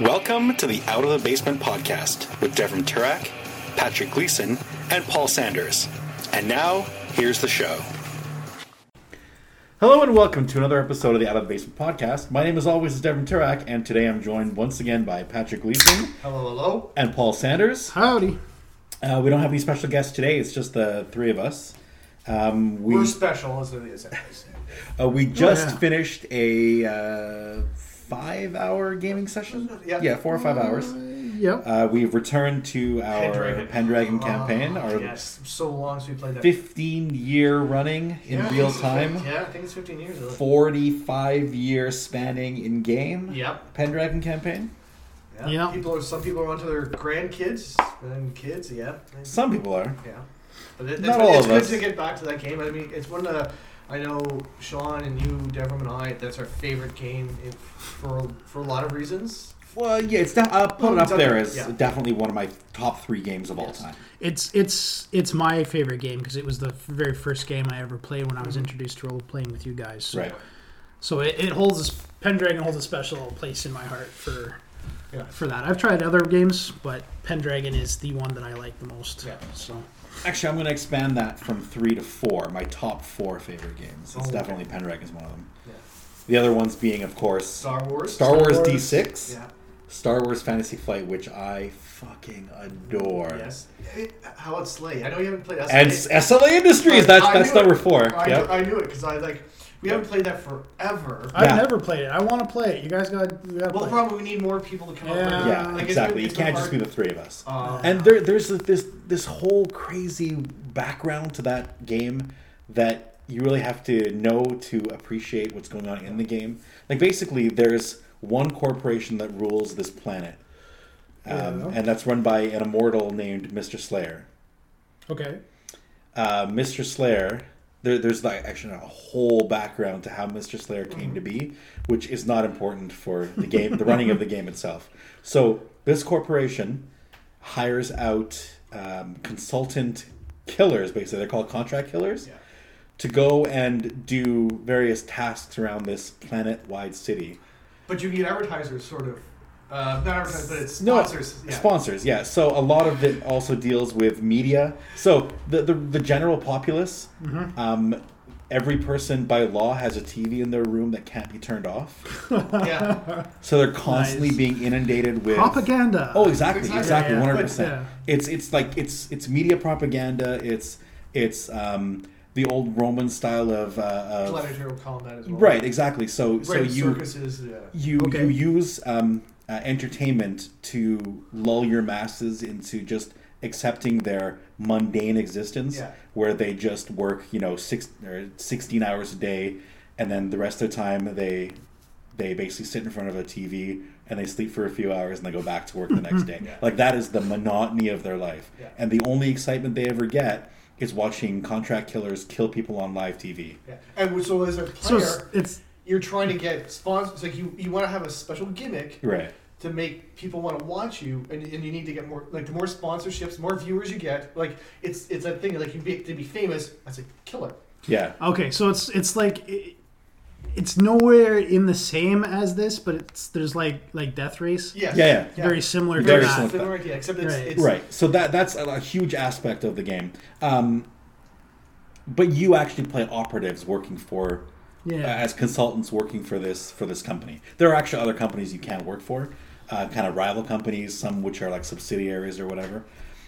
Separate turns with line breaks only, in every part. Welcome to the Out of the Basement podcast with Devram Turak, Patrick Gleason, and Paul Sanders. And now, here's the show. Hello and welcome to another episode of the Out of the Basement podcast. My name, as always, is Devin Turak, and today I'm joined once again by Patrick Gleason
Hello, hello.
and Paul Sanders.
Howdy.
Uh, we don't have any special guests today; it's just the three of us. Um, we
We're Oh, special, as it is.
uh, we just
yeah.
finished a uh, five-hour gaming session.
Yeah.
yeah, four or five hours.
Yep.
Uh, we've returned to our Pendragon,
Pendragon.
campaign,
Oh,
our
yes, so long since we played that.
15 year running in
Yeah, I think
real
it's fif-
time,
Yeah, I think it's 15 years. Ago.
45 year spanning in game
Yep.
Pendragon campaign.
Yeah.
Yeah.
People are, some people are onto their grandkids and kids. Yeah.
Some people are.
Yeah. But it, it's,
Not all
it's
of
good
us.
to get back to that game. I mean, it's one of the. I know Sean and you, Devram and I. That's our favorite game, if, for for a lot of reasons.
Well, yeah, it's def- I'll put it up
It's up
there
there,
as
yeah.
definitely one of my top three games of all time.
It's it's it's my favorite game because it was the very first game I ever played when I
Mm-hmm.
was introduced to role playing with you guys. So,
Right.
So it, it holds Pendragon holds a special place in my heart for
Yeah.
for that. I've tried other games, but Pendragon is the one that I like the most.
Yeah.
So
Actually, I'm going to expand that from three to four, my top four favorite games.
Oh,
It's
okay.
definitely Pendragon's one of them.
Yeah.
The other ones being, of course, Star,
Star Wars.
Wars, D6,
Yeah.
Star Wars Fantasy Flight, which I fucking adore.
Yes. Hey, How it's Slay. I know you haven't played.
And
SLA.
s- SLA Industries, that's,
I
that's
knew it. Uh,
number four.
I,
Yep.
I knew it because I like we haven't played that forever.
Yeah.
I've never played it. I want to play it. You guys got we got to
well,
play. it.
probably we need more people to come
Yeah.
up.
Yeah,
Like, it's
exactly.
been-
It
it's
can't
been
just be
hard.
the three of us.
Uh,
and there, there's this this whole crazy background to that game that you really have to know to appreciate what's going on in the game. Like basically, there's one corporation that rules this planet, um, and that's run by an immortal named Mister Slayer.
Okay.
Uh, Mr. Slayer, there, there's like actually a whole background to how Mr. Slayer came to be, which is not important for the game, the running of the game itself. So this corporation hires out um, consultant killers, basically they're called contract killers,
Yeah.
to go and do various tasks around this planet-wide city.
But you need advertisers, sort of. Uh, not advertisers, but it's
No,
sponsors. yeah.
sponsors, yeah. So a lot of it also deals with media. So the the, the general populace, um, every person by law has a TV in their room that can't be turned off.
yeah.
So they're constantly
Nice.
being inundated with
Propaganda.
Oh, exactly,
Exactly.
exactly,
Yeah,
one
yeah.
hundred percent.
Yeah.
It's it's like it's it's media propaganda. It's it's um, the old Roman style of, uh, of
Gladiatorial combat as well.
right, exactly. So so
Right,
you
circuses. Yeah.
you
Okay.
you use um, uh, entertainment to lull your masses into just accepting their mundane existence
Yeah.
where they just work you know six or 16 hours a day and then the rest of the time they they basically sit in front of a tv and they sleep for a few hours and they go back to work the next day
Yeah.
like that is the monotony of their life
Yeah.
and the only excitement they ever get is watching contract killers kill people on live tv
yeah. And so as a
So
player,
it's, it's
you're trying to get sponsors. Like you, you want to have a special gimmick
right
to make people want to watch you, and, and you need to get more like the more sponsorships, more viewers you get. Like it's it's a thing like you be, to be famous as a killer.
yeah
Okay, so it's it's like it, it's nowhere in the same as this, but it's there's like like Death Race,
Yes.
Yeah, yeah.
very similar to
Very
that.
similar.
similar idea, except it's,
Right.
it's
right so that that's a, a huge aspect of the game um, but you actually play operatives working for uh,
Yeah.
as consultants working for this for this company there are actually other companies you can work for uh, kind of rival companies some which are like subsidiaries or whatever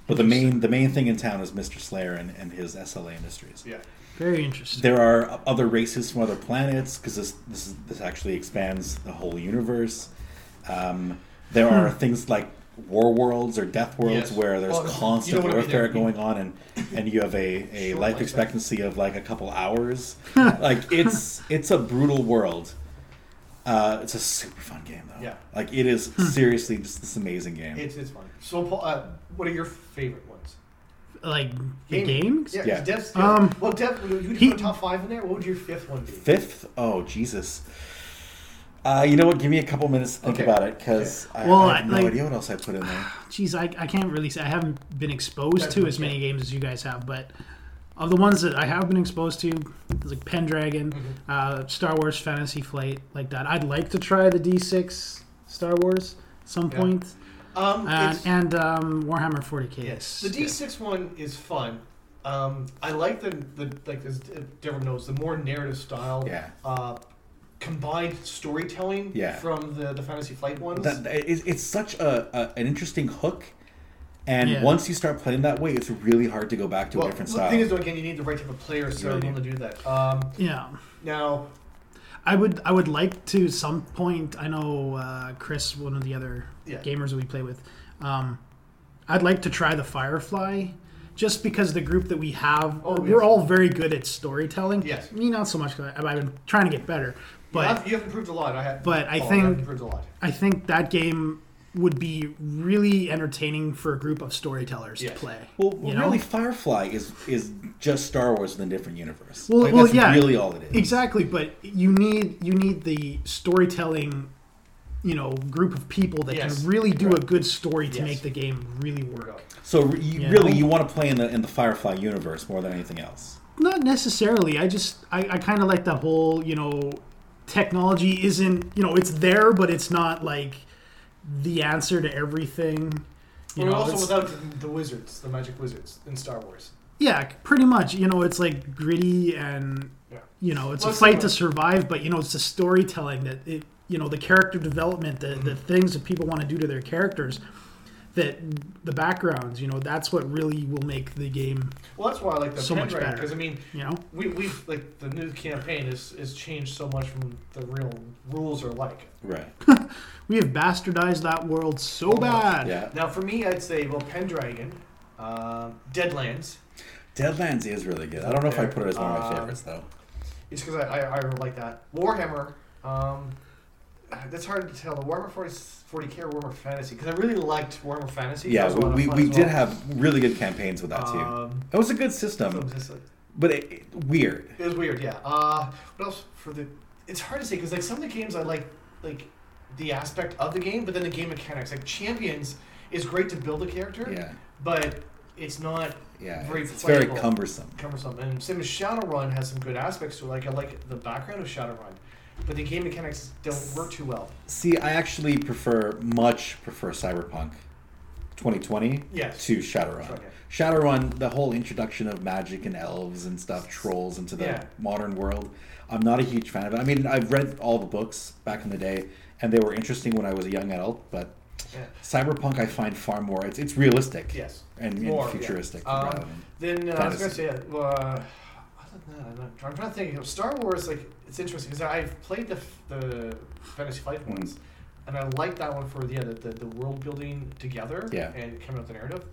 but the main the main thing in town is mr slayer and, and his sla industries
Yeah.
Very interesting.
there are other races from other planets because this this is, this actually expands the whole universe. Um, there are things like war worlds or death worlds
Hmm. Yes.
where there's
Well, you
constant
don't wanna be
warfare
there.
going on, and and you have a, a
Sure,
life
like that.
expectancy of like a couple hours. like it's it's a brutal world. Uh, it's a super fun game though.
Yeah. Hmm.
like it is seriously just this amazing game.
It's it's fun. So, Paul, uh, what are your favorite ones?
Like the games?
Yeah.
Yeah.
Dev's,
Um,
well, Dev, you would
he-
put a top five in there. What would your fifth one be?
Fifth, oh Jesus. Uh, you know what? Give me a couple minutes to think
Okay.
about it because I,
Well,
I have
I-
no
like-
idea what else I put in there.
Jeez, I, I can't really say. I haven't been exposed to as many
Yeah.
games as you guys have, but of the ones that I have been exposed to, it's like Pendragon,
Mm-hmm.
uh, Star Wars Fantasy Flight, like that. I'd like to try the D6 Star Wars. some
Yeah.
point,
Um,
uh,
it's-
and um, Warhammer 40k.
Yes, the D six one is fun. Um, I like the the like as Devon knows the more narrative style.
Yeah.
Uh, combined storytelling.
Yeah.
From the the Fantasy Flight ones.
That, that- it's, it's such a, a an interesting hook, and
Yeah.
once you start playing that way, it's really hard to go back to
well,
a different
the
style.
thing is, though, again, you need the right type of player so
really
to do that. Um,
Yeah.
now,
I would I would like to some point. I know uh, Chris, one of the other
Yeah.
gamers that we play with. Um, I'd like to try the Firefly, just because the group that we have,
Oh,
we're
yeah.
all very good at storytelling.
Yes.
me not so much. 'cause I, I've been trying to get better, but
you have, you have improved a lot. I have.
but
Paul,
I
you
think-
have improved a lot.
I think that game would be really entertaining for a group of storytellers
Yes.
to play.
well,
you know?
really, Firefly is is just Star Wars in a different universe.
Well-
Like,
well,
that's
yeah.
really all it is.
Exactly, but you need you need the storytelling, you know, group of people that
Yes.
can really do a good story to
Yes.
make the game really
Here we
work.
go.
So re- you,
Yeah.
really, you want to play in the in the Firefly universe more than anything else.
Not necessarily. I just I, I kind of like the whole you know technology isn't you know it's there but it's not like the answer to everything.
But
You know,
also
it's-
without the- the wizards, the magic wizards in Star Wars.
yeah, pretty much. You know, it's like gritty and
Yeah.
you know it's
Well,
a
it's
fight
like-
to survive, but you know it's the storytelling that it you know the character development, the the
Mm-hmm.
things that people want to do to their characters. That the backgrounds, you know, that's what really will make the game,
Well, that's why I like the
So much better.
because I mean,
you know.
we, we've like the new campaign is is changed so much from the real rules are like.
Right.
We have bastardized that world so
Oh,
bad.
Yeah.
Now, for me, I'd say well, Pendragon, um Deadlands.
Deadlands is really good. I don't know if I put it as one of my
Um,
favorites though.
It's because I, I I really like that Warhammer. Um, that's hard to tell. The Warhammer 40, 40k or Warhammer Fantasy because I really liked Warhammer Fantasy. That
Yeah,
was a lot of
we, we,
fun
we
as
did
well.
have really good campaigns with that too.
Um,
it was a good
so it
system,
was just like-
but it, it- weird.
It was weird, yeah. Uh, what else for the? It's hard to say because like some of the games I like, like the aspect of the game, but then the game mechanics. Like Champions is great to build a character,
Yeah,
but it's not
yeah.
Very
it's, it's very
playable.
cumbersome.
cumbersome. And same as Shadowrun has some good aspects to it. Like I like the background of Shadowrun, but the game mechanics don't work too well.
See, I actually prefer much prefer Cyberpunk 2020
Yes.
to Shadowrun.
Okay.
Shadowrun, the whole introduction of magic and elves and stuff, trolls into the
Yeah.
modern world. I'm not a huge fan of it. I mean, I've read all the books back in the day, and they were interesting when I was a young adult. But
Yeah.
Cyberpunk, I find far more. It's it's realistic.
Yes.
And, and
More, yeah.
futuristic.
Um,
rather than,
Then uh, I was gonna
Fantasy.
say, uh, well, uh, other than that, I'm, not, I'm trying to think. You know, Star Wars, like it's interesting because I've played the f- the Fantasy Flight ones, and I like that one for yeah, the, the the world building together
Yeah.
and coming up with a narrative.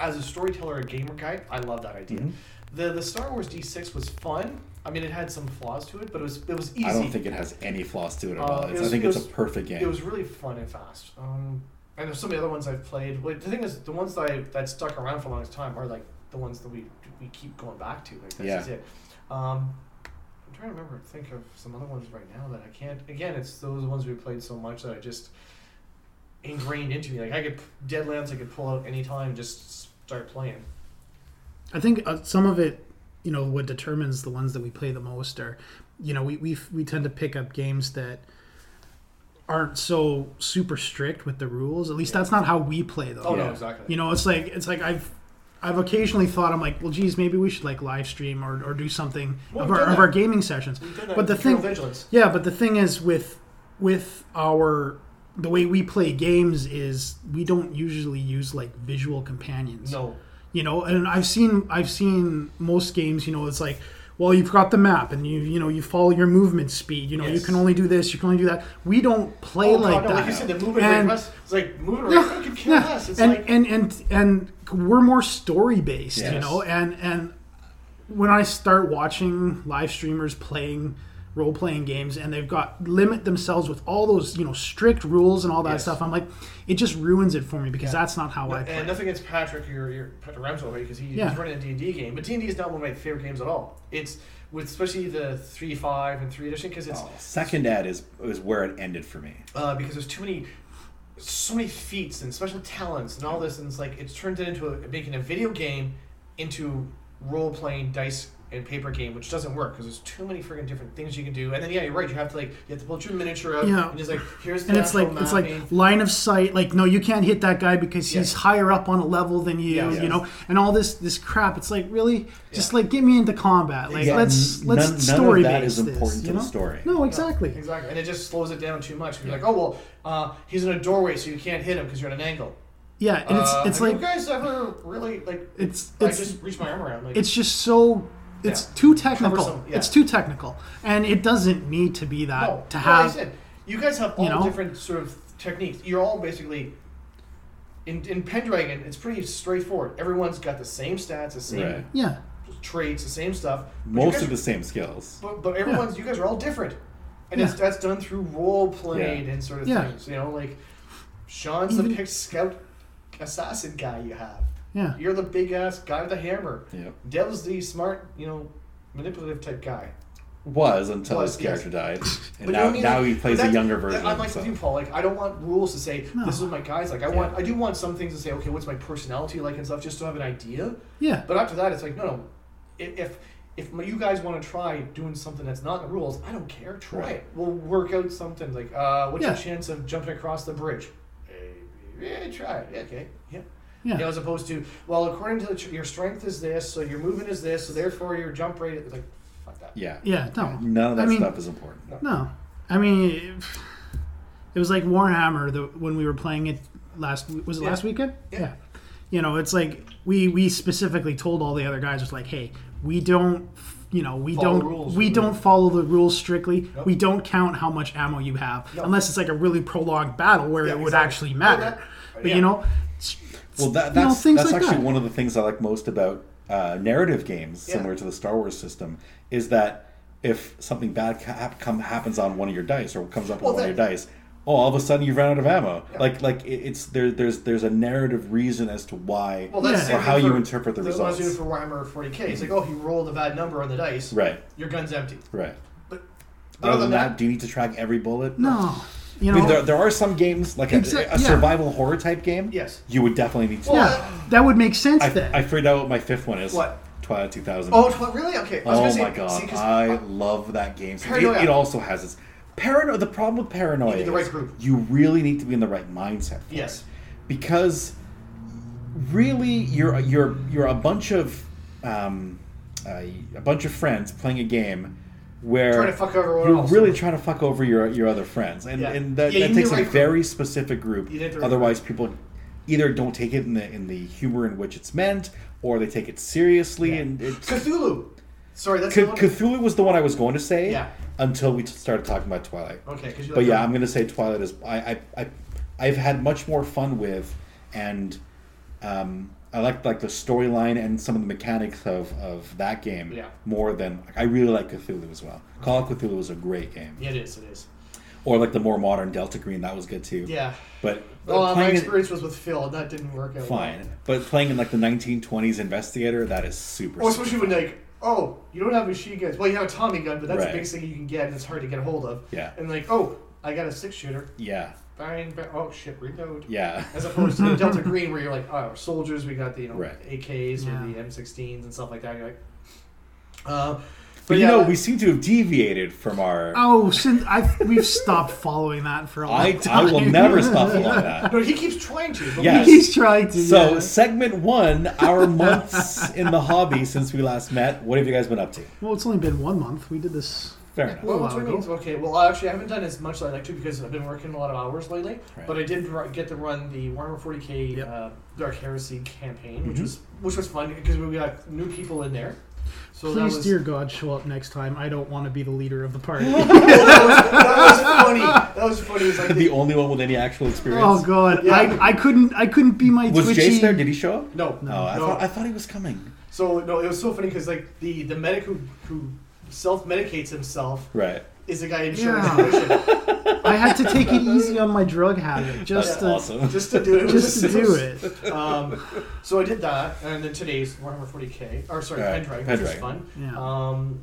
As a storyteller, a gamer guy, I love that idea.
Mhm.
The the Star Wars D six was fun. I mean, it had some flaws to it, but it was it was easy.
I don't think it has any flaws to it at
Uh,
all.
it
It's, I
was-
think
it
it's a
was-
perfect game.
It was really fun and fast. Um, and there's some of the other ones I've played. Well, the thing is, the ones that I, that stuck around for the longest time are like the ones that we we keep going back to. Like that's
Yeah.
just it. Um, I'm trying to remember. Think of some other ones right now that I can't. Again, it's those ones we played so much that I just ingrained into me. Like I could Deadlands, I could pull out any time and just start playing.
I think uh, some of it, you know, what determines the ones that we play the most are, you know, we we we tend to pick up games that aren't so super strict with the rules. At least that's not how we play them.
Oh
Yeah.
no, exactly.
You know, it's like it's like I've I've occasionally thought I'm like, well, geez, maybe we should like live stream or, or do something
Well,
of
we've
our
done
of
that.
our gaming sessions.
We've done that
But the
with Fear of
thing-
Vigilance.
Yeah, but the thing is with with our the way we play games is we don't usually use like visual companions
No.
you know and i've seen i've seen most games you know it's like well you've got the map and you you know you follow your movement speed you know you
Yes.
can only do this you can only do that we don't play
Oh, God,
like
no,
that
Like you said, the moving
And-
rate us. It's like moving rate.
Yeah,
fucking kill
yeah.
us. It's
and,
like
and and and we're more story based you
Yes.
know and and when i start watching live streamers playing role playing games and they've got limit themselves with all those you know strict rules and all that
Yes.
stuff i'm like it just ruins it for me because
Yeah.
that's not how
No,
i play
and nothing against Patrick or your Patrick Ramsell, right? Because he,
Yeah.
he's running a D and D game, but D and D is not one of my favorite games at all. It's with especially the three five and three edition because it's
Oh, second ed is is where it ended for me.
Oh.
uh, because there's too many, so many feats and special talents and all this, and it's like it's turned it into a, making a video game into role playing dice and paper game, which doesn't work because there's too many freaking different things you can do. And then yeah, you're right. You have to like you have to build your miniature up.
Yeah.
And just like here's the
And it's like
natural
it's like
mapping.
line of sight. Like no, you can't hit that guy because he's
Yes.
higher up on a level than you.
Yes.
You know, and all this this crap. It's like really, just like get me into combat. Like
Yeah,
let's
n-
let's
none- none of
story
that
base
is
this,
important
you
to the
know?
story.
No, exactly.
Exactly, and it just slows it down too much. You're like, oh well, uh, he's in a doorway, so you can't hit him because you're at an angle.
Yeah, and it's
Uh,
it's
have
like
you guys ever really like
it's
I
it's
just reached my arm around like
it's just so it's
Yeah.
too technical.
Cumbersome, yeah.
It's too technical, and it doesn't need to be that
no,
to
no,
have.
"Oh, like I said, you guys have all
you know?
different sort of techniques. You're all basically in in Pendragon. It's pretty straightforward. Everyone's got the same stats, the same
Right.
yeah,
traits, the same stuff. But you
Most
guys
of
are-
the same skills.
But, but everyone's you guys are all different, and it's, that's done through role play
Yeah.
and sort of
Yeah.
things. You know, like Sean's the
Even-
picked scout assassin guy you have.
yeah,
You're the big ass guy with the hammer.
Yep.
Dev's the smart, you know, manipulative type guy.
Was until
Was,
his character died, and
But you know
now
what I mean?
now
Like,
he
but
plays a
that's-
younger
that-
version.
I'm like
so.
with you, Paul. Like I don't want rules to say
No.
this is my guys. Like I
Yeah.
want, I do want some things to say. Okay, what's my personality like and stuff, just to have an idea.
yeah.
But after that, it's like no, no. If if, if my, you guys want to try doing something that's not in the rules, I don't care. Try
Right.
it. We'll work out something. Like, uh, what's
Yeah.
your chance of jumping across the bridge? Eh, Yeah, try it. Yeah, okay. Yeah.
Yeah.
You know, as opposed to well, according to the, tr- your strength is this, so your movement is this, so therefore your jump rate is like, fuck that.
Yeah.
Yeah, no.
None of that
I mean-
stuff is important.
No, I mean, it- it was like Warhammer the, when we were playing it last. Was it
Yeah.
last weekend?
Yeah.
You know, it's like we we specifically told all the other guys, it's like, hey, we don't, you know, we
Follow
don't
rules. Mm-hmm.
we don't follow the rules strictly.
Nope.
We don't count how much ammo you have
Nope.
unless it's like a really prolonged battle where
Yeah,
it would
exactly.
actually
Well,
matter.
that-
but
yeah.
you know, it's-
Well, that,
you know,
that's
things
that's
like
actually
that.
one of the things I like most about uh, narrative games,
Yeah.
similar to the Star Wars system, is that if something bad ca- hap- come happens on one of your dice or comes up on
Well,
one
that-
of your dice, oh, all of a sudden you've run out of ammo. Like like it, it's there. There's there's a narrative reason as to why
Well, that's
Yeah.
the
or
same
how
thing
you
for-
interpret the
that was
results. Mm-hmm.
doing for Warhammer 40k. It's like, oh, he rolled a bad number on the dice.
Right,
Your gun's empty.
right.
But
Other than that, do you need to track every bullet?
no, you
I
know,
mean, there, there are some games like a,
Exa-
a
yeah.
survival horror type game.
Yes.
you would definitely need to.
Well,
yeah, that would make sense then.
I, I figured out what my fifth one is.
What?
Twilight 2000.
oh, tw- really? Okay. I was
Oh
gonna say,
my god,
see, 'cause
I love that game. So it,
Paranoia.
it also has its paranoia. The problem with paranoia
need the right
is
group.
you really need to be in the right mindset. for
Yes.
it. because really, you're you're you're a bunch of um, uh, a bunch of friends playing a game where
Trying to fuck everyone
you're
else.
really trying to fuck over your your other friends, and
Yeah.
and that,
Yeah, you
that
need
takes
the
a
right group.
very specific group.
You need the right
Otherwise, people either don't take it in the in the humor in which it's meant, or they take it seriously, and it's
Cthulhu. Sorry, that's
C-
the one.
Cthulhu was the one I was going to say
Yeah.
until we t- started talking about Twilight.
Okay, because
But yeah, I'm going to say Twilight is I, I I I've had much more fun with, and um, I like like the storyline and some of the mechanics of, of that game
Yeah.
more than I really like Cthulhu as well. Call of Cthulhu was a great game,
Yeah, it is. It is.
or like the more modern Delta Green that was good too.
Yeah.
but
Well,
but
my
playing it-
experience was with Phil, and that didn't work out.
fine. But playing in like the 1920s Investigator that is super.
Well, especially when like, oh, you don't have machine guns. Well, you have a Tommy gun, but that's
Right.
the biggest thing you can get, and it's hard to get a hold of.
Yeah.
And like, oh, I got a six shooter.
yeah,
Bang, bang. Oh shit, reload.
yeah.
As opposed to Delta Green, where you're like, oh, we're soldiers, we got the you know
Right.
AKs
Yeah.
or the M16s and stuff like that. You're like, uh, but,
But you
yeah,
know, we seem to have deviated from our.
oh, since I we've stopped following that for a long
I, I
time.
will never stop along that.
No, he keeps trying to. But
Yes.
He's trying to.
So,
yeah.
segment one, our months in the hobby since we last met. What have you guys been up to?
Well, it's only been one month. We did this.
Fair enough.
Well,
Well,
which one
I'll
means- okay. Well, actually, I haven't done as much as I like to because I've been working a lot of hours lately.
Right.
But I did ru- get to run the Warhammer 40k
Yep.
uh, Dark Heresy campaign, which was which was fun because we got new people in there. So that
Please,
was,
dear God, show up next time. I don't want to be the leader of the party.
that was that was funny. That was funny. It's like
The
the,
only one with any actual experience.
oh God,
Yeah.
I, I couldn't I couldn't be my
was
twitchy.
Jace there? Did he show up?
no,
Oh, I,
no.
Thought, I thought he was coming.
so no, it was so funny because like the the medic who who self medicates himself
Right.
is the guy in short
Yeah.
commission.
I had to take it easy on my drug habit just
That's
to
awesome.
just to do it. It was
just to
it
do
was-
it.
um, so I did that, and then today's Warhammer 40k, or sorry,
Right,
Pendragon, which was
Pendragon.
fun.
Yeah.
Um,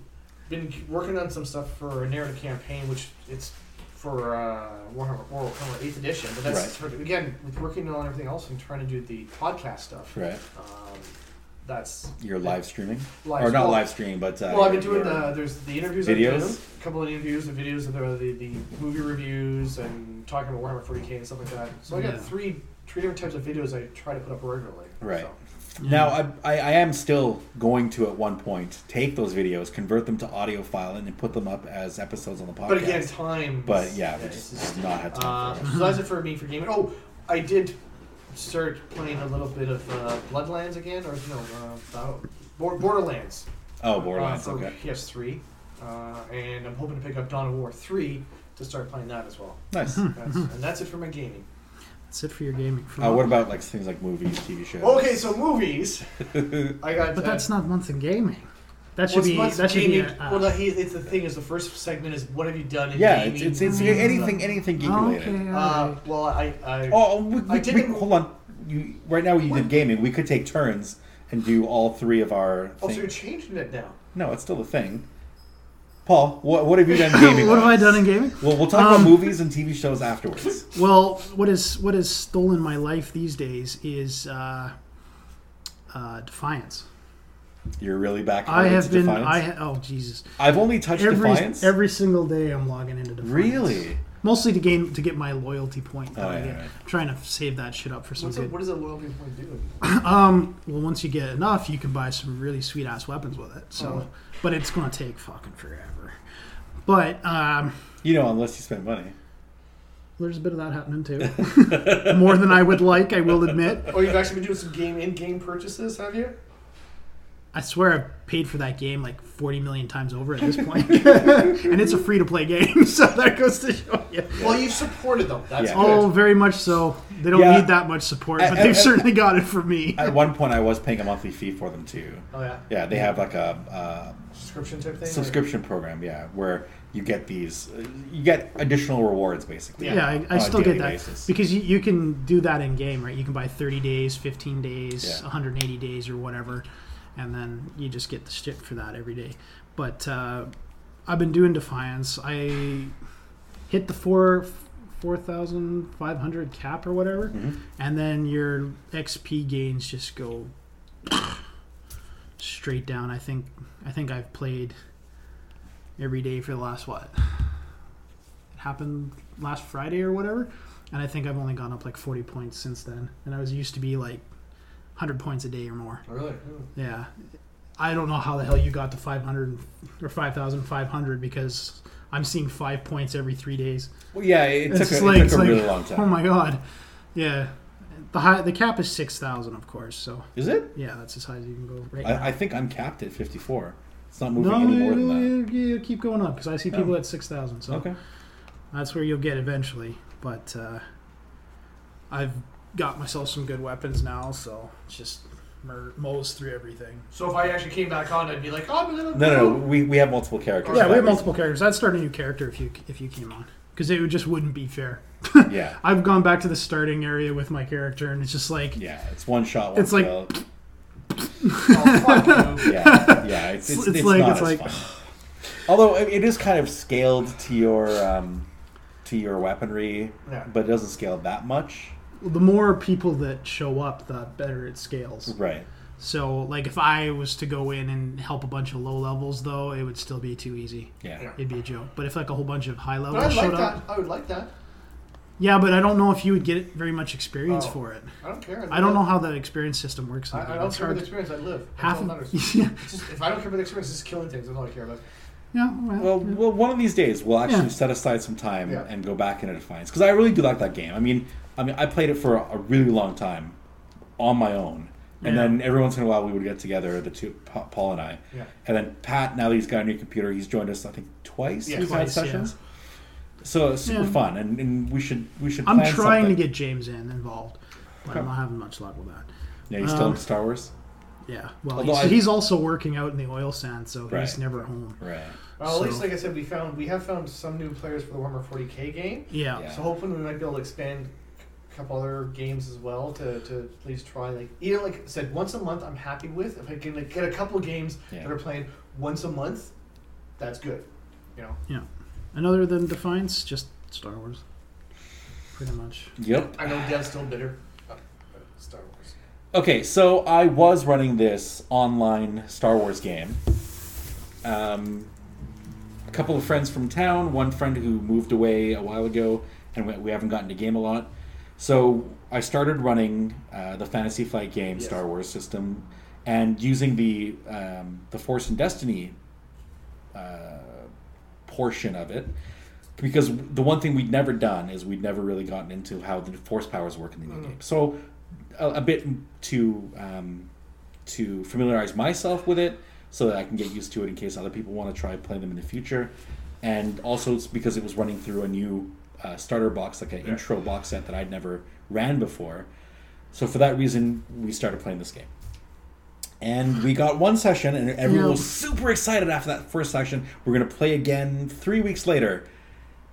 been working on some stuff for a narrative campaign, which it's for uh, Warhammer World, Warhammer 8th edition, but that's
Right.
sort of- again with working on everything else and trying to do the podcast stuff.
Right.
Um, that's
Your live streaming,
Live-
or not
well-
live streaming, but uh,
Well, I've been doing
your-
the there's the interviews,
Videos?
I've done, a couple of interviews, the videos, and there are the, the movie reviews, and talking about Warhammer 40k and stuff like that. So I got
Yeah.
three three different types of videos I try to put up regularly.
Right.
So.
Now I, I, I am still going to at one point take those videos, convert them to audio file, and then put them up as episodes on the podcast.
But again, time.
But yeah, we
it's
just
just-
did not have time.
Uh,
for
so that's it for me for gaming. Oh, I did start playing a little bit of uh, Bloodlands again, or no, uh, Battle- Bor- Borderlands.
that. Oh, Borderlands.
uh, for
okay.
PS3, uh, and I'm hoping to pick up Dawn of War 3 to start playing that as well.
Nice.
That's, and that's it for my gaming.
That's it for your gaming.
Uh, what about like things like movies, TV shows?
Okay, so movies. I got.
But
uh,
that's not months in gaming. That should
what's-
be.
what's
That should be.
gaming-
A, uh,
well, no, he, it's the thing is the first segment is what have you done in
Yeah, it's
gaming?
it's, it's anything anything geek related.
Oh, okay. all
Uh,
right.
well, I. I
Oh, we,
I
we,
did
we-
the-
hold on. You right now you did
What?
gaming. We could take turns and do all three of our.
oh, so you're
thing-
changing it now.
No, it's still the thing. Paul, what what have you done gaming?
what have I
wise?
done in gaming?
Well, we'll talk
Um,
about movies and TV shows afterwards.
Well, what is what has stolen my life these days is uh, uh, Defiance.
You're really back.
I
into
have been.
Defiance?
I ha- oh Jesus!
I've only touched
Every
Defiance.
every single day I'm logging into Defiance.
really?
Mostly to gain to get my loyalty point. that
Oh,
I
yeah,
get.
right.
I'm trying to save that shit up for some
What's a,
good.
what does a loyalty point do?
Um, well, once you get enough, you can buy some really sweet ass weapons with it. So,
Oh.
but it's gonna take fucking forever. But um,
You know, unless you spend money.
there's a bit of that happening too. More than I would like, I will admit.
Oh, you've actually been doing some game in-game purchases, have you?
I swear I've paid for that game like 40 million times over at this point. and it's a free to play game, so that goes to show you.
Well, you've supported them. That's
Yeah.
good.
Oh, very much so. They don't
Yeah.
need that much support,
I-
but
I-
they've
I-
certainly got it for me.
At one point, I was paying a monthly fee for them too.
Oh yeah,
Yeah, they have like a
subscription type
uh,
thing.
subscription program. Yeah, where you get these, uh, you get additional rewards basically.
yeah, I, I
on a
still
daily
get that.
basis.
Because you, you can do that in game, right? You can buy 30 days, 15 days,
Yeah.
180 days, or whatever. And then you just get the shit for that every day. But uh, I've been doing Defiance. I hit the four. 4,500 cap or whatever, and then your XP gains just go straight down. I think I think I've played every day for the last what? It happened last Friday or whatever, and I think I've only gone up like 40 points since then. And I was used to be like 100 points a day or more.
Oh, really?
Yeah. I don't know how the hell you got to 500 or 5,500 because I'm seeing 5 points every 3 days.
Well, yeah, it
It's
took a,
like-
it
it's
took a
like,
really long time.
Oh my god. Yeah. The high, the cap is 6,000 of course, so
Is it?
yeah, that's as high as you can go right now.
I, I think I'm capped at 54. It's not moving
no,
any more
you,
than that.
you, you keep going up because I see people
Oh.
at 6,000. So
Okay.
that's where you'll get eventually. But uh, I've got myself some good weapons now, so it's just mur- mows through everything.
So if I actually came back on, I'd be like, oh, I'm
No,
gonna
no, no, we, we have multiple characters.
Yeah,
for
we have
that
multiple characters. I'd start a new character if you if you came on because it would- just wouldn't be fair.
reason. Yeah,
I've gone back to the starting area with my character, and it's just like
yeah, it's one shot. One
It's like-
kill.
Oh, fuck you.
yeah, yeah. It's, it's,
It's
it's,
like-
not
it's
as
like-
fun. Although it it is kind of scaled to your um, to your weaponry,
Yeah.
but it doesn't scale that much.
the more people that show up, the better it scales.
Right.
So, like if I was to go in and help a bunch of low levels, though, it would still be too easy.
Yeah.
Yeah.
It'd be a joke. But if like a whole bunch of high
But
levels
I'd like
showed up,
that. I would like that.
Yeah, but I don't know if you would get very much experience
Oh.
for it.
I don't care.
I don't know how the experience system works. In
I,
the
I
game.
don't
It's
care about
hard.
the experience. I live. That's
half
all that
of
matters.
yeah,
It's just, if I don't care about the experience, it's just killing things. That's all I care about.
yeah.
Well,
Well,
well, one of these days we'll actually
Yeah.
set aside some time
Yeah.
and go back into Defiance because I really do like that game. I mean, I mean, I played it for a, a really long time on my own, and
Yeah.
then every once in a while we would get together, the two Pa- Paul and I,
Yeah.
and then Pat. Now that he's got a new computer, he's joined us I think twice.
Yeah,
we've had
twice,
sessions. So it's super
Yeah.
fun, and, and we should we should.
I'm
plan
trying
something.
to get James in involved, but I'm not having much luck with that.
Yeah, he's still
um,
in Star Wars.
Yeah. Well,
Although
he's,
I-
he's also working out in the oil sand, so
Right.
he's never home.
Right.
Well, at least,
So-
like I said, we found we have found some new players for the Warhammer 40k game.
Yeah.
Yeah.
So hopefully, we might be able to expand a couple other games as well to, to at least try. Like you know, like I said, once a month, I'm happy with. If I can like, get a couple games
Yeah.
that are playing once a month, that's good. You know,
Yeah. And other than Defiance, just Star Wars, pretty much.
Yep.
Uh,
I know Dev's still bitter. about Star Wars.
Okay, so I was running this online Star Wars game. Um, a couple of friends from town, one friend who moved away a while ago, and we, we haven't gotten to game a lot. So I started running uh, the Fantasy Flight game
Yes.
Star Wars system, and using the um, the Force and Destiny uh, portion of it. Because the one thing we'd never done is we'd never really gotten into how the force powers work in the new game. So a, a bit to um, to familiarize myself with it, so that I can get used to it in case other people want to try playing them in the future. And also it's because it was running through a new uh, starter box, like an
Yeah.
intro box set that I'd never ran before. So for that reason, we started playing this game. And we got one session, and everyone
No.
was super excited after that first session. We're going to play again three weeks later.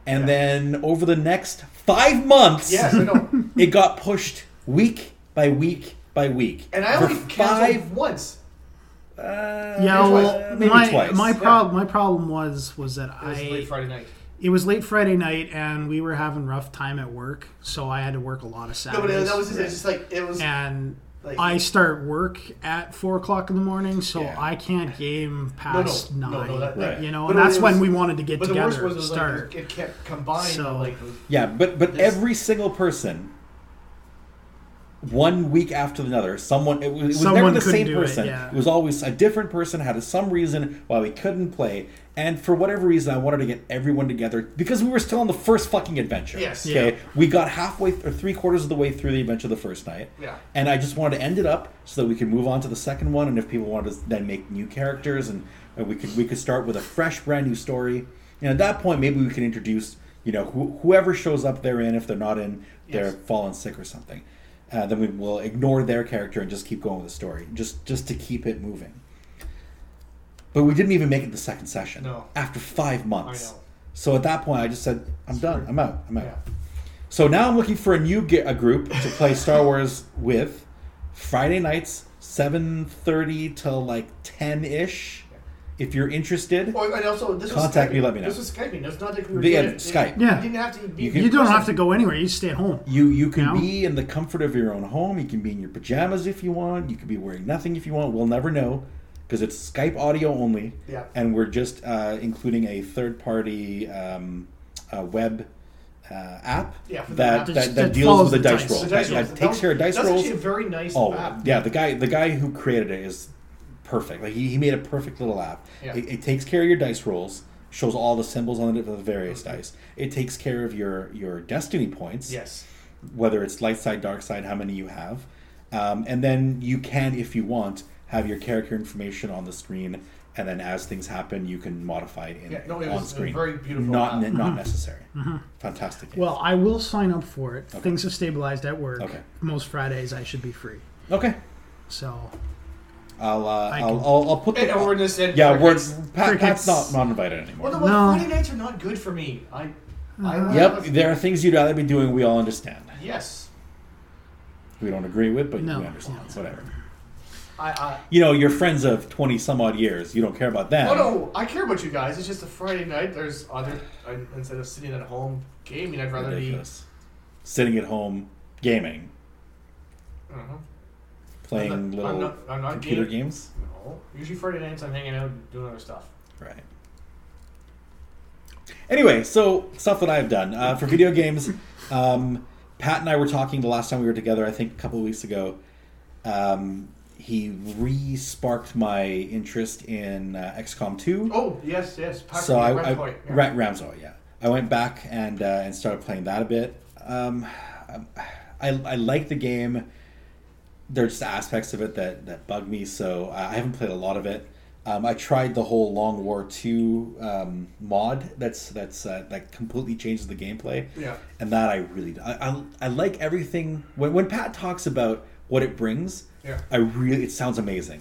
And
Yeah.
then over the next five months,
Yes, I know.
it got pushed week by week by week.
And I
For
only canceled once.
Uh,
Yeah,
Maybe
well,
maybe
my
twice.
my
Yeah.
problem my problem was was that
It was
I
late Friday night.
it was late Friday night and we were having rough time at work, so I had to work a lot of
No,
Saturdays.
but it- that was just, it's just like it was.
and
Like-
I start work at four o'clock in the morning, so
Yeah.
I can't game past
no, no,
nine.
that-
Right.
you know,
But
and that's
it
when
was-
we wanted to get
But the
together
worst was,
to
was
start.
like it kept combined.
So-
like those-
Yeah, but but
There's-
every single person, one week after another, someone it was, it was never
Someone
the
couldn't
same
do it,
person. It,
yeah.
was always a different person had some reason why we couldn't play, and for whatever reason, I wanted to get everyone together because we were still on the first fucking adventure.
Yes.
Okay.
Yeah.
We got halfway th- or three quarters of the way through the adventure the first night.
Yeah.
And I just wanted to end it up so that we could move on to the second one, and if people wanted to then make new characters, and, and we could we could start with a fresh, brand new story. And at that point, maybe we can introduce you know who whoever shows up they're in. If they're not in, they're
Yes.
fallen sick or something. Uh, then we will ignore their character and just keep going with the story, just just to keep it moving. But we didn't even make it the second session.
No.
After five months.
know.
So at that point, I just said, "I'm done. I'm out. I'm out."
Yeah.
So now I'm looking for a new ge- a group to play Star Wars with. Friday nights, seven thirty till like ten ish. If you're interested,
Oh, and also, this
Contact
was Skyping.
me, let me know.
This was Skyping. It's not like we were
The-
doing
yeah,
it.
Skype.
Yeah.
You didn't have to be.
You can-
you don't have to go anywhere; you stay at home.
you you can
Now?
be in the comfort of your own home. You can be in your pajamas if you want. You can be wearing nothing if you want. We'll never know because it's Skype audio only.
Yeah.
and we're just uh, including a third party um, uh, web. Uh, app
Yeah, for the
that,
app.
that, that,
Just- that
deals with
follows
the
the
dice,
dice.
roll.
The dice
that,
rolls.
that
That
takes
was-
care of dice
That's
rolls.
actually a very nice
Oh
app.
yeah, the guy the guy who created it is perfect. Like he, he made a perfect little app.
Yeah.
It, it takes care of your dice rolls, shows all the symbols on it for the various
Mm-hmm.
dice. It takes care of your your destiny points,
Yes.
whether it's light side, dark side, how many you have, um, and then you can, if you want, have your character information on the screen, and then as things happen, you can modify it in
Yeah, no, it
on
was a
screen.
very beautiful
not
app. Mm-hmm.
ne- not necessary. Fantastic. game.
Well, I will sign up for it. Things have stabilized at work.
Okay.
Most Fridays I should be free.
okay,
So
I'll uh,
I
I'll,
can-
I'll I'll put
And, and we're
the.
in this. and-
Yeah, we're Pat, Pat's
Crickets.
not, not invited anymore.
Well, no,
No. Uh-huh.
Friday nights are not good for me. I. I
Yep, there are things you'd rather be doing. We all understand.
Yes.
We don't agree with, but
No,
we understand.
yeah.
Whatever.
I. I
You know, your friends of twenty some odd years. You don't care about them.
Oh no, I care about you guys. It's just a Friday night. There's other I, instead of sitting at home gaming, I'd rather
Ridiculous. Sitting at home gaming,
be. I don't know.
playing
I'm not-
little
I'm not- I'm not
computer
gaming.
games.
No, usually Friday nights I'm hanging out and doing other stuff.
Right. Anyway, so stuff that I've done uh, for video games. Um, Pat and I were talking the last time we were together. I think a couple of weeks ago. Um, he re-sparked my interest in uh, XCOM 2.
Oh yes, yes. Pac-
so I,
Red
I
Point, yeah.
Ra- Ramzoid, yeah. I went back and uh, and started playing that a bit. Um, I I like the game. There's just aspects of it that that bug me, so I I haven't played a lot of it. Um, I tried the whole Long War Two um, mod. That's that's uh, that completely changes the gameplay.
Yeah.
and that I really I I, I like everything. When when Pat talks about what it brings,
Yeah.
I really it sounds amazing.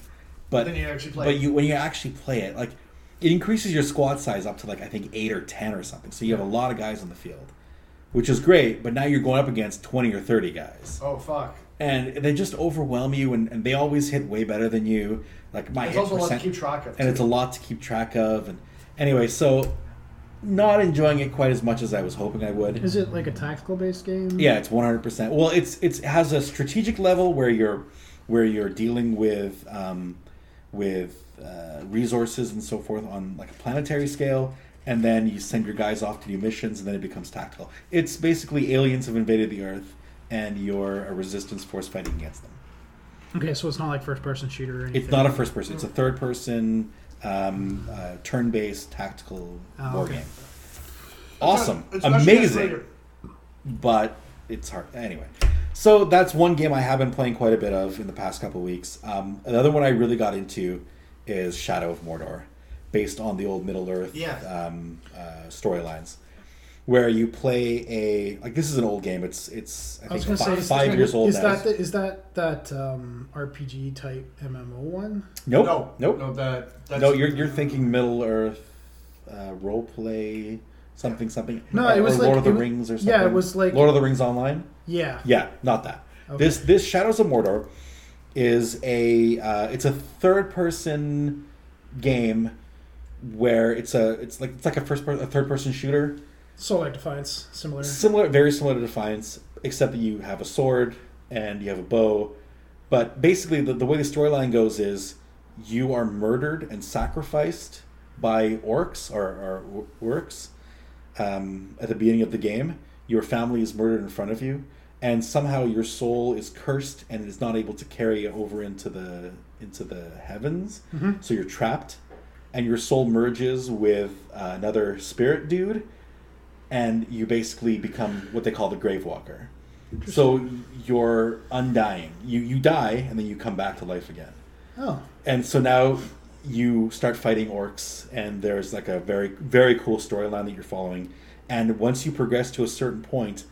But
Then you actually play
But
it.
you when you actually play it, like it increases your squad size up to like I think eight or ten or something. So you have a lot of guys on the field, which is great. But now you're going up against twenty or thirty guys,
Oh fuck.
and they just overwhelm you, and, and they always hit way better than you. Like my
There's
hit
also a lot to
percent-
keep track of.
and it's a lot to keep track of. And anyway, so not enjoying it quite as much as I was hoping I would.
is it like a tactical based game?
Yeah, it's one hundred percent. Well, it's it's it has a strategic level where you're where you're dealing with um, with uh, resources and so forth on like a planetary scale, and then you send your guys off to do missions, and then it becomes tactical. It's basically aliens have invaded the Earth, and you're a resistance force fighting against them.
Okay, so it's not like first person shooter or anything.
It's not a first person; it's a third person, um, uh, turn based tactical
Oh,
war
okay.
game. Awesome,
It's not- it's not
amazing
translator.
but it's hard anyway. So that's one game I have been playing quite a bit of in the past couple weeks. Um, another one I really got into is Shadow of Mordor, based on the old Middle Earth
Yeah.
um, uh, storylines, where you play a like this is an old game. It's it's I
I was
think
gonna say,
five,
is-
five years old
Is
now.
that the, is that that um, RPG type MMO one?
nope,
No,
nope,
no. That that's,
no. You're you're thinking Middle Earth uh, role play something something.
No,
or,
it was
or
like-
Lord of the
it wa-
Rings or something.
yeah, it was like-
Lord of the Rings Online.
Yeah.
Yeah, not that.
Okay.
This this Shadows of Mordor is a uh, it's a third person game where it's a it's like it's like a first per- a third person shooter
Solar Defiance, similar.
similar very similar to Defiance except that you have a sword and you have a bow but basically the, the way the storyline goes is you are murdered and sacrificed by orcs or, or orcs um, at the beginning of the game. Your family is murdered in front of you, and somehow your soul is cursed and is not able to carry it over into the into the heavens. So you're trapped, and your soul merges with uh, another spirit dude, and you basically become what they call the Gravewalker. So you're undying. You you die, and then you come back to life again
Oh,
and so now you start fighting orcs and there's like a very very cool storyline that you're following and once you progress to a certain point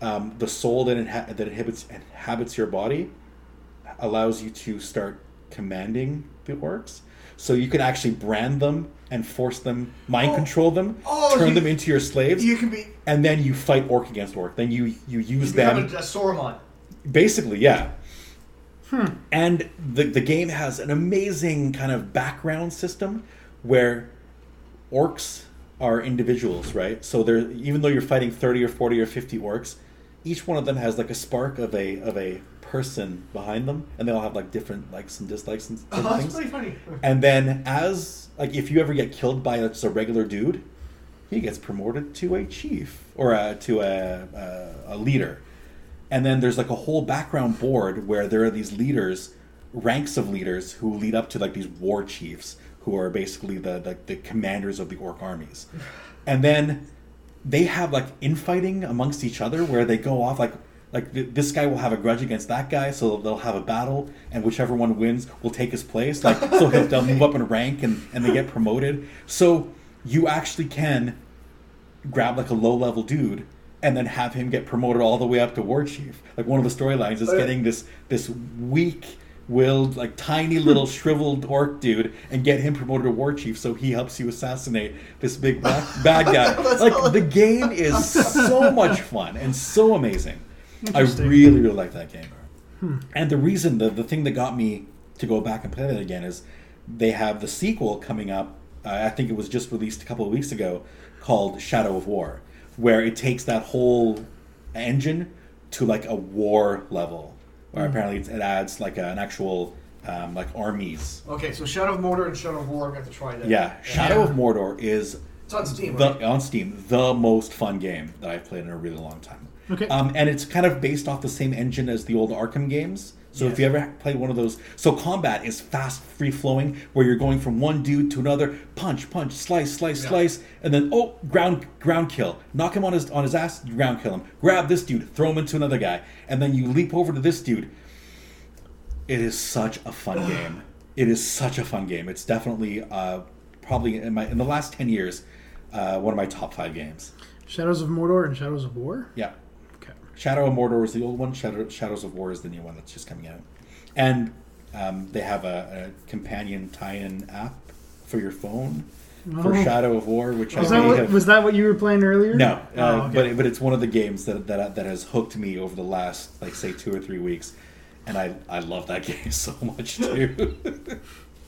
um, the soul that, inha- that inhibits inhabits your body allows you to start commanding the orcs so you can actually brand them and force them mind
Oh.
control them
Oh,
turn
you-
them into your slaves
You can be
and then you fight orc against orc then you you use
you
them
become a, a Sauron.
Basically, yeah.
Hmm.
And the the game has an amazing kind of background system where orcs are individuals, right? So they're even though you're fighting thirty or forty or fifty orcs, each one of them has like a spark of a of a person behind them, and they all have like different likes and dislikes and
Oh,
different
that's
things.
pretty funny.
And then as like if you ever get killed by just a regular dude, he gets promoted to a chief or a, to a, a a leader. And then there's like a whole background board where there are these leaders, ranks of leaders who lead up to like these war chiefs who are basically the the, the commanders of the orc armies. And then they have like infighting amongst each other where they go off like like th- this guy will have a grudge against that guy so they'll have a battle and whichever one wins will take his place like so he'll, they'll move up in rank and and they get promoted so you actually can grab like a low level dude and then have him get promoted all the way up to war chief like one of the storylines is
Oh, yeah.
getting this this weak willed like tiny little shriveled orc dude and get him promoted to war chief so he helps you assassinate this big black, bad guy
That's all-
like the game is so much fun and so amazing i
Interesting.
really really like that game and the reason the, the thing that got me to go back and play that again is they have the sequel coming up uh, i think it was just released a couple of weeks ago called shadow of war where it takes that whole engine to like a war level where apparently it's, it adds like a, an actual um, like armies
Okay, so Shadow of Mordor and Shadow of War. I'm gonna have to try that.
yeah shadow of mordor is
It's on Steam.
the,
right?
on Steam, the most fun game that I've played in a really long time.
Okay.
Um, and it's kind of based off the same engine as the old Arkham games. So if
Yes.
you ever play one of those, so combat is fast, free flowing, where you're going from one dude to another, punch, punch, slice, slice,
Yeah.
slice, and then oh, ground, ground kill, knock him on his on his ass, ground kill him, grab this dude, throw him into another guy, and then you leap over to this dude. It is such a fun game. It is such a fun game. It's definitely uh, probably in my in the last ten years, uh, one of my top five games.
Shadows of Mordor and Shadows of War.
Yeah,
Okay.
Shadow of Mordor is the old one. Shadow, Shadows of War is the new one that's just coming out, and um, they have a, a companion tie-in app for your phone for
Oh.
Shadow of War, which
Was
I
that
may
what,
have.
was that what you were playing earlier?
No, uh,
Oh, okay.
but but it's one of the games that, that that has hooked me over the last like say two or three weeks, and I I love that game so much too.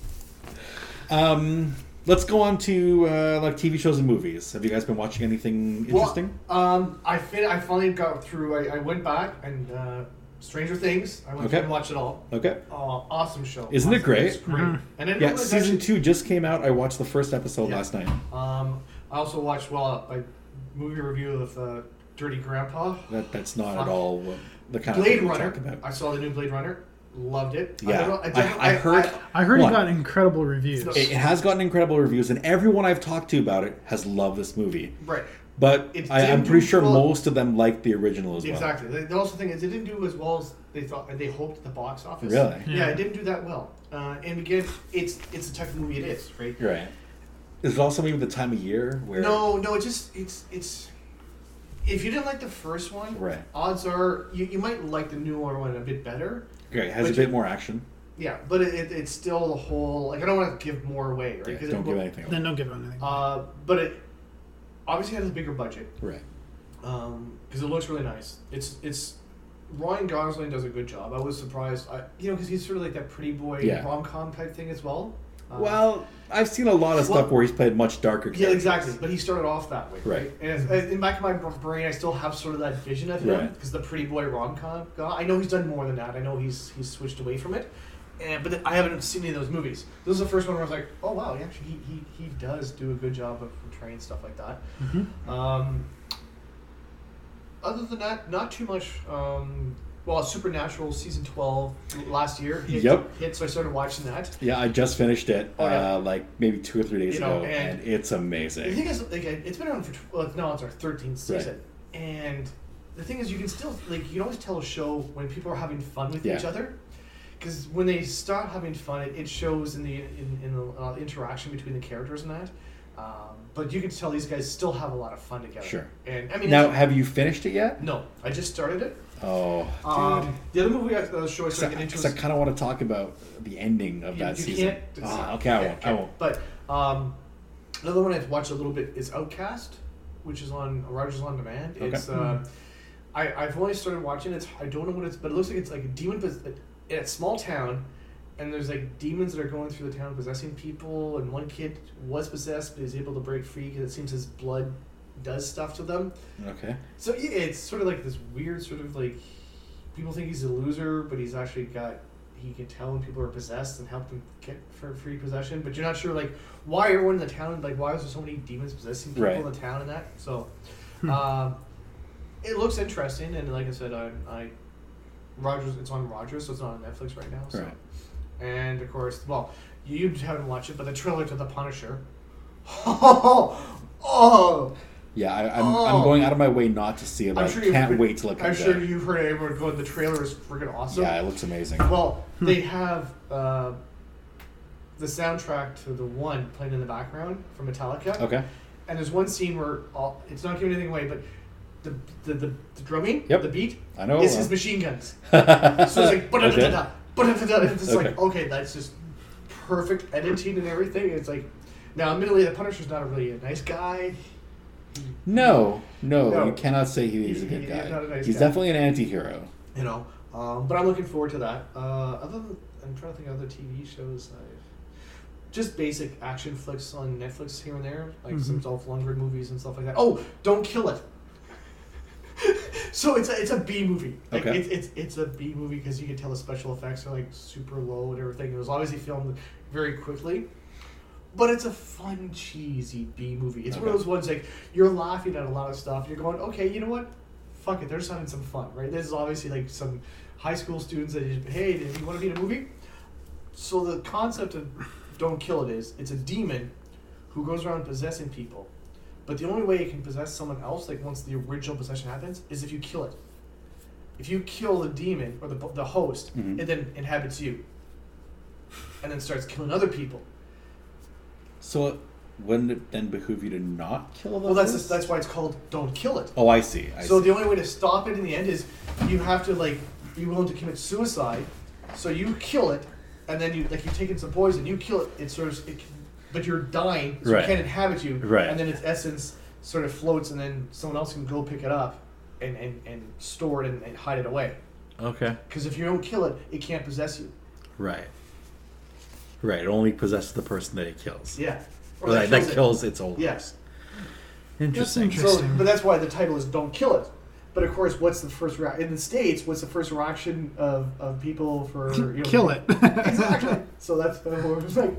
um, let's go on to uh, like TV shows and movies. Have you guys been watching anything
Well,
interesting?
um, I fin- I finally got through. I, I went back and uh,
Stranger Things. I went
Okay.
through and watched it all.
Okay.
Uh, awesome show.
Isn't it
Awesome.
great?
It's great.
Mhm.
And then
Yeah, season two just came out. I watched the first episode
Yeah.
last night.
Um, I also watched well a movie review of uh, Dirty Grandpa.
That that's not
Fuck.
at all what the kind of
Blade
thing we
Runner.
talked about.
I saw the new Blade Runner. Loved it. I
Yeah,
don't know- I,
I,
don't-
I, heard
I heard
One.
it got incredible reviews.
It's
it, it has gotten incredible reviews, and everyone I've talked to about it has loved this movie.
right.
But
It
I, I'm
didn't
pretty
do
sure
well.
most of them liked the original as well.
Exactly. The, the also thing is, it didn't do as well as they thought they hoped at the box office.
Really?
Yeah,
Yeah.
it didn't do that well. Uh, and again, it's it's the type of movie it is, right?
You're right. Is it also maybe the time of year where
No, no, it just it's it's. If you didn't like the first one,
Right.
odds are you, you might like the newer one a bit better.
Okay, it has
But
a bit
you-
more action?
Yeah, but it, it, it's still the whole like I don't want to give more away, right?
Yeah,
'Cause it-
don't give anything. away.
Then don't give them anything.
Uh, but it obviously has a bigger budget
Right.
because
Um,
it looks really nice. It's it's Ryan Gosling does a good job. I was surprised, I, you know, because he's sort of like that pretty boy
Yeah.
rom com type thing as well. Uh,
Well, I've seen a lot of
well-
stuff where he's played much darker.
Yeah,
characters.
exactly. But he started off that way, right?
Right.
And it's, uh, in back of my brain, I still have sort of that vision of him
Right.
because the pretty boy rom com guy. I know he's done more than that. I know he's he's switched away from it, and but I haven't seen any of those movies. This is the first one where I was like, oh wow, he actually he, he, he does do a good job of portraying stuff like that.
Mm-hmm.
Mhm.
Um, other than that, not too much. Um, well, Supernatural season twelve last year hit,
Yep.
hit, so I started watching that.
Yeah, I just finished it
Oh, yeah.
uh, like maybe two or three days
You know,
ago,
and-
and, it's
The thing
amazing.
is, like, it's been on for tw- well, now it's our thirteenth season, and the thing is, you can still like you can always tell a show when people are having fun with
Yeah.
each other, because when they start having fun, it, it shows in the in, in the uh, interaction between the characters and that. Um, but you can tell these guys still have a lot of fun together.
Sure.
And I mean,
Now, have you finished it yet?
no, I just started it.
Oh, dude.
Um, the other movie I the show I
So-
started getting into
so I
is
kind of want to talk about the ending of
you,
that
you
season.
can't.
Ah, okay, I
yeah,
won't. I
can't.
won't.
But um, another one I've watched a little bit is Outcast, which is on Rogers on Demand.
Okay. Hmm.
It's uh, I I've only started watching it. It's- I don't know what it's, but it looks like it's like a demon pos- like, in a small town. And there's like demons that are going through the town possessing people, and one kid was possessed but is able to break free because it seems his blood does stuff to them.
Okay.
So yeah, it's sort of like this weird sort of like people think he's a loser, but he's actually got he can tell when people are possessed and help them get for free possession. But you're not sure like why everyone in the town like why is there so many demons possessing people in
Right. Hmm.
the town and that. So um, it looks interesting, and like I said, I, I Rogers it's on Rogers, so it's not on Netflix right now. So
Right.
and of course, well, you haven't watched it, but the trailer to The Punisher. Oh, oh,
Yeah, I, I'm,
Oh.
I'm going out of my way not to see it. But
I'm sure
I
you've
can't
heard-
wait till it
I'm
comes
sure
out.
you've heard everyone go. The trailer is freaking awesome.
Yeah, Hmm. it looks amazing.
Well, they have uh, the soundtrack to the one playing in the background from Metallica.
Okay.
And there's one scene where all, it's not giving anything away, but the the, the, the drumming,
Yep.
the beat,
I know. uh,
is his machine guns.
so
So it's like, but da it's just like,
Okay.
okay, that's just perfect editing and everything. It's like, now, admittedly, the Punisher's not really a nice guy.
No, no,
No.
you cannot say he- he's a
He-
good
he's
guy.
not a nice
he's
guy.
definitely an anti-hero.
you know. Um, but I'm looking forward to that. Uh, other than, I'm trying to think of other TV shows. I've, just basic action flicks on Netflix here and there, like some
Mhm.
Dolph Lundgren movies and stuff like that. Oh, Don't Kill It. so it's a, it's a B movie. Like
Okay.
it's, it's it's a B movie because you can tell the special effects are like super low and everything. It was obviously filmed very quickly. But it's a fun, cheesy B movie. It's one of
Okay.
those ones like you're laughing at a lot of stuff. You're going, okay, you know what? Fuck it. They're just having some fun, right? This is obviously like some high school students that, just, hey, do you want to be in a movie? So the concept of Don't Kill It is it's a demon who goes around possessing people. But the only way it can possess someone else, like once the original possession happens, is if you kill it. If you kill the demon or the, the host,
Mhm.
it then inhabits you. And then starts killing other people.
So wouldn't it then behoove you to not kill the
Well, that's
host?
that's why it's called "Don't Kill It."
Oh, I see. I
so
see.
the only way to stop it in the end is you have to like be willing to commit suicide. So you kill it, and then you like you've taken some poison. You kill it. It sort of, it, but you're dying, so
Right.
it can't inhabit you.
Right.
And then its essence sort of floats, and then someone else can go pick it up and and, and store it and, and hide it away.
okay.
Because if you don't kill it, it can't possess you.
Right. Right. It only possesses the person that it kills.
Yeah.
Or that, that
it.
kills its old.
Yes.
Interesting.
That's
So,
Interesting.
but that's why the title is "Don't Kill It," But of course, what's the first reaction in the states? What's the first reaction of, of people for you know,
Kill it.
exactly. So that's kind of what it was like.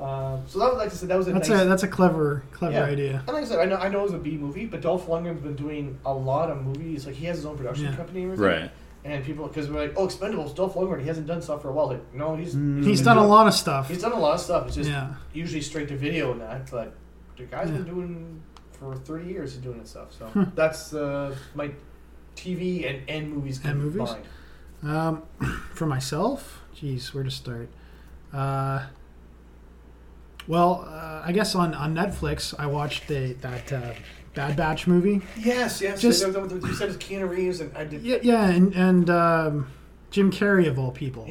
Um, so that was like I said, that was a
That's
nice.
a that's a clever clever
Yeah.
idea.
and like I said, I know I know it was a B movie, but Dolph Lundgren's been doing a lot of movies. Like he has his own production
Yeah.
company, and everything.
Right.
And people because we're like, oh, Expendables, Dolph Lundgren, he hasn't done stuff for a while. Like, no, he's
Mm. He's
been
done a
doing-
lot of stuff.
He's done a lot of stuff. Mm-hmm. It's just
yeah.
usually straight to video and that, but the guy's
Yeah.
been doing for thirty years. He's doing this stuff. So that's uh, my TV and, and movies
And movies?
combined.
Um, for myself, geez, where to start? Uh, well, uh, I guess on, on Netflix, I watched the that uh, Bad Batch movie.
Yes, yes.
Just-
you know, you said it's Keanu Reeves, and I did. Yeah.
Yeah, yeah, and and um, Jim Carrey of all people.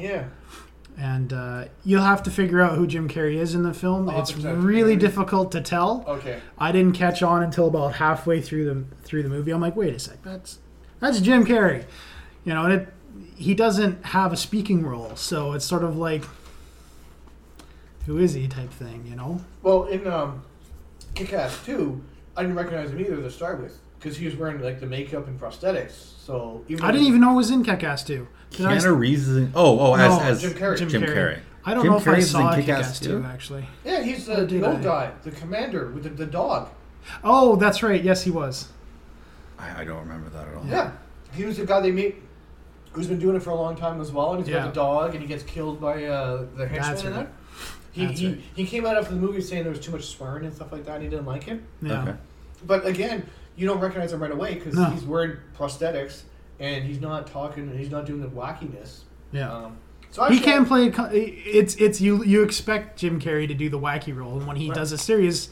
And uh, you'll have to figure out who Jim Carrey is in the film.
I'll
it's
have to check.
really difficult to tell.
Okay.
I didn't catch on until about halfway through the through the movie. I'm like, wait a sec, that's that's Jim Carrey, you know, and it he doesn't have a speaking role, so it's sort of like, who is he type thing, you know?
Well, in um, Kick Ass Two, I didn't recognize him either to start with because he was wearing like the makeup and prosthetics. So even
I
though-
didn't even know it was in Kick-Ass 2. Did I,
Keanu Reeves is in, oh oh as,
No,
as
Jim Carrey.
Jim Carrey.
I don't
Jim
know if I
Carrey's
saw
in
Kick-Ass,
Kick-Ass
2
too?
actually.
Yeah, he's
How
the
did
the old
I?
guy, the commander with the, the dog.
Oh, that's right. Yes, he was.
I, I don't remember that at all.
Yeah, he was the guy they meet, who's been doing it for a long time as well, and he's
Yeah.
got the dog, and he gets killed by uh, the henchman.
That's
in
right.
it. He,
That's
he,
right.
he came out after the movie saying there was too much swearing and stuff like that. And he didn't like it,
Yeah.
Okay.
but again, you don't recognize him right away because
No.
he's wearing prosthetics and he's not talking and he's not doing the wackiness.
Yeah.
Um, so I
he can play. co- It's it's you you expect Jim Carrey to do the wacky role, and when he
Right.
does a serious,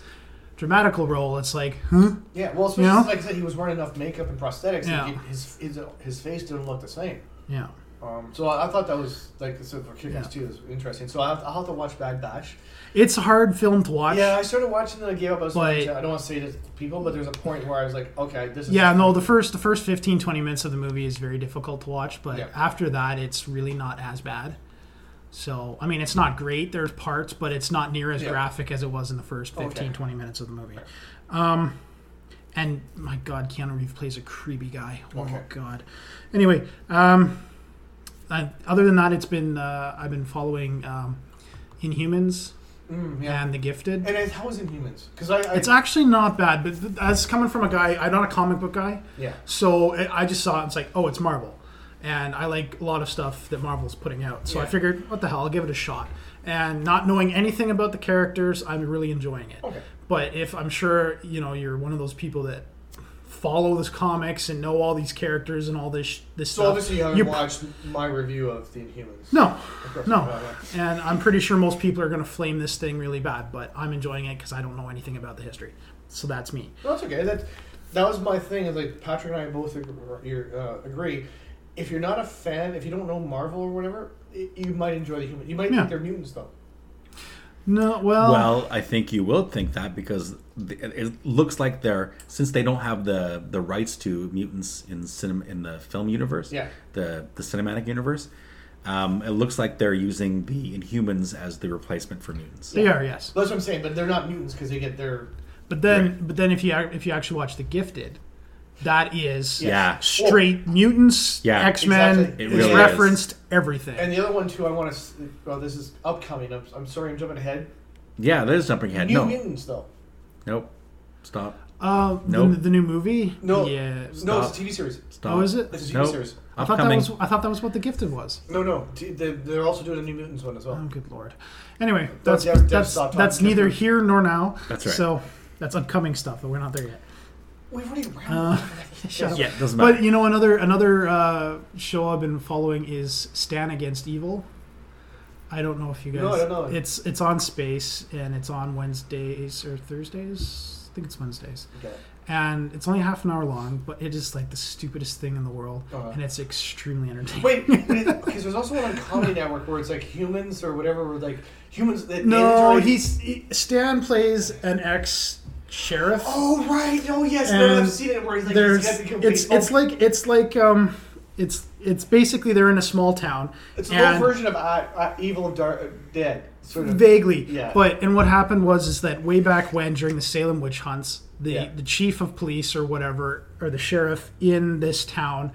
dramatical role, it's like, huh?
Yeah, well, especially
Yeah.
like I said, he was wearing enough makeup and prosthetics.
Yeah.
And he, his, his his face didn't look the same.
Yeah.
Um, so I, I thought that was like so for kick
Yeah.
ass too is interesting. So I have, I'll have to watch Bad Batch.
It's a hard film to watch.
Yeah, I started watching and I gave up. I, was
But-
like, I don't want to say this to people, but there's a point where I was like, okay, this is
Yeah, no, the first the first 15 20 minutes of the movie is very difficult to watch, but
Yeah.
after that it's really not as bad. So, I mean, it's not great. There's parts, but it's not near as
Yeah.
graphic as it was in the first 15
Okay.
20 minutes of the movie. Um and my god, Keanu Reeves plays a creepy guy. Oh
Okay.
god. Anyway, um I, other than that it's been uh, I've been following um Inhumans
Mm, yeah.
and The Gifted.
And it, how is Inhumans? Because I, I
It's actually not bad, but th- that's coming from a guy. I'm not a comic book guy,
yeah
so I I just saw it. and It's like, oh, it's Marvel, and I like a lot of stuff that Marvel's putting out. So I
Yeah.
figured, what the hell, I'll give it a shot. And not knowing anything about the characters, I'm really enjoying it.
okay
But if I'm sure, you know, you're one of those people that follow this comics and know all these characters and all this sh- this
so
stuff.
obviously you haven't
you're-
watched my review of the Inhumans.
No,
Of course
no.
not, yeah.
and I'm pretty sure most people are going to flame this thing really bad, but I'm enjoying it because I don't know anything about the history. So that's me.
No, that's okay. That that was my thing. Is like Patrick and I both ag- you're, uh, agree. If you're not a fan, if you don't know Marvel or whatever, i you might enjoy the human. You might
Yeah.
think they're mutants though.
No,
Well, I think you will think that because th- it- it looks like they're since they don't have the the rights to mutants in cinema in the film universe,
Yeah.
the the cinematic universe. Um, it looks like they're using the Inhumans as the replacement for mutants.
They are, yes.
That's what I'm saying. But they're not mutants because they get their
But then, but then if you ac- if you actually watch The Gifted, that is
Yeah.
straight mutants,
Yeah.
X Men.
Exactly.
It
it's
really is.
referenced everything.
and the other one too. I want to. Well, this is upcoming. I'm, I'm sorry, I'm jumping ahead.
Yeah, that is jumping
Uh,
ahead.
New
No,
mutants though.
nope. Stop.
uh, the,
Nope.
the new movie.
No.
yeah.
No, it's
Stop.
a TV series.
Stop.
Oh, is it?
It's a TV
Nope.
series.
I thought that
Upcoming.
was I thought that was what The Gifted was.
No, no. T- they, they're also doing a New Mutants one as well.
Oh, good lord. Anyway, that's
Dev- Dev
that's
stopped
that's,
talking to
neither
her.
here nor now.
That's right.
So that's upcoming stuff, but we're not there yet.
We've already ran.
Uh, Shut up.
Yeah, it doesn't matter.
But you know another another uh, show I've been following is Stan Against Evil. I don't know if you guys.
No, I don't know.
It's it's on Space and it's on Wednesdays or Thursdays. I think it's Wednesdays,
Okay.
and it's only half an hour long, but it is like the stupidest thing in the world,
Uh-huh.
and it's extremely entertaining.
Wait, because there's also one on Comedy Network where it's like humans or whatever. Where like humans. That
no,
mandatory-
he's he, Stan plays an ex sheriff.
Oh right! Oh yes, no,
And
I've seen it where he's like
there's
he's got the
it's it's like it's like um it's it's basically they're in a small town.
it's a
and-
low version of I, I, Evil of Dark uh, Dead sort of.
Vaguely,
Yeah.
But and what happened was is that way back when during the Salem witch hunts, the
Yeah.
the chief of police or whatever or the sheriff in this town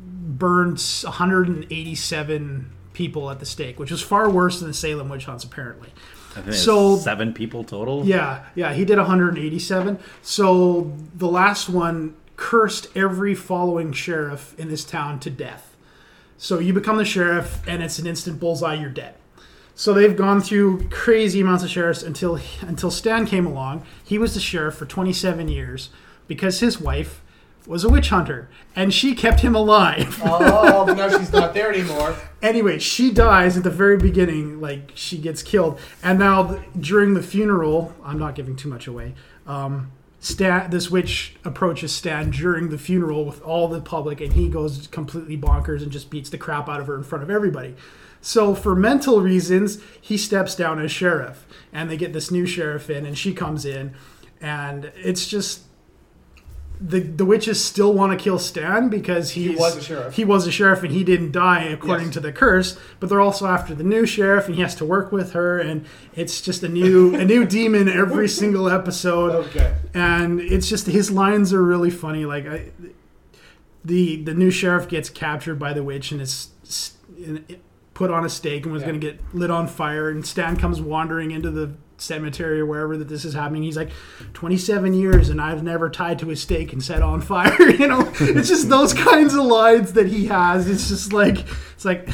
burned 187 people at the stake, which was far worse than the Salem witch hunts apparently.
I think so
So-
seven people total.
Yeah, yeah, he did 187. So the last one cursed every following sheriff in this town to death. So you become the sheriff, and it's an instant bullseye. You're dead. So they've gone through crazy amounts of sheriffs until until Stan came along. He was the sheriff for 27 years because his wife was a witch hunter, and she kept him alive
Oh, but now she's not there anymore.
anyway, she dies at the very beginning, like she gets killed, and now th- during the funeral, I'm not giving too much away. Um, Stan, this witch approaches Stan during the funeral with all the public, and he goes completely bonkers and just beats the crap out of her in front of everybody. So, for mental reasons, he steps down as sheriff, and they get this new sheriff in, and she comes in, and it's just the the witches still want to kill Stan because he's,
was a sheriff.
He was a sheriff, and he didn't die according
Yes.
to the curse. But they're also after the new sheriff, and he has to work with her, and it's just a new a new demon every single episode
Okay.
and it's just his lines are really funny. Like I, the the new sheriff gets captured by the witch and is s- and it- put on a stake and was
Yeah.
going to get lit on fire. And Stan comes wandering into the cemetery or wherever that this is happening. He's like, twenty seven years and I've never tied to a stake and set on fire. you know, it's just those kinds of lines that he has. It's just like it's like.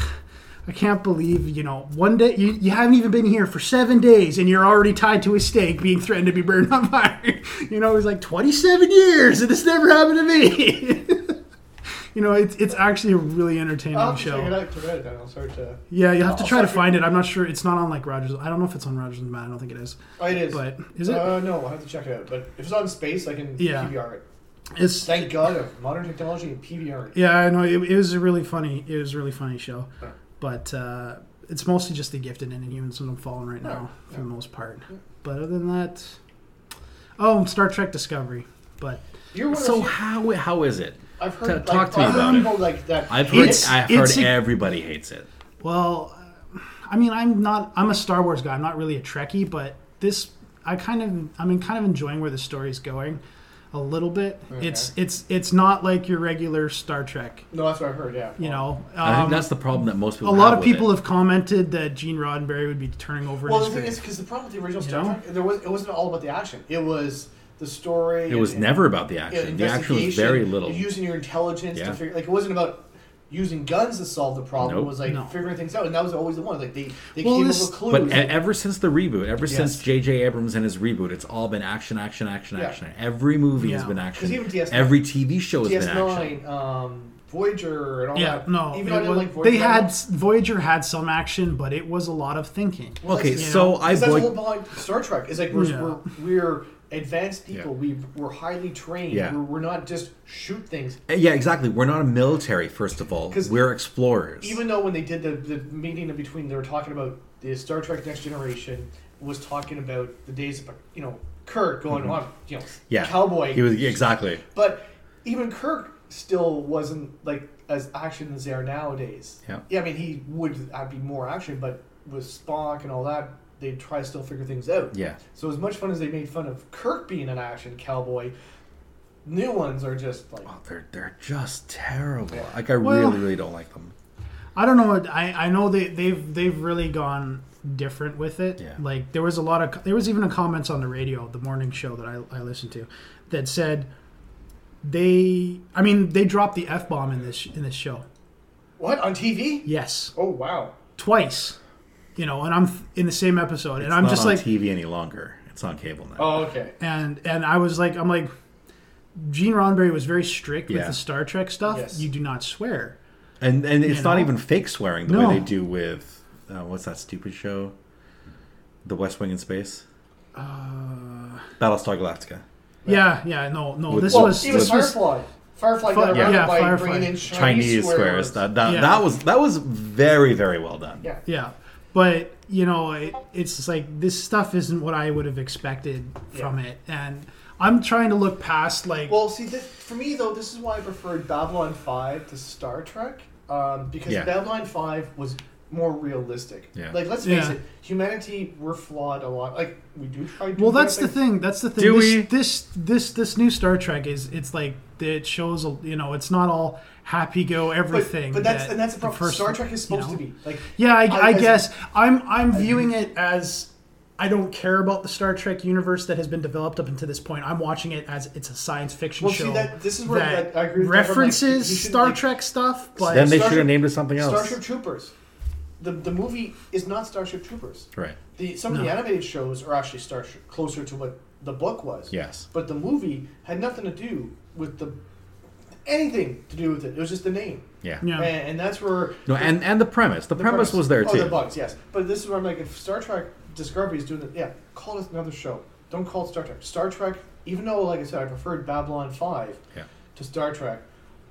I can't believe, you know, one day you, you haven't even been here for seven days and you're already tied to a stake being threatened to be burned on fire. You know, it was like 27 years and this never happened to me. you know, it's, it's actually a really entertaining
I'll have to check it
show.
out tonight. Then I'll start to.
Yeah, you have to
I'll
try to
check it-
find it. I'm not sure. It's not on like Rogers. I don't know if it's on Rogers and Matt. I don't think it is.
Oh, it is.
But is it?
Uh, no, I'll have to check it out. But if it's on space, I can
Yeah.
PVR it.
It's
Thank God of modern technology and PVR it.
yeah, I know. It, it was a really funny. It was a really funny show,
Huh.
but uh, it's mostly just the gifted and Inhumans that I'm following right now for the most part. But other than that, oh, Star Trek Discovery. But
You're one of
So
those-
how how is it?
I've heard
t- talk
like,
to me
other
about it.
people like that.
I've heard
It's-
I've
it's
heard
a-
everybody hates it.
well, I mean, I'm not. I'm a Star Wars guy. I'm not really a Trekkie, but this I kind of. I mean, kind of enjoying where the story's going a little bit. It's it's it's not like your regular Star Trek.
no, that's what I've heard. Yeah.
You know, um,
I think that's the problem that most people.
a lot
have
of
with
people
it.
have commented that Gene Roddenberry would be turning over.
Well, the
in his
thing
grave.
is, because the problem with the original
You
Star
know?
Trek, there was it wasn't all about the action. It was the story.
It was never about the action. the action was very little.
Using your intelligence
Yeah.
to figure, like it wasn't about using guns to solve the problem.
Nope.
It was like
No.
figuring things out, and that was always the one. Like they, they
Well,
came
this-
up with clues.
But e- ever since the reboot, ever
Yes.
since J.J. Abrams and his reboot, it's all been action, action, action,
Yeah.
action. Every movie has
Yeah.
been
'Cause
action.
even DS9
Every TV show has been action.
DS9, um, Voyager, and all
yeah,
that.
no,
even
it
though I didn't
was-
like Voyager.
they
that
had
much,
Voyager had some action, but it was a lot of thinking.
Okay,
That's-
so I
Because that's the
boy-
whole behind Star Trek. Is like we're,
Yeah.
we're, we're advanced people.
Yeah.
We we're highly trained.
Yeah.
We're, we're not just shoot things.
Uh, yeah, exactly. We're not a military, first of all.
'Cause
We're explorers.
Even though when they did the, the meeting in between, they were talking about the Star Trek Next Generation was talking about the days of you know Kirk going on you know
Mm-hmm. yeah,
cowboy.
He was exactly.
but even Kirk still wasn't like as action as they are nowadays.
Yeah.
I mean he would uh, be more action, but with Spock and all that, they try to still figure things out.
Yeah.
So as much fun as they made fun of Kirk being an action cowboy, new ones are just like
Oh, they're they're just terrible. Like I
Well-
really really don't like them.
I don't know. what- I I know they they've they've really gone different with it.
Yeah.
Like there was a lot of there was even a comments on the radio, the morning show that I I listened to, that said they. I mean, they dropped the f bomb in this in this show.
what on TV?
Yes,
Oh wow.
twice. You know, and I'm th- in the same episode, and
It's
I'm
not
just
on
like,
TV any longer. It's on cable now.
Oh okay.
and and I was like, I'm like, Gene Roddenberry was very strict with
Yeah.
the Star Trek stuff.
Yes.
You do not swear.
And and it's
You
not
know?
even fake swearing the
No.
way they do with uh, what's that stupid show? The West Wing in space. Uh, Battlestar Galactica.
Yeah, yeah, no, no.
With-
this
Well,
was
Even
this was
Firefly. Firefly
Fi-
got around
yeah,
it by
Firefly.
bringing in
Chinese,
Chinese,
swears. That that,
Yeah.
that was that was very very well done.
Yeah.
yeah, but you know, it, it's just like this stuff isn't what I would have expected from it, and I'm trying to look past like
Well, see, this, for me though, this is why I preferred Babylon Five to Star Trek, um, because
Yeah.
Babylon Five was more realistic.
Yeah.
Like let's face
Yeah.
it, humanity we're flawed a lot. Like we do try. to
Well,
do
that's
right
the
by-
thing. That's the thing.
Do
this,
we-
this this this new Star Trek is it's like it shows a- you know it's not all happy go
But,
everything.
but that's
that
and that's the
the
problem.
first-
Star Trek is
you
supposed
know?
to be like
Yeah, I, I,
I-
guess I'm I'm viewing it as I don't care about the Star Trek universe that has been developed up until this point. I'm watching it as it's a science fiction
Well, see,
show.
that- this is where
that
I- I agree with Trevor, like,
references
you should,
Star
like-
Trek stuff, but
Then they
Starship-
should have named it something else.
Starship Troopers. The the movie is not Starship Troopers.
Right.
The some of the animated shows are actually Starship closer to what the book was.
Yes.
But the movie had nothing to do with the anything to do with it. It was just the name.
Yeah.
yeah.
And, and that's where
No, and and the premise. The, premise, was there
oh,
too.
the bugs, yes. But this is where I'm like, if Star Trek Discovery is doing it, yeah, call it another show. Don't call it Star Trek. Star Trek, even though, like I said, I preferred Babylon 5
Yeah.
to Star Trek,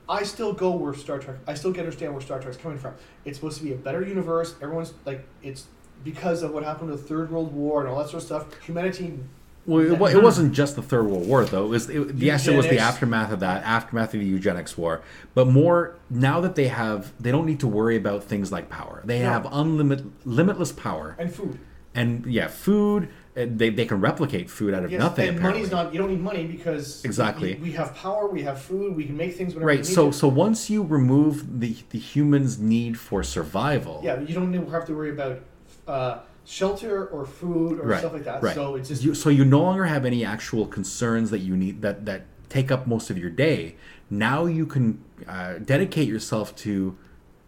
I still go where Star Trek, I still get understand where Star Trek's coming from. It's supposed to be a better universe. Everyone's, like, it's because of what happened to the Third World War and all that sort of stuff. Humanity,
Well, it, wa-
Yeah.
it wasn't just the Third World War, though. It was it, yes, it was the
Eugenics.
aftermath of that, aftermath of the eugenics war. But more now that they have, they don't need to worry about things like power. They
No.
have unlimited, limitless power,
and food.
and yeah, food. uh, They, they can replicate food out of
Yes,
nothing.
and
apparently.
money's not, you don't need money because
Exactly.
we, we have power, we have food, we can make things whenever we
right.
need
So
to.
so once you remove the the human's need for survival,
Yeah, you don't have to worry about uh, shelter or food or
right,
stuff like that.
right.
So it's just
you, so you no longer have any actual concerns that you need that that take up most of your day. Now you can uh, dedicate yourself to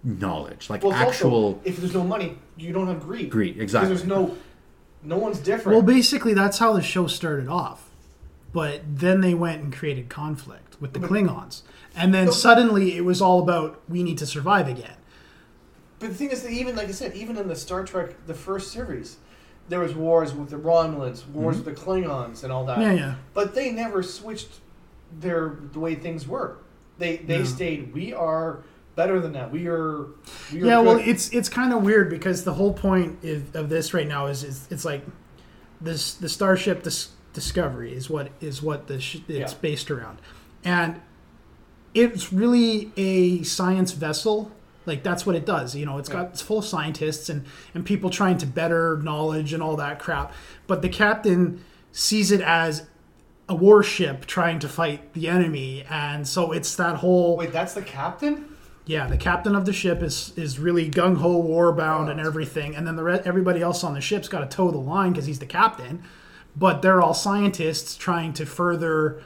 knowledge, like
well, it's
actual.
Also, if there's no money, you don't have greed.
Greed, exactly.
Because there's no, no one's different.
Well, basically that's how the show started off, but then they went and created conflict with the Klingons, and then suddenly it was all about we need to survive again.
but the thing is that even like I said, even in the Star Trek, the first series, there was wars with the Romulans, wars with the Klingons, and all that.
Mm-hmm. Yeah, yeah.
But they never switched their the way things were. They they
No.
stayed. We are better than that. We are. We are
yeah well
good."
it's it's kind of weird because the whole point of, of this right now is, is it's like this the starship dis- discovery is what is what the sh- it's
Yeah.
based around and it's really a science vessel like that's what it does you know it's
Yeah.
got it's full of scientists and and people trying to better knowledge and all that crap but the captain sees it as a warship trying to fight the enemy and so it's that whole
wait. That's the captain.
yeah, the captain of the ship is is really gung ho war bound
Oh,
and
that's
everything, and then the re- everybody else on the ship's got to toe the line because he's the captain. But they're all scientists trying to further,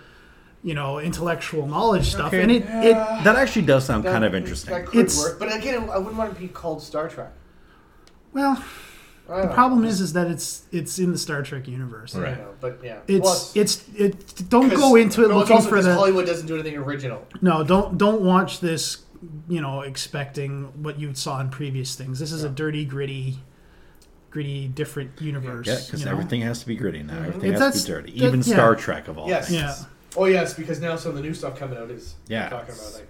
you know, intellectual knowledge stuff,
Okay.
and it it
that actually does sound kind of
That-
interesting.
That could
It's-
work. But again, I wouldn't want it to be called Star Trek.
well
I
the
don't
problem is is that it's it's in the Star Trek universe.
know. I
Right.
know, but yeah,
It's
Plus,
it's it. Don't
'cause-
go into it
no, it's
looking
also
for
'cause
the
Hollywood doesn't do anything original.
No, don't don't watch this. You know, expecting what you saw in previous things. This is a dirty, gritty, gritty, different universe.
Yeah, because
you know?
everything has to be gritty now. Everything has
If
to be
that's-
dirty.
that-
Even
yeah.
Star Trek of all
Mm-hmm. Yes.
things.
Yeah.
Oh yes, because now some of the new stuff coming out is
Yeah.
talking about like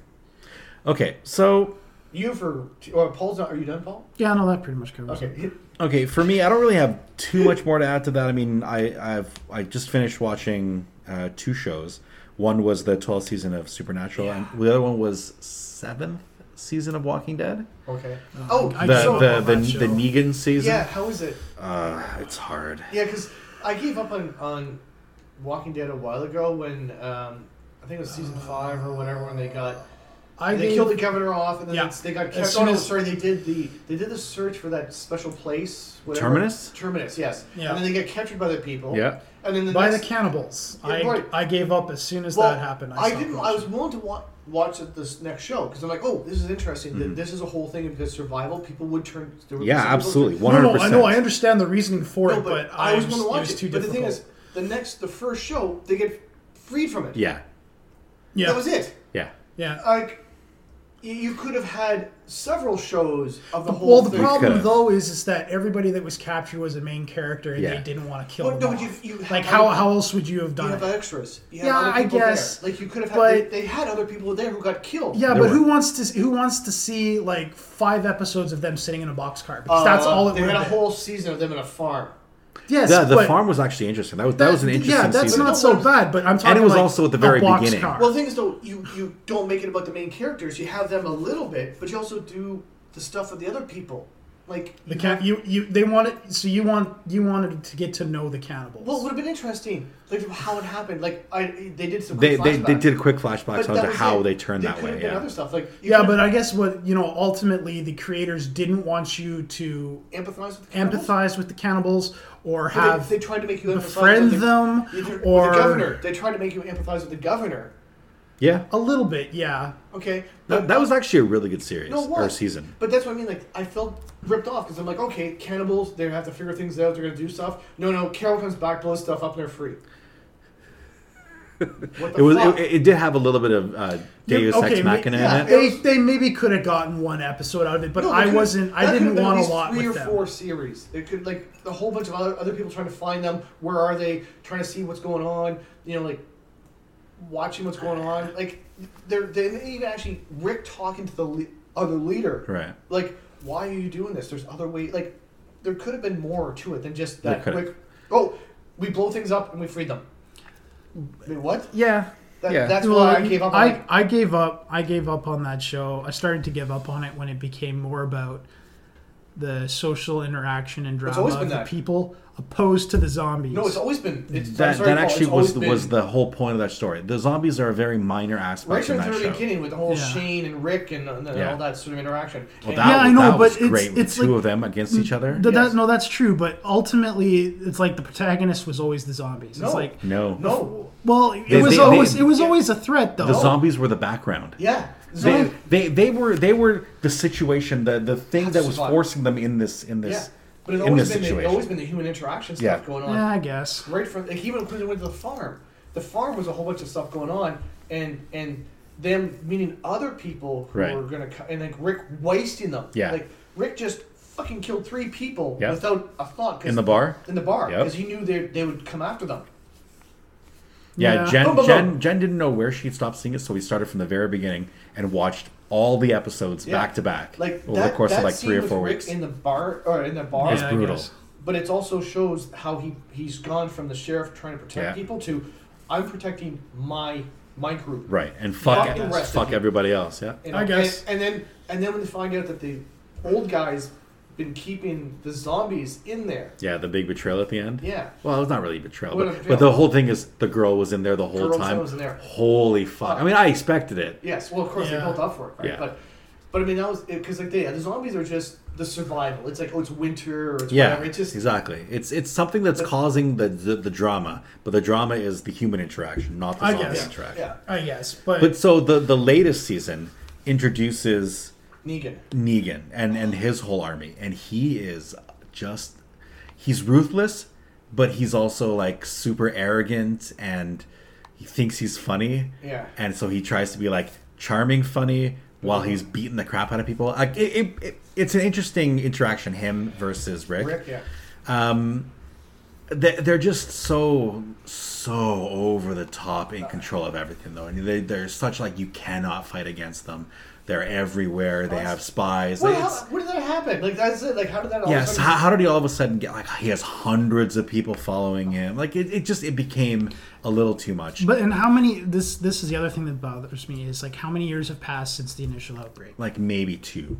Okay, so
you for or Paul's not. Are you done, Paul?
Yeah, no, that pretty much covers it.
Okay.
okay for me, I don't really have too much more to add to that. I mean, I I've I just finished watching uh, two shows. One was the 12th season of Supernatural, and the other one was seventh season of Walking Dead.
Okay. Oh,
I
the
saw
the
that
the,
show.
the Negan season.
yeah. How is it?
Uh, it's hard.
Yeah, because I gave up on on Walking Dead a while ago when um, I think it was season five or whatever when they got
I
they
gave-
killed the governor off, and then
Yeah.
they got
As
kept. Oh
soon
no,
as-
sorry, they did the they did the search for that special place. Whatever.
Terminus?
Terminus, yes.
Yeah.
And then they get captured by the people.
Yeah.
And then the
by the
next,
cannibals.
Yeah,
I
right.
I gave up as soon as
well,
that happened.
I,
stopped
didn't. I
watching.
was willing to wa- watch it this next show because I'm like, oh, this is interesting. Th-
Mm-hmm.
This is a whole thing because survival. People would turn. There would be
Yeah,
some people-
absolutely.
no,
100%.
no, I know. I understand the reasoning for
No,
it,
but
but
I was
going to
watch it.
Too
but the
difficult.
thing is, the next, the first show, they get freed from it.
Yeah.
yeah,
That was it.
Yeah.
yeah.
Like, y- you could have had several shows of the whole.
Well, the
thing.
problem
could've.
though is is that everybody that was captured was a main character, and
Yeah.
they didn't want to kill
Well,
them.
no, but
off.
you- you
like
have-
how, how else would you have
You
done
have
it?
extras. You have
Yeah,
other
I
people
guess,
There. Like you could have had.
but-
they, they had other people there who got killed.
Yeah,
There
but
were.
who wants to who wants to see like five episodes of them sitting in a boxcar? Because that's all it
Uh, They
would
had a
have been.
whole season of them in a farm.
Yes,
The, the
but
farm was actually interesting. That was that was an interesting
Yeah, that's
season.
not so bad. But I'm talking.
was
like,
also at the
a
very
box
beginning.
car.
Well, the thing is, though, you you don't make it about the main characters. You have them a little bit, but you also do the stuff with the other people. Like
The cat you you they wanted so you want you wanted to get to know the cannibals.
Well, it would have been interesting, like how it happened. Like I, they did some.
They,
quick
they, they
flashbacks.
did quick
But
flashbacks
that
onto
was
how
it.
they turned
There
that
could have
way.
been
Yeah.
other stuff like you
yeah,
could
but I guess what you know ultimately the creators didn't want you to
empathize with the cannibals.
empathize with the cannibals or
They-
have
they, tried to make you empathize
befriend
with the,
them
either- with
or
the governor. They tried to make you empathize with the governor.
yeah.
a little bit, yeah.
Okay,
That, that was actually a really good series
No, it
or
was.
season.
But that's what I mean. Like I felt ripped off because I'm like, okay, cannibals. They have to figure things out. They're gonna do stuff. No, no. Carol comes back, blows stuff up, and they're free. what the
It was.
fuck?
It, it did have a little bit of uh, Deus
okay,
Ex
ma-
Machina
yeah,
in it.
They, they maybe could have gotten one episode out of it, but
No, they
I
could've-
wasn't.
that
I didn't
could've been at
want a
least
lot
Three
with
or
them.
four series. It could like a whole bunch of other, other people trying to find them. Where are they? Trying to see what's going on. You know, like watching what's going on. Like they're they even actually Rick talking to the le- other leader.
Right.
Like, why are you doing this? There's other way. Like, there could have been more to it than just
There
that
could've.
quick. Oh, we blow things up and we freed them. Wait, what?
Yeah.
That,
yeah.
That's
Well,
why I gave up. on
I,
it.
I gave up. I gave up on that show. I started to give up on it when it became more about the social interaction and drama
always
of
been
the
that.
people opposed to the zombies.
No, it's always been. It's, I'm
that,
sorry,
that
Paul,
actually
it's always
was was
been-
the whole point of that story. The zombies are a very minor aspect
Right
of
from the
that
very
show.
beginning with the whole
Yeah.
Shane and Rick and, and
Yeah.
all that sort of interaction.
Well,
And-
that,
Yeah, I
was-
know,
that was
but it's-
great with
it's
the two
like-
of them against each other.
Th-
Yes.
that, no, that's true. But ultimately, it's like the protagonist was always the zombies.
No.
It's like
no.
no,
well, it
They-
was
they-
always
they-
it was
yeah.
always a threat though.
The zombies were the background.
yeah,
They,
Zom-
they they were they were the situation the the thing that was
Survival.
forcing them in this in
yeah.
this
But it's
in
always
this
been the, it's
situation.
always been the human interaction stuff
Yeah.
going on.
yeah, I guess.
Right from like even when they went to the farm, the farm was a whole bunch of stuff going on, and and them meeting other people who
Right.
were gonna co- and like Rick wasting them.
Yeah.
like Rick just fucking killed three people
Yeah.
without a thought 'cause-
in the bar.
in the bar
Yep.
because he knew they they would come after them.
Yeah,
Yeah.
Jen,
Boom, boom,
Jen,
boom.
Jen didn't know where she stopped seeing it, so we started from the very beginning and watched all the episodes
Yeah.
back to back
Like
over
that,
the course
that
of like
scene
three or
with
four
Rick
weeks.
in the bar or in the bar.
It's
Yeah, I
brutal.
guess.
But it also shows how he he's gone from the sheriff trying to protect
Yeah.
people to I'm protecting my my group.
Right, and fuck
Fuck the rest of
fuck
you.
everybody else. Yeah,
You
I guess.
And, and then and then when they find out that the old guy's been keeping the zombies in there.
yeah, the big betrayal at the end.
Yeah.
Well, it's not really betrayal,
What a
but,
betrayal.
but the whole thing is the girl was in there the whole
Girl
time.
was in there.
Holy fuck! I mean, I expected it.
Yes. Well, of course they
Yeah.
built up for it, right?
Yeah.
But but I mean that was because like they, the zombies are just the survival. It's like oh it's winter or it's
Yeah,
whatever. It's just
exactly. It's it's something that's causing the, the the drama, but the drama is the human interaction, not the
I
zombie
guess.
interaction.
yeah.
I guess, but,
But so the the latest season introduces
Negan.
Negan and and his whole army, and he is just he's ruthless, but he's also like super arrogant and he thinks he's funny.
Yeah.
and so he tries to be like charming, funny while
Mm-hmm.
he's beating the crap out of people. Like it, it, it it's an interesting interaction him versus
Rick. Yeah.
um, they, they're just so so over the top in control of everything though and they, they're such like you cannot fight against them they're everywhere they have spies
What,
Like,
how,
it's-
what did that happen? Like that's it. Like how did that? All of a
yes
sudden-
how, how did he all of a sudden get like he has hundreds of people following him like it, it just it became a little too much
but and how many? This this is the other thing that bothers me is like how many years have passed since the initial outbreak.
like maybe two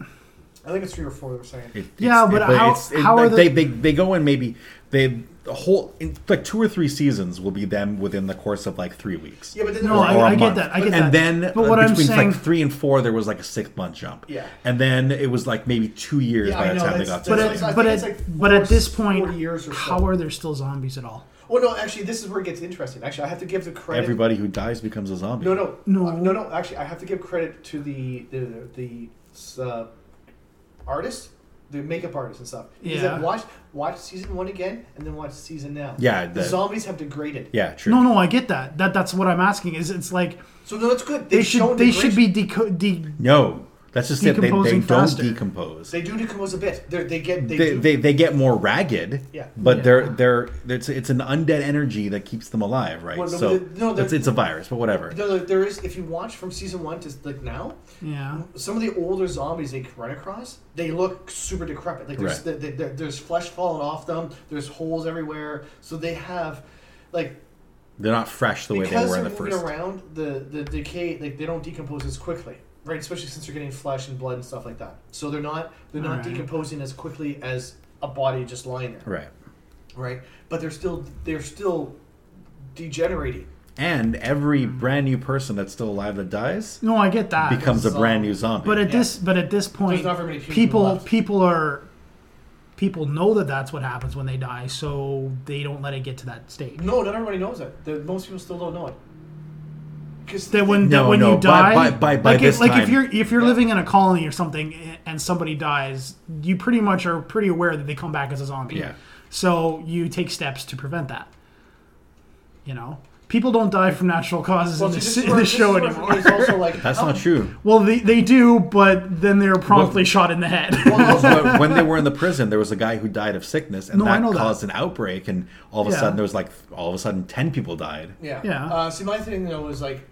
I think it's three or four. They're saying.
It-
Yeah,
it's-
but how- how
like,
are
they,
the-
they they go in maybe they a whole in, like two or three seasons will be them within the course of like three weeks
Yeah, but then
No,
there's-
I-
or a
get
month.
that, I get
and
that.
then
But
uh,
what I'm
between
saying-
like three and four, there was like a six month jump.
Yeah.
And then it was like maybe two years
Yeah,
by
I
the
know,
time they got
that's-
to
But
the
that's-
end.
I
at,
think
but
it's
at,
like
but at
four-
this point,
four years or so.
how are there still zombies at all?
Well, no, actually, this is where it gets interesting. Actually, I have to give the credit.
Everybody who dies becomes a zombie.
No, no,
No.
uh, no, no. Actually, I have to give credit to the the the, uh, artist, the makeup artist and stuff. Is that
Yeah.
watch watch season one again and then watch season now.
Yeah,
the,
the-
zombies have degraded.
Yeah, true.
No, no, I get that. That that's what I'm asking. Is it's like
So no, that's good.
they
They've shown
should they should
degradation.
be deco- de-
No, that's just it. They, they
Decomposing
don't
faster.
decompose. They,
They do decompose a bit. They're, they get they,
they,
do.
they, get more ragged.
Yeah.
But
Yeah.
they're they're it's it's an undead energy that keeps them alive, right?
Well, no,
so
the- no, the-
it's, it's a virus, but whatever.
no, no, there is if you watch from season one to like now,
yeah.
some of the older zombies they run across, they look super decrepit. Like
Right.
there's th th- th- there's flesh falling off them. There's holes everywhere. So they have, like,
they're not fresh the way they
because
were in
they're
the
moving
first.
around, the the decay like they don't decompose as quickly. right? Especially since they're getting flesh and blood and stuff like that. So they're not they're not
Alright.
decomposing as quickly as a body just lying there,
Right.
right? But they're still they're still degenerating.
And every
Mm.
brand new person that's still alive that dies
No, I get that.
becomes a
zombie.
brand new zombie.
But at
Yeah.
this, but at this point,
There's not very many people
people
left.
people are people know that that's what happens when they die, so they don't let it get to that stage.
No, not everybody knows that. The, most people still don't know it. Because
That when
No,
that when
no,
you
by-
die,
by- by- by
like
this
if, like if
time.
you're if you're
Yeah.
living in a colony or something a- and somebody dies, you pretty much are pretty aware that they come back as a zombie.
Yeah.
So you take steps to prevent that. You know, people don't die from natural causes in this, in this show anymore.
It's also like
that's
how-
not true.
Well, they, they do, but then they're promptly shot in the head.
But when they were in the prison, there was a guy who died of sickness, and
No, I
that
know that.
caused an outbreak. And all of a
Yeah.
sudden, there was like all of a sudden ten people died.
Yeah.
Yeah.
Uh, see, my thing though is like,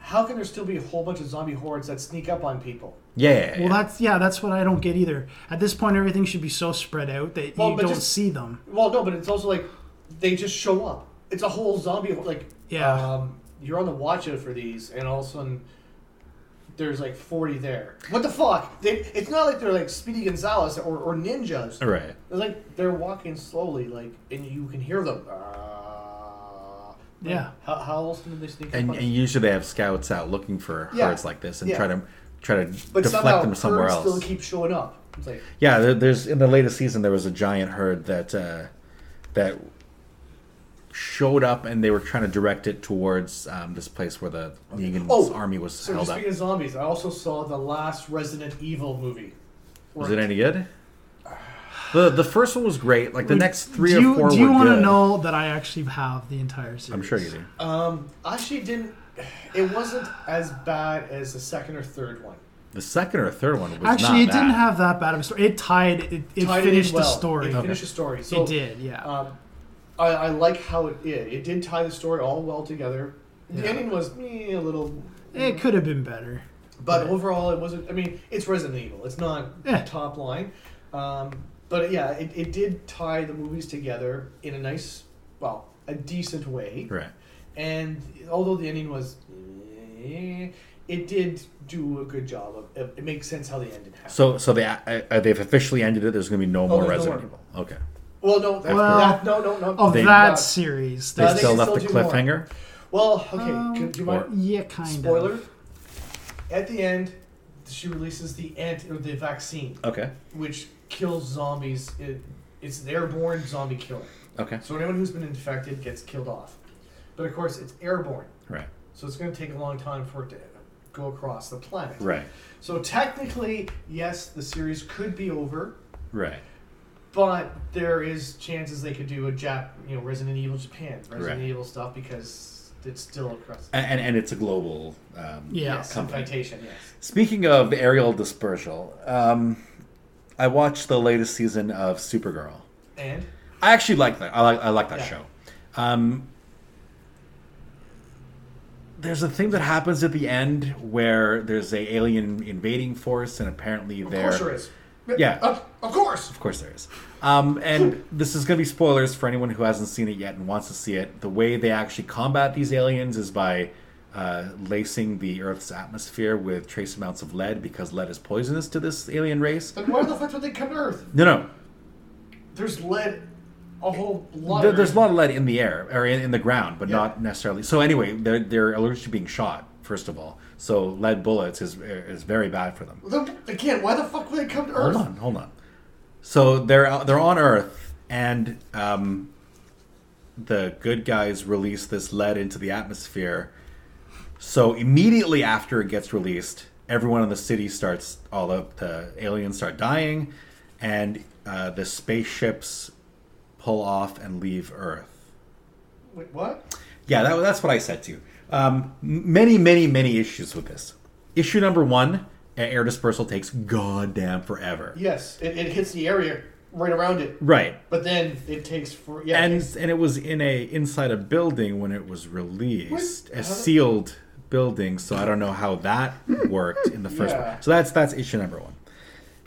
how can there still be a whole bunch of zombie hordes that sneak up on people?
Yeah.
Well, that's yeah, that's what I don't get either. At this point, everything should be so spread out that
Well,
you
but
don't
just-
see them.
Well, no, but it's also like they just show up. It's a whole zombie horde. Like,
Yeah.
um, you're on the watch out for these, and all of a sudden. There's like 40 there. What the fuck? They, it's not like they're like Speedy Gonzales or, or ninjas.
All right.
It's like they're walking slowly, like, and you can hear them. Uh, like,
Yeah.
How, how else can they sneak
And,
up on
and usually they have scouts out looking for
Yeah.
herds like this and
Yeah.
try to try to
But somehow
deflect them somewhere
herds
else.
still keep showing up. It's like,
Yeah, there, there's in the latest season there was a giant herd that uh, that showed up and they were trying to direct it towards um, this place where the Negan's
Oh,
army was
So
held
just
up.
speaking of zombies, I also saw the last Resident Evil movie.
Was it any good? The the first one was great. Like the next three
do you,
or four.
Do you
were
wanna
good.
know that I actually have the entire series?
I'm sure you do.
Um, actually, didn't. It wasn't as bad as the second or third one.
The second or third one was
Actually, it
not
didn't
bad.
have that bad of a story. It tied. It, it
Tied in
finished the
well.
story.
It
It,
finished the story. So,
did. Yeah.
Um, I, I like how it did. It did tie the story all well together. The
Yeah.
ending was eh, a little,
it could have been better.
but overall, it wasn't. I mean, it's Resident Evil. It's not
Yeah.
top line, um, but yeah, it, it did tie the movies together in a nice, well, a decent way.
Right.
And although the ending was, eh, it did do a good job of. It, it makes sense how the ending happened.
So so they uh, uh, they've officially ended it. There's going to be no more
Oh, there's no
Resident
more.
Evil. Okay.
well, no, that,
Well,
that- no, no, no.
Of
They-
that
Uh,
series,
They
Uh,
there's-
they
still
can
left
still
the
do more.
cliffhanger.
well, okay.
Um,
could, do you mind?
Or-
yeah, kind
Spoiler.
of.
At the end, she releases the ant or the vaccine,
Okay.
which kills zombies. It, it's an airborne zombie killer.
Okay.
So anyone who's been infected gets killed off. But of course, it's airborne,
Right.
so it's going to take a long time for it to go across the planet.
Right.
So technically, yes, the series could be over,
Right.
but there is chances they could do a Jap, you know, Resident Evil Japan, Resident
Right.
Evil stuff because it's still across.
A- And and it's a global. Um,
Yeah.
yes,
company.
infectation. Yes.
Speaking of aerial dispersal, um, I watched the latest season of Supergirl.
And
I actually like that. I like I like that
Yeah.
show. Um, there's a thing that happens at the end where there's a alien invading force, and apparently
of
they're
course there is.
Yeah.
Of, of course.
of course there is. Um, and this is going to be spoilers for anyone who hasn't seen it yet and wants to see it. The way they actually combat these aliens is by uh, lacing the Earth's atmosphere with trace amounts of lead because lead is poisonous to this alien race.
Then why the fuck would they come to Earth?
No, no,
There's lead, a whole lot.
There,
of
there's a lot of lead in the air or in, in the ground, but
Yeah.
not necessarily. So anyway, they're they're allergic to being shot. First of all, so lead bullets is is very bad for them.
Then, again, why the fuck would they come to
Hold
Earth?
on, hold on. So they're they're on Earth, and um, the good guys release this lead into the atmosphere. So immediately after it gets released, everyone in the city starts all the, the aliens start dying, and uh, the spaceships pull off and leave Earth.
Wait, what?
Yeah, that, that's what I said to you. Um, m- many, many, many issues with this. Issue number one a- air dispersal takes goddamn forever.
Yes, it, it hits the area right around it,
Right.
but then it takes for yeah. it
And
takes-
and it was in a inside a building when it was released, a sealed building. So I don't know how that worked in the first
Yeah.
one. So that's that's issue number one.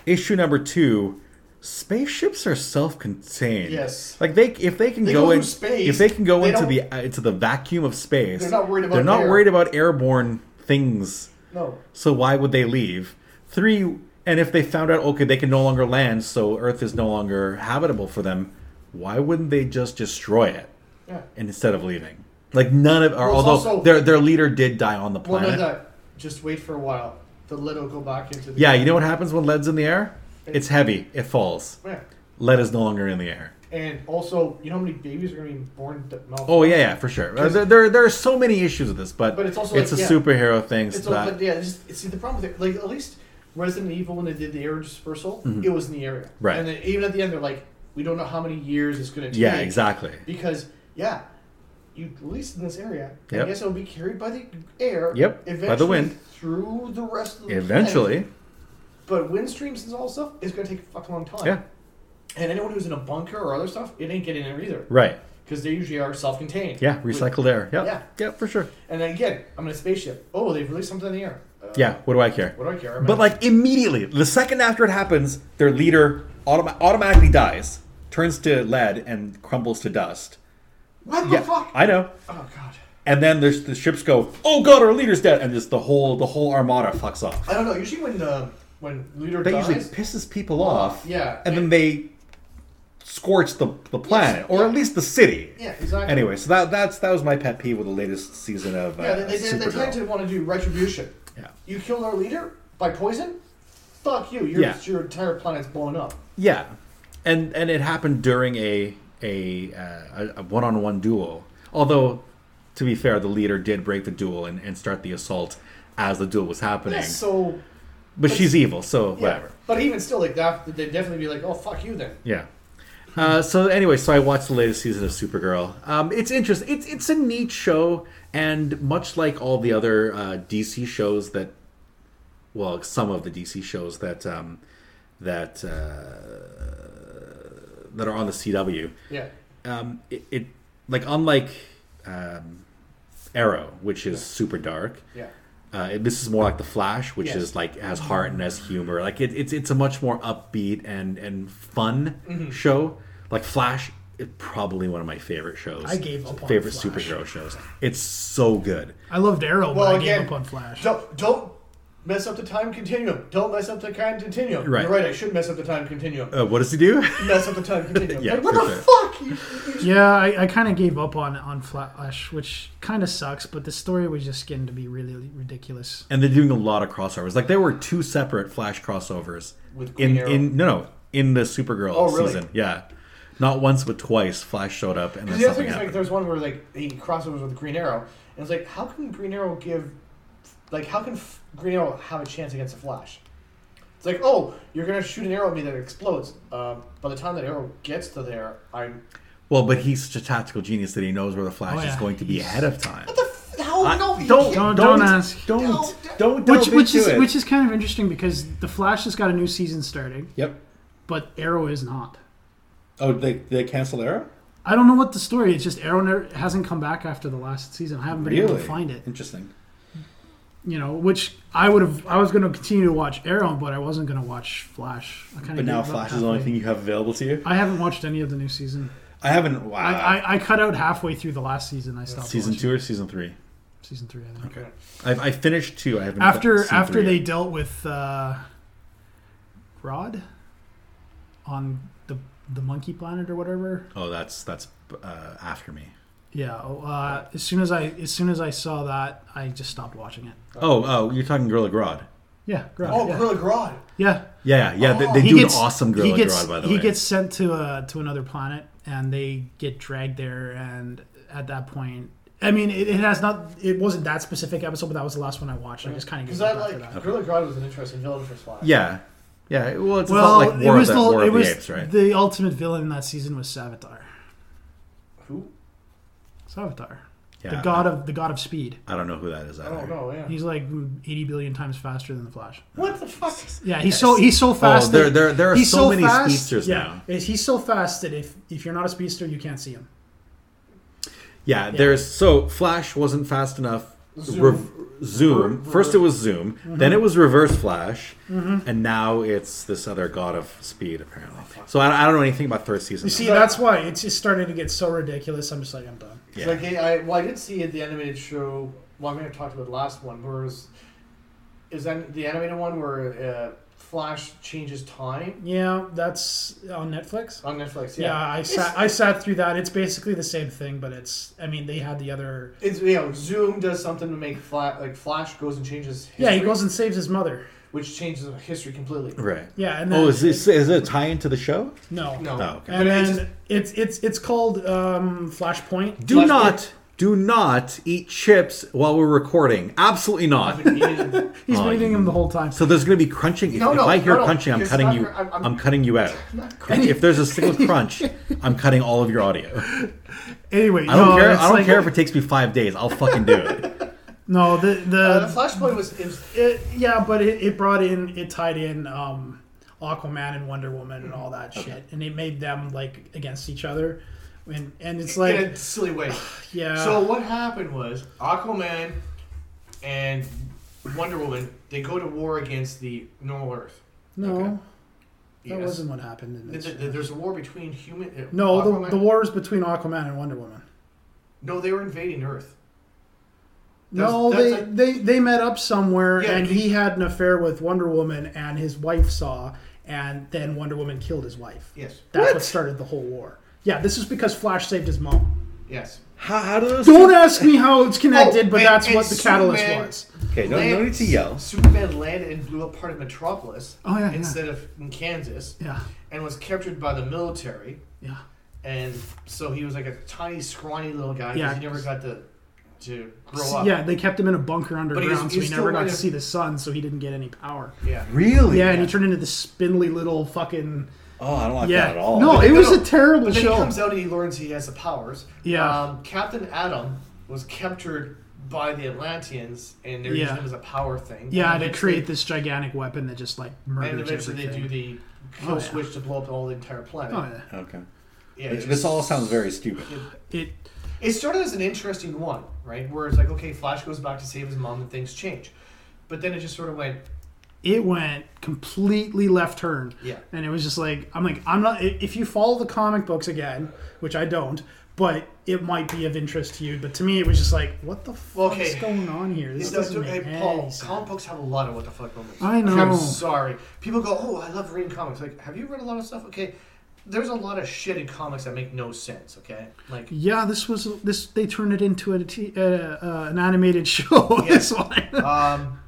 Issue number two, spaceships are self-contained.
Yes.
like they if they can
They
go,
go
in
through space,
if they can go
they
into
don't-
the uh, into the vacuum of space,
They're not worried about
they're not
air.
worried about airborne things.
No.
So why would they leave? Three, and if they found out, okay, they can no longer land, so Earth is no longer habitable for them, why wouldn't they just destroy it
Yeah.
instead of leaving? Like none of, or,
Well, it's
although
also-
their their leader did die on the
Well, no,
planet.
that. Just wait for a while. The lid will go back into the.
yeah, you know what happens when lead's in the air? It's heavy. It falls.
Yeah.
Lead is no longer in the air.
And also, you know how many babies are going to be born that malformed?
Oh yeah, yeah, for sure. Uh, There, there, there are so many issues with this, but,
But it's also
it's
like,
a
yeah.
superhero thing.
It's
So
all,
that,
but yeah, it's just, see the problem with it, like at least Resident Evil when they did the air dispersal, it was in the area,
Mm-hmm. Right.
And then even at the end, they're like, we don't know how many years it's going to take.
yeah, exactly.
Because yeah, you released in this area.
Yep.
I guess it'll be carried by the air.
Yep, by the
Eventually
wind.
through the rest of the
Eventually,
planet. But wind streams and all that stuff is going to take a fucking long time.
yeah,
And anyone who's in a bunker or other stuff, it ain't getting there either.
right.
Because they usually are self-contained.
Yeah,
With-
recycled air. Yep. Yeah,
Yeah.
yeah, for sure.
And then again, I'm in a spaceship. Oh, they've released something in the air. Uh,
Yeah, what do I care?
What do I care? I'm
But
in a-
like immediately, the second after it happens, their leader automa- automatically dies, turns to lead, and crumbles to dust.
what the
Yeah,
fuck?
I know.
Oh god.
And then there's the ships go, oh god, our leader's dead, and just the whole the whole armada fucks off.
I don't know. Usually when the when leader
that
dies,
usually pisses people off.
yeah.
And then they scorch the, the planet, or at
yeah.
least the city.
yeah, exactly.
Anyway, so that that's that was my pet peeve with the latest season of uh,
yeah, they, they, they
Supergirl.
tend to want to do retribution.
Yeah.
You killed our leader by poison. Fuck you. Your
Yeah.
your entire planet's blown up.
Yeah, and and it happened during a a uh, a- a one on one duel. Although, to be fair, the leader did break the duel and, and start the assault as the duel was happening.
Yeah, so
but she's evil, so
yeah.
whatever.
But even still, like that, they'd definitely be like, "Oh, fuck you, then."
Yeah. Uh, so anyway, so I watched the latest season of Supergirl. Um, it's interesting. It's it's a neat show, and much like all the other uh, DC shows that, well, some of the DC shows that um, that uh, that are on the CW,
Yeah.
um, it, it like unlike um, Arrow, which is super dark.
Yeah.
Uh, it- this is more like the Flash, which
Yes.
is like has heart and has humor. Like it, it's it's a much more upbeat and and fun
Mm-hmm.
show. Like Flash, it, probably one of my favorite shows.
I gave up on
favorite
Flash.
superhero shows. It's so good.
I loved Arrow,
Well,
but I
again,
gave up on Flash.
Don't don't mess up the time continuum. Don't mess up the time continuum.
Right.
You're right. I should mess up the time continuum.
Uh, what does he do?
mess up the time continuum.
Yeah,
like, what
for
the
sure.
fuck? You, you
Yeah, I, I kind of gave up on on Flash, which kind of sucks. But the story was just getting to be really ridiculous.
and they're doing a lot of crossovers. Like there were two separate Flash crossovers
With
in
Green Arrow.
in no no in the Supergirl
Oh, really?
season. Yeah, not once but twice. Flash showed up and then
The other
something
thing is like
happened.
there's one where like he crossovers with Green Arrow, and it's like how can Green Arrow give, like how can F- Green Arrow have a chance against the Flash? It's like oh you're gonna shoot an arrow at me that explodes. Um, by the time that arrow gets to there, I'm
well, but he's such a tactical genius that he knows where the Flash
Oh,
is
yeah.
going to be ahead of time.
how
I-
no you
don't, don't
can't-
Don't-
don't
don't ask.
Don't
No,
don't delve
Which which
into
is
it.
which is kind of interesting because the Flash has got a new season starting,
Yep.
but Arrow is not.
Oh, they they cancel Arrow.
I don't know what the story is. Just Arrow never, hasn't come back after the last season. I haven't been able
Really?
to find it.
Interesting.
You know, which I would have. I was going to continue to watch Arrow, but I wasn't going to watch Flash. I kind
But now Flash is the only thing Uh, you have available to you.
I haven't watched any of the new season.
I haven't. Wow.
I, I, I cut out halfway through the last season. I stopped.
season
watching.
two or season three?
Season three. I think.
Okay, I've, I finished two. I haven't
after
seen
after
three
they
yet.
dealt with uh, Rod on the the monkey planet or whatever.
Oh, that's that's uh, after me.
Yeah. Uh, as soon as I as soon as I saw that, I just stopped watching it.
Oh oh, you're talking Gorilla Grodd.
Yeah. Grodd,
Oh,
yeah.
Gorilla Grodd.
yeah.
Yeah yeah, they, they
Oh. He
do
gets-
an awesome Gorilla
he gets,
Grodd by the
he
way.
gets sent to uh, to another planet, and they get dragged there. And at that point, I mean, it, it has not. It wasn't that specific episode, but that was the last one I watched. I just kind of
Because
gave
I
up after
like
that.
Gorilla Grodd was an interesting villain for Flash.
yeah yeah. Well, it's
Well,
not like
it
War,
was
of,
the
the, War
it
of the
was
Apes, right?
the ultimate villain in that season was Savitar.
Who?
Savitar,
Yeah.
the god of the god of speed.
I don't know who that is.
I
Either.
don't know. Yeah.
He's like 80 billion times faster than the Flash.
What the fuck?
Yeah, he's so he's so fast.
Oh, there-
that-
there- there are
he's
so many speedsters
yeah, is- he's so fast that if if you're not a speedster, you can't see him.
Yeah, there's so Flash wasn't fast enough. Zoom. Zoom. First it was Zoom,
Mm-hmm.
then it was Reverse Flash, and now it's this other god of speed apparently. So I, I don't know anything about third season.
You see, that's why it's just starting to get so ridiculous. I'm just like, I'm done.
Yeah.
Like I, well, I did see the animated show. Well, I may have talked about it last one, where it was Is that the animated one where uh, Flash changes time
Yeah, that's on Netflix.
on Netflix?
Yeah,
Yeah.
I sat I sat through that. It's basically the same thing, but it's I mean they had the other.
It's you know Zoom does something to make Flash like Flash goes and changes. History,
Yeah, he goes and saves his mother.
which changes history completely.
Right.
Yeah, and then
Oh, is this is it a tie into the show?
no,
No.
Oh, okay.
But
and then
it's
it's, it's it's called um, Flashpoint.
Do not, do not eat chips while we're recording. Absolutely not.
no,
He's
Oh,
been eating him the whole time.
So there's going to be crunching. If,
No,
if
no,
I hear
no, no.
crunching, I'm
It's
cutting
not
you.
cr- I'm- I'm-
I'm cutting you out. If there's a single crunch, I'm cutting all of your audio.
Anyway,
I don't
no,
care. I
it's
don't
like-
care if it takes me five days. I'll fucking do it.
No, the the,
the Flashpoint was it was
it, yeah, but it, it brought in it tied in um, Aquaman and Wonder Woman and all that shit, and it made them like against each other, and and it's like
in a silly way.
yeah,
So what happened was Aquaman and Wonder Woman they go to war against the normal Earth.
no, that
Yes.
wasn't what happened. In
Th-
this.
th- There's a war between human. uh,
no,
Aquaman-
the, the war is between Aquaman and Wonder Woman.
No, they were invading Earth.
No,
That's-
they,
that's
they they met up somewhere,
Yeah,
and
he-
he, had an affair with Wonder Woman, and his wife saw, and then Wonder Woman killed his wife.
Yes.
That's what, started the whole war. Yeah, this is because Flash saved his mom.
Yes.
How, how do those?
Don't ask me how it's connected,
Oh,
but
and-
that's
and
what the catalyst
Superman-
was.
okay, no, no need to yell.
Superman landed and blew up part of Metropolis
Oh, yeah, yeah.
instead of in Kansas
Yeah,
and was captured by the military.
yeah.
And so he was like a tiny, scrawny little guy. 'cause
Yeah.
He never got to, to grow
S-
up.
Yeah, they kept him in a bunker underground, so
he's
he
still
never got
might
to
have-
see the sun, so he didn't get any power.
Yeah.
Really?
Yeah, and he turned into this spindly little fucking.
Oh, I don't like
Yeah.
that at all.
No,
But
it
no,
was
no.
a terrible
But then
show.
he comes out and he learns he has the powers.
Yeah.
Um, Captain Atom was captured by the Atlanteans and they're
Yeah.
using him as a power thing.
Yeah,
And
to
eventually-
create this gigantic weapon that just like
And
murders
eventually
everything.
they do the kill
Oh, yeah.
switch to blow up all the entire planet.
Oh yeah,
Okay.
Yeah,
This,
it's-
this all sounds very stupid.
it.
It started as an interesting one, right? Where it's like, okay, Flash goes back to save his mom and things change. But then it just sort of went,
it went completely left turn.
Yeah.
And it was just like I'm like I'm not if you follow the comic books again, which I don't, but it might be of interest to you. But to me, it was just like what the fuck's
Okay.
going on here? This
It's
doesn't
not-
make
hey,
any
Paul,
sense.
comic books have a lot of what the fuck moments.
I know.
I'm sorry. People go, oh, I love reading comics. Like, have you read a lot of stuff? Okay, there's a lot of shit in comics that make no sense, okay? Like,
Yeah, this was this. They turned it into a t- uh, uh, an animated show.
Yeah.
this one.
um,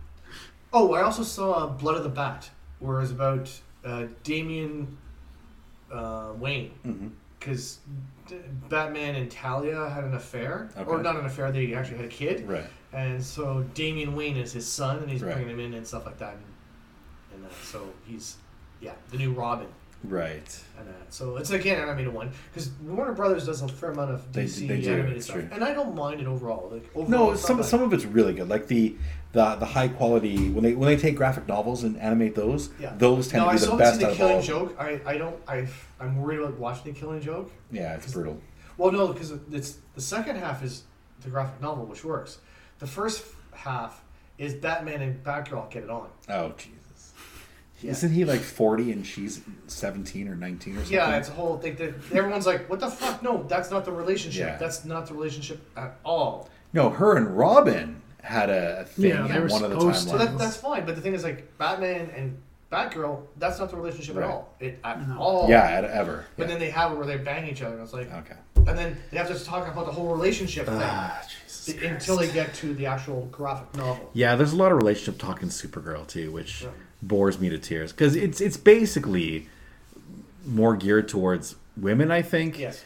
oh, I also saw Blood of the Bat, where it was about uh, Damian uh, Wayne.
Mm-hmm.
Because Batman and Talia had an affair. Or
Okay.
not an affair, they actually had a kid.
Right.
And so Damian Wayne is his son, and he's
Right.
bringing him in and stuff like that. And, and that. so he's, yeah, the new Robin.
Right.
And that. So it's again animated one because Warner Brothers does a fair amount of
They-
DC
they do,
animated
it's
stuff,
true.
and I don't mind it overall. Like overall,
No,
it's not
some
bad.
some of it's really good. Like the the the high quality when they when they take graphic novels and animate those,
Yeah.
those tend
no,
to
I
be
still
the best
haven't seen
out
the
of all.
Killing Joke. I, I don't I I'm worried about watching the Killing Joke.
Yeah, it's brutal.
Well, no, because it's the second half is the graphic novel, which works. The first half is Batman and Batgirl get it on.
Oh Jesus!
Yeah.
Isn't he like forty and she's seventeen or nineteen or something?
Yeah, it's a whole thing. That everyone's like, "What the fuck? No, that's not the relationship.
Yeah.
That's not the relationship at all."
no, her and Robin had a, a thing
Yeah, they
at
were
one of the
supposed
timelines.
So
to.
that, that's fine. But the thing is, like Batman and Batgirl, that's not the relationship
Right.
at all. It at
No.
all.
yeah, at, ever.
But
Yeah.
then they have it where they bang each other, and it's like,
okay.
and then they have to talk about the whole relationship
Ah, Jesus
thing th- until they get to the actual graphic novel.
Yeah, there's a lot of relationship talk in Supergirl too, which bores me to tears because it's it's basically more geared towards women, I think,
Yes.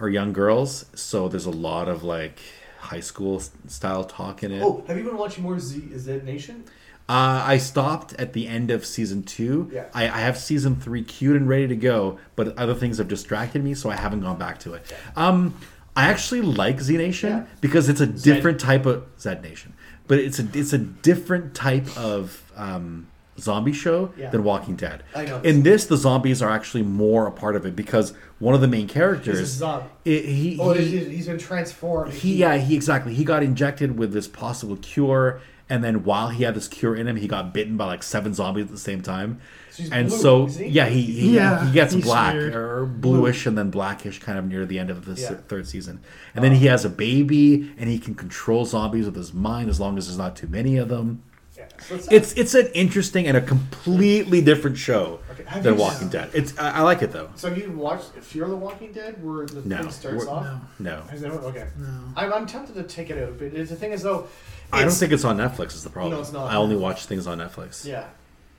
or young girls. So there's a lot of like high school s- style talk in it.
Oh, have you been watching more Z? Is it Nation?
Uh, I stopped at the end of season two.
Yeah.
I, I have season three queued and ready to go, but other things have distracted me, so I haven't gone back to it. Um, I actually like Z Nation
Yeah.
because it's a different type of Z Nation, but it's a it's a different type of um, zombie show
Yeah.
than Walking Dead.
I know.
In this, the zombies are actually more a part of it because one of the main characters
He's a zombie.
it- he,
Oh,
he-
he's, he's been transformed.
he yeah he exactly he got injected with this possible cure and then while he had this cure in him he got bitten by like seven zombies at the same time
So he's
and
blue,
so
is he?
yeah he, he
Yeah,
he gets
he's
black
weird.
or bluish and then blackish kind of near the end of the
Yeah.
third season and then he has a baby and he can control zombies with his mind as long as there's not too many of them
Yeah. So it's,
It's it's an interesting and a completely different show
Okay, have
than
you-
Walking Dead. It's I, I like it though.
so have you watched Fear the Walking Dead, where the
No.
thing starts
We're-
off?
No.
No,
Has anyone- okay.
No.
I'm, I'm tempted to take it out, but it's, the thing is though,
I don't
it's-
think it's on Netflix. Is the problem?
No, it's not.
I only watch things on Netflix.
yeah,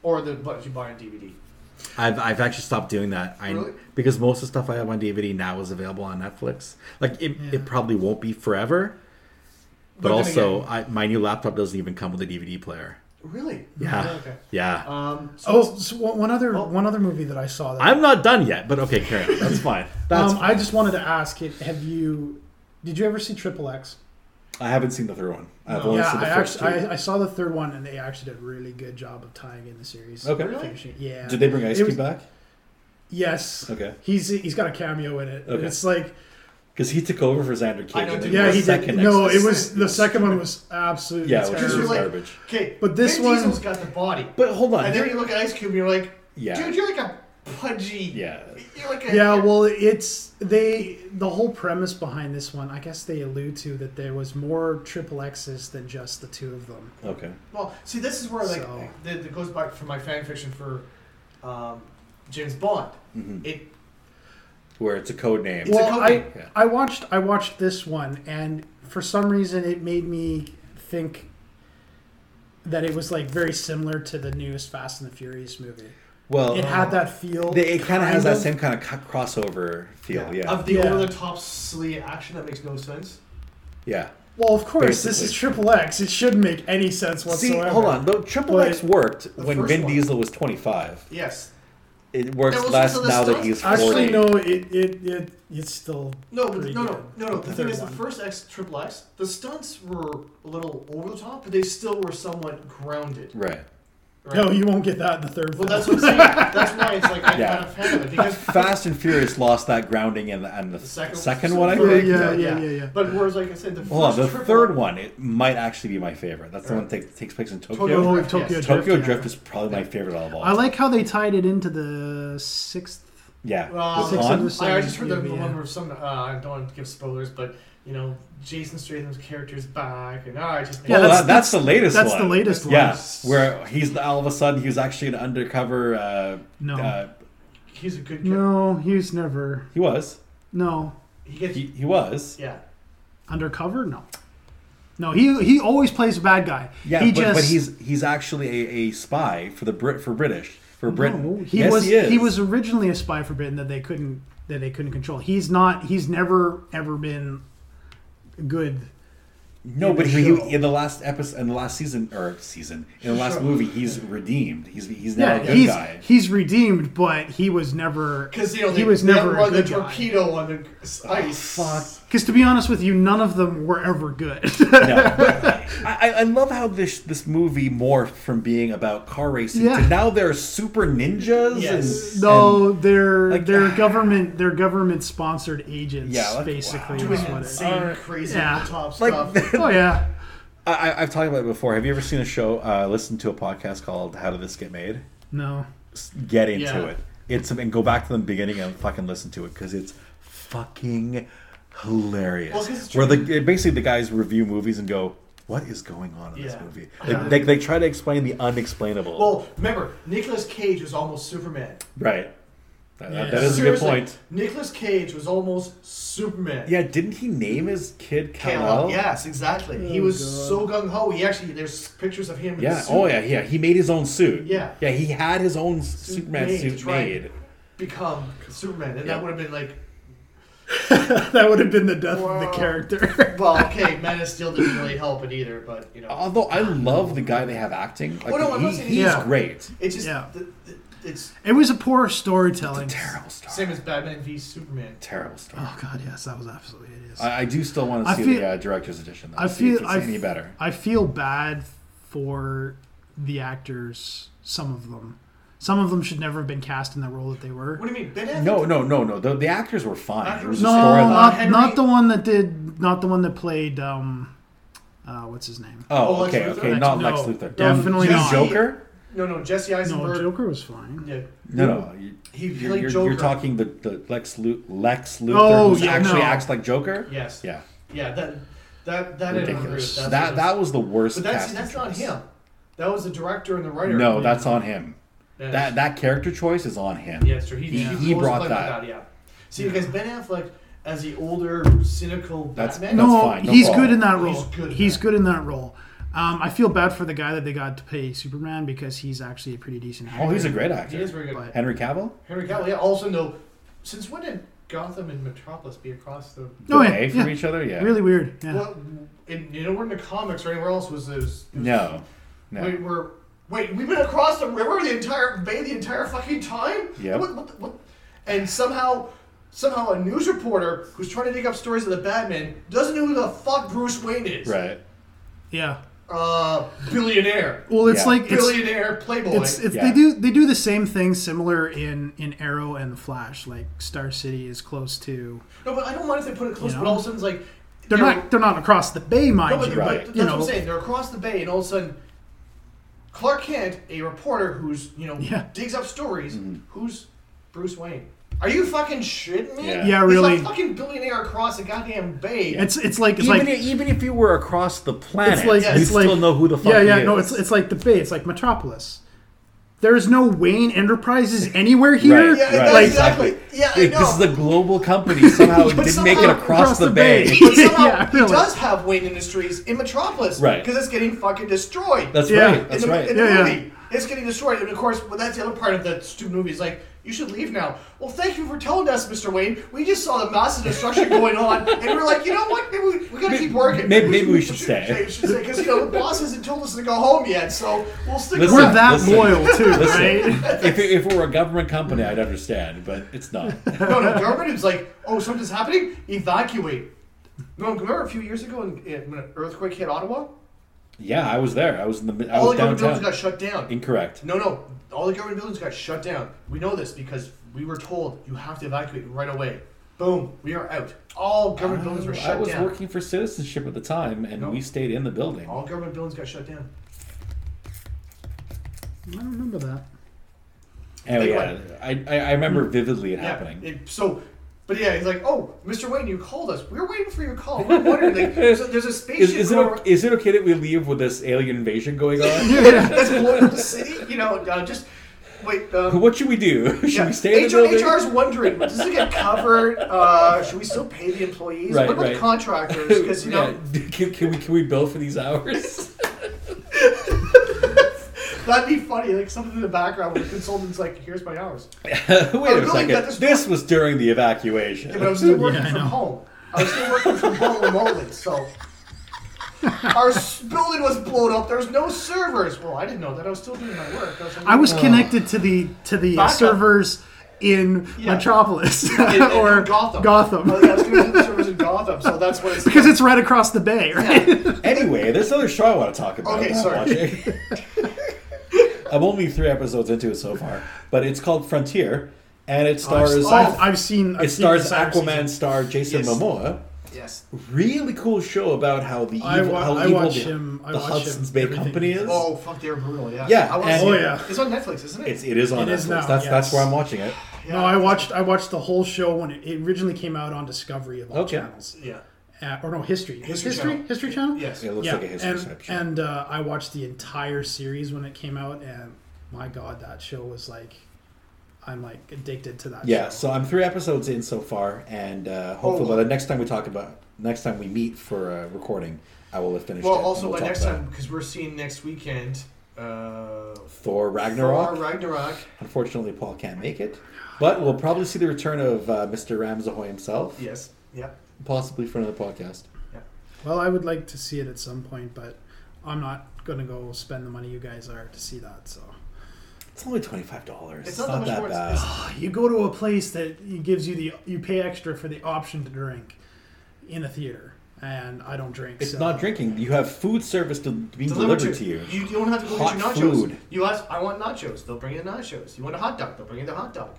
or the but you buy on DVD.
I've, I've actually stopped doing that. I
Really?
because most of the stuff I have on DVD now is available on Netflix. Like it,
Yeah.
it probably won't be forever, but,
But then
also
again-
I, my new laptop doesn't even come with a DVD player.
Really? Oh,
Yeah,
Okay.
yeah.
Um. So
Oh, so one one other
Oh.
one other movie that I saw. That
I'm not done yet, but okay, carry on. That's fine. That's
um, I just wanted to ask: Have you? Did you ever see Triple X?
I haven't seen the third one. I've
No.
only
yeah,
seen the
I,
first
actually,
two.
I, I saw the third one, and they actually did a really good job of tying in the series.
okay.
Finishing- Yeah.
Did they bring Ice
It
Cube
was-
back?
Yes.
Okay.
He's he's got a cameo in it. and
Okay.
It's like
Because he took over for Xander Cage.
I know,
and then
dude.
the
yeah, he did.
second
No,
X-
it was the second one was absolutely
Yeah, which
Just
is
was like-
garbage.
okay,
But this
Vin
one-
Diesel's got the body,
but hold on.
and then you look at Ice Cube, and you're like,
Yeah.
dude, you're like a pudgy.
Yeah.
You're like a,
yeah well it's they the whole premise behind this one i guess they allude to that there was more triple x's than just the two of them
Okay.
Well, see, this is where like
So-
the, the goes back for my fan fiction for um, James Bond.
Mm-hmm.
It
Where it's a code name.
It's a
well I,
company.
Yeah.
I watched i watched this one and for some reason it made me think that it was like very similar to the newest fast and the furious movie
well,
um,
it had that feel
they- it kind of has that
of.
same kind of co- crossover feel. Yeah.
of the
Yeah.
over the top silly action that makes no sense.
yeah.
well of course this
Basically.
is triple x it shouldn't make any sense whatsoever
See, hold on. Though Triple
But-
X worked
The
when
first
Vin
one.
Diesel was 25.
Yes.
It works
That was
less
also the
now that
stunt-
he's 40.
actually no it, it it it's still
No, but
pretty
no, no,
good.
no, no. The,
The
thing
third
is,
one.
the first X Triple X, the stunts were a little over the top, but they still were somewhat grounded.
Right.
Right?
No, you won't get that in the third
Well,
film.
that's what I'm saying. That's why it's like I'm
Yeah.
not a fan of it because
Fast and Furious lost that grounding in the, and the,
the
second,
second,
one, I think.
third-
Yeah, yeah, yeah, yeah.
But whereas, like I said, the
Hold on, the
first Triple-
third one it might actually be my favorite. That's the one that takes- takes place in Tokyo.
Tokyo
Oh,
Drift,
Tokyo
yes.
Drift.
Tokyo
yeah.
Drift is probably my favorite out of all.
I like how they tied it into the sixth.
yeah,
Well,
with
Six
Han.
of us.
Um, I, I just heard the, the
Yeah.
one where some. Uh, I don't want to give spoilers, but you know, Jason Statham's character's back, and ah, I just
Yeah,
well,
that's-
Oh, that, that's the latest
That's
one.
the latest one.
Yeah, where he's all of a sudden he's actually an undercover. Uh,
No.
uh,
he's a good kid.
No, he was never.
he was.
No,
He gets
He, he was.
yeah.
undercover. No, no. He he always plays a bad guy.
Yeah,
he
but,
just,
but he's he's actually a, a spy for the Brit for British for Britain.
No, he
yes,
was
he is.
was originally a spy for Britain that they couldn't that they couldn't control. He's not. He's never ever been good.
No,
in
but
the
he,
show.
in the last episode, in the last season or season, in the last
Sure.
movie, he's redeemed. He's he's now
Yeah,
a good
he's
guy.
he's redeemed, but he was never.
Because you know,
he
they-
was
they
never a
run the
good guy. Oh,
torpedo on the s- ice.
Because uh, to be honest with you, none of them were ever good.
No, but I, I love how this this movie morphed from being about car racing
Yeah.
to now they're super ninjas.
Yes.
And,
No, they're
like-
they're government they're government sponsored agents.
Yeah, like,
basically
wow.
Doing
is what it.
insane, crazy,
Yeah.
top
Like-
stuff.
Oh yeah,
I, I- I've talked about it before. Have you ever seen a show? Uh, listened to a podcast called "How Did This Get Made?"
no.
S- Get into
Yeah.
it. It's and go back to the beginning and fucking listen to it because it's fucking hilarious.
Well, 'cause it's
Where
true.
the basically the guys review movies and go, "What is going on in this
Yeah.
movie?"
Yeah.
They, they, they try to explain the unexplainable.
well, remember, Nicolas Cage was almost Superman.
Right. That, that- that
Yeah.
is a good point.
Nicolas Cage was almost Superman.
Yeah, didn't he name his kid
Kal-El.
Kal-El?
Yes, exactly. he
Oh,
was
God.
so gung ho. He actually, there's pictures of him. In
Yeah.
the suit
Oh yeah. Yeah. He made his own suit.
Yeah.
Yeah. He had his own Superman
made,
suit
that's right.
made.
Become Superman, and
Yeah.
that would have been like,
That would have been the death of the
Wow.
character.
well, okay, Man of Steel didn't really help it either, but you know,
Although I love the guy they have acting. Like,
Oh, no, I'm
he-
not saying
he's
he's-
great.
it's just
Yeah.
the, the, it's
it was a poor storytelling.
Terrible star.
same as Batman v Superman.
Terrible star.
Oh god, yes, that was absolutely hideous. I,
I, I do still want to
I
see
feel-
the uh, director's edition. Though,
I
see if
feel-
it's
I
any
f-
better.
feel bad for the actors. Some of them, some of them should never have been cast in the role that they were.
What do you mean, Ben Affleck?
No, no, no, no. The, the actors were fine. It
Actors-
was
No,
a storyline.
not,
Henry-
not the one that did. Not the one that played. Um, uh, what's his name?
Oh,
Oh, Lex
okay,
Luthor?
okay.
Lex-
Not
no,
Lex Luthor.
definitely
Um,
not.
Joker?
no, no, Jesse
No,
Eisenberg.
Joker was fine.
Yeah,
No, no. you-
he
You're,
played
you're-
Joker.
you're talking the, the Lex, Lu- Lex Luthor
Oh,
who
yeah,
actually
no.
acts like Joker?
Yes.
Yeah.
Yeah. That. That. That. I don't agree with.
Ridiculous.
That's
That,
just-
that was the worst
But that's
casting
that's not
choice.
him. That was the director and the writer.
No, that's on him.
Yeah.
That that character choice is on him.
yeah, sure. He,
he-
was
he
supposed to
brought
play
that.
With that. Yeah,
See, because Ben Affleck, as the older, cynical
That's-
Batman,
that's
no,
fine, no
he's
problem.
good in that role.
Oh, He's
He's
good
good.
in that.
in that role. Um, I feel bad for the guy that they got to play Superman because he's actually a pretty decent actor.
Oh, he's a great
he
actor.
is very good.
But-
Henry Cavill.
Henry Cavill. Yeah. Also, no. Since when did Gotham and Metropolis be across the?
The
Oh, yeah,
day from
yeah.
each other. Yeah.
Really weird. Yeah.
Well, in, you know, we're in the comics or anywhere else was this.
No. No.
Wait, we're wait. We've been across the river the entire bay the entire fucking time.
Yep.
What, what, the- what? And somehow, somehow, a news reporter who's trying to dig up stories of the Batman doesn't know who the fuck Bruce Wayne is.
Right.
yeah.
Uh, billionaire.
Well, it's
Yeah.
like it's,
billionaire playboy.
it's, it's
Yeah.
they do they do the same thing similar in in Arrow and the Flash. Like Star City is close to.
no, but I don't mind if they put it close.
You
But
know?
all of a sudden, it's like
They're not they're not across the bay,
No,
mind
but,
you.
but
Right.
that's
You
what I'm
know.
saying. They're across the bay, and all of a sudden, Clark Kent, a reporter who's you know
Yeah.
digs up stories,
Mm-hmm.
who's Bruce Wayne? Are you fucking shitting me?
Yeah.
Yeah,
He's
really.
a fucking billionaire across a goddamn bay.
It's it's like it's
even,
like
if, even if you were across the planet,
it's like
you
it's
still
like,
know who the fuck
yeah yeah
he is.
no it's it's like the bay it's like Metropolis. There is no Wayne Enterprises anywhere here.
Right,
yeah,
right.
that's
Like-
exactly. Yeah, I
Like,
know.
this is a global company. Somehow it
But
didn't make it
somehow
across, the, bay.
but somehow
Yeah,
he
really.
does have Wayne Industries in Metropolis,
Right.
Because it's getting fucking destroyed.
That's
Yeah.
right. That's
in the,
right.
In the
Yeah, yeah.
movie, it's getting destroyed. And of course, well, that's the other part of that stupid movie. Is like, you should leave now. Well, thank you for telling us, Mr. Wayne. We just saw the massive destruction going on, and we're like, you know what? Maybe we, we gotta keep working.
maybe- maybe we should stay.
because you know the boss hasn't told us to go home yet, so we'll stick.
Listen,
We're
around.
that
Listen.
loyal too, right?
if, it, if it were a government company, I'd understand, but it's not.
No, no, government is like, oh, something's happening. Evacuate. No, remember a few years ago when, when an earthquake hit Ottawa?
Yeah, I was there. I was in the. mid- I
All the
was
government buildings
downtown.
got shut down.
Incorrect.
No, no. All the government buildings got shut down. We know this because we were told you have to evacuate right away. Boom, we are out. All government buildings were
I
shut
was
down.
working for citizenship at the time, and
No. Oh,
we stayed in the building.
All government buildings got shut down.
I don't remember that.
Anyway,
Anyway.
yeah, I, I I remember vividly it
Yeah.
happening.
it- so, but yeah, he's like, oh, Mr. Wayne, you called us. We were waiting for your call. We We're wondering, like, there's a, there's a
Is,
spaceship
is it
going
o- is it okay that we leave with this alien invasion going on?
around- that's blowing up the city. You know, uh, just wait. Um,
what should we do? Should
Yeah.
we stay in the
HR
building?
HR's wondering, does it get covered? Uh, should we still pay the employees?
Right,
what about
right.
the contractors? Because you know
Yeah. can, can we can we bill for these hours?
that'd be funny. Like something in the background where the consultant's like, "Here's my hours."
Wait
really
a second.
got
This,
this-
was during the evacuation.
Yeah, but I was still working
I
from
know.
home. I was still working from home remotely, so our s- building was blown up. There's no servers. Well, I didn't know that. I was still doing my work. I was, like, "Oh."
I was connected to the to the uh,
Backup.
servers in
Yeah.
Metropolis
In- in
or
Gotham.
Gotham.
Oh, yeah, I was connected to the servers in Gotham, so that's what it's.
because it's right across the bay, right?
Anyway, there's another show I want to talk about.
Okay,
that I'm
sorry.
watching. I'm only three episodes into it so far, but it's called Frontier,
Oh,
and it stars
I've, I've seen. I've
it
seen the
stars
cyber
Aquaman
season.
star Jason
Yes.
Momoa.
Yes.
Really cool show about how the evil,
I wa-
how
I
evil
watch
the,
him- I
the
watch him
Hudson's Bay
everything.
Company is.
Oh fuck, they're brutal. Yeah.
Yeah,
I wanna
and-
see
Oh,
it.
yeah.
It's on Netflix, isn't it?
It's it is on
It
Netflix.
is now,
that's that's
yes.
where I'm watching it.
Yeah.
No, I watched. I watched the whole show when it, it originally came out on Discovery of all
Okay.
channels,
Yeah.
uh, or no History.
History
History
Channel.
History Channel?
Yes.
It looks
yeah,
like a history
and,
type show.
and uh, I watched the entire series when it came out, and my God, that show was like, I'm like addicted to that.
Yeah,
show.
so I'm three episodes in so far, and uh, hopefully
Oh.
by the next time we talk about next time we meet for uh, recording, I will have finished.
Well,
it, and
also
we'll
by
talk
next
about
time, because we're seeing next weekend. Uh,
Thor Ragnarok.
Thor Ragnarok.
Unfortunately, Paul can't make it, but we'll probably see the return of uh, Mr. Ramsahoy himself,
Yes. Yep.
possibly for another podcast.
Well, I would like to see it at some point, but I'm not gonna go spend the money you guys are to see that. So
It's only twenty five dollars. It's
It's
not,
not that much
that
more, it's-
bad.
it's-
you go to a place that gives you the you pay extra for the option to drink in the theater, and I don't drink.
It's
so.
not drinking. You have food service to being
Delivered
delivered to you.
You don't have to go get your
Hot
nachos.
food.
You ask, I want nachos. They'll bring you the nachos. You want a hot dog? They'll bring you the hot dog.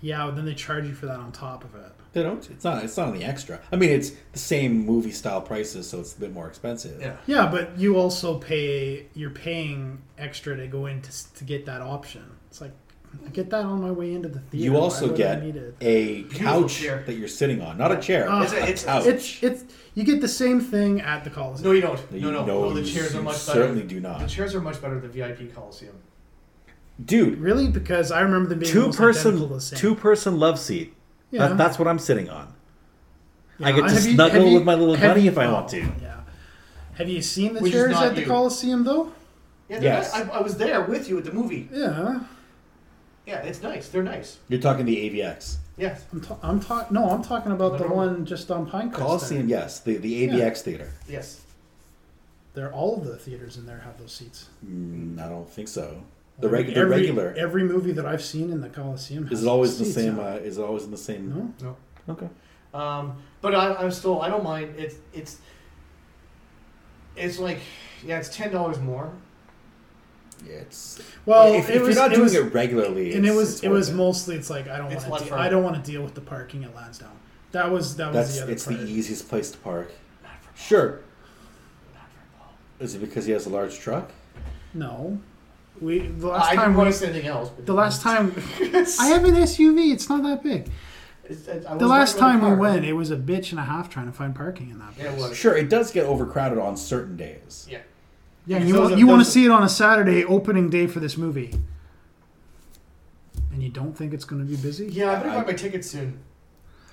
Yeah, but then they charge you for that on top of it.
They don't. It's not. It's not any extra. I mean, it's the same movie style prices, so it's a bit more expensive.
Yeah.
Yeah, but you also pay. You're paying extra to go in to, s- to get that option. It's like I get that on my way into the theater.
You
Why
also
would I
get
need it?
a couch
chair.
that you're sitting on, not a chair.
Oh,
it's a
it's-
couch.
It's it's you get the same thing at the
No,
Coliseum.
you don't.
No,
No, no,
you-
no.
no,
the
you-
chairs
you
are much
certainly
better.
do not.
The chairs are much better at the VIP Coliseum.
Dude,
Really? Because I remember them being
Two
almost identical
person,
to the same.
two person love seat.
Yeah.
That, that's what I'm sitting on. I
Yeah.
get to
Have you-
snuggle
have you-
with my little
have
buddy
you-
if I
oh,
want to.
Yeah. Have you seen the
Which is
chairs
not
at the
you.
Coliseum though?
Yeah, they're
Yes.
nice. I, I was there with you at the movie.
Yeah.
Yeah, it's nice. They're nice.
you're talking the AVX.
Yes.
I'm ta- I'm talking. No, I'm talking about the
No.
one just on Pinecrest. there.
Coliseum, yes, the, the AVX theater.
Yes.
They're all of the theaters in there have those seats.
Mm, I don't think so. The,
Like,
reg- the
every-
regular.
Every movie that I've seen in the Coliseum has
is it always the
seats
same? Uh,
out.
is it always in the same?
no.
No.
Okay.
Um, but I, I'm still. I don't mind. It's it's. It's like, yeah, it's ten dollars more.
Yeah, it's.
Well,
if,
Oh, it
if
was-
you're not
it
doing
was-
it regularly,
and it
it's-
was
it's
it
worth
was mostly it's like I don't
It's
want
less
to
fun.
I don't want to deal with the parking at Lansdowne. That was that was
That's
the other
it's
part.
the e-, easiest place to park.
Not for
Sure.
not for Paul.
Is it because he has a large truck?
no, we the last
I
time
didn't want
we,
to say anything else. but-
the last time I have an SUV. It's not that big.
It's- it- I was
The last
not really
time we
part.
went, it was a bitch and a half trying to find parking in that place.
Yeah, it was.
Sure, it does get overcrowded on certain days.
Yeah.
Yeah,
Because
you
those
want,
are-
you want
those
to
are-
see it on a Saturday opening day for this movie, and you don't think it's going to be busy.
Yeah, I better
I-
buy my ticket soon.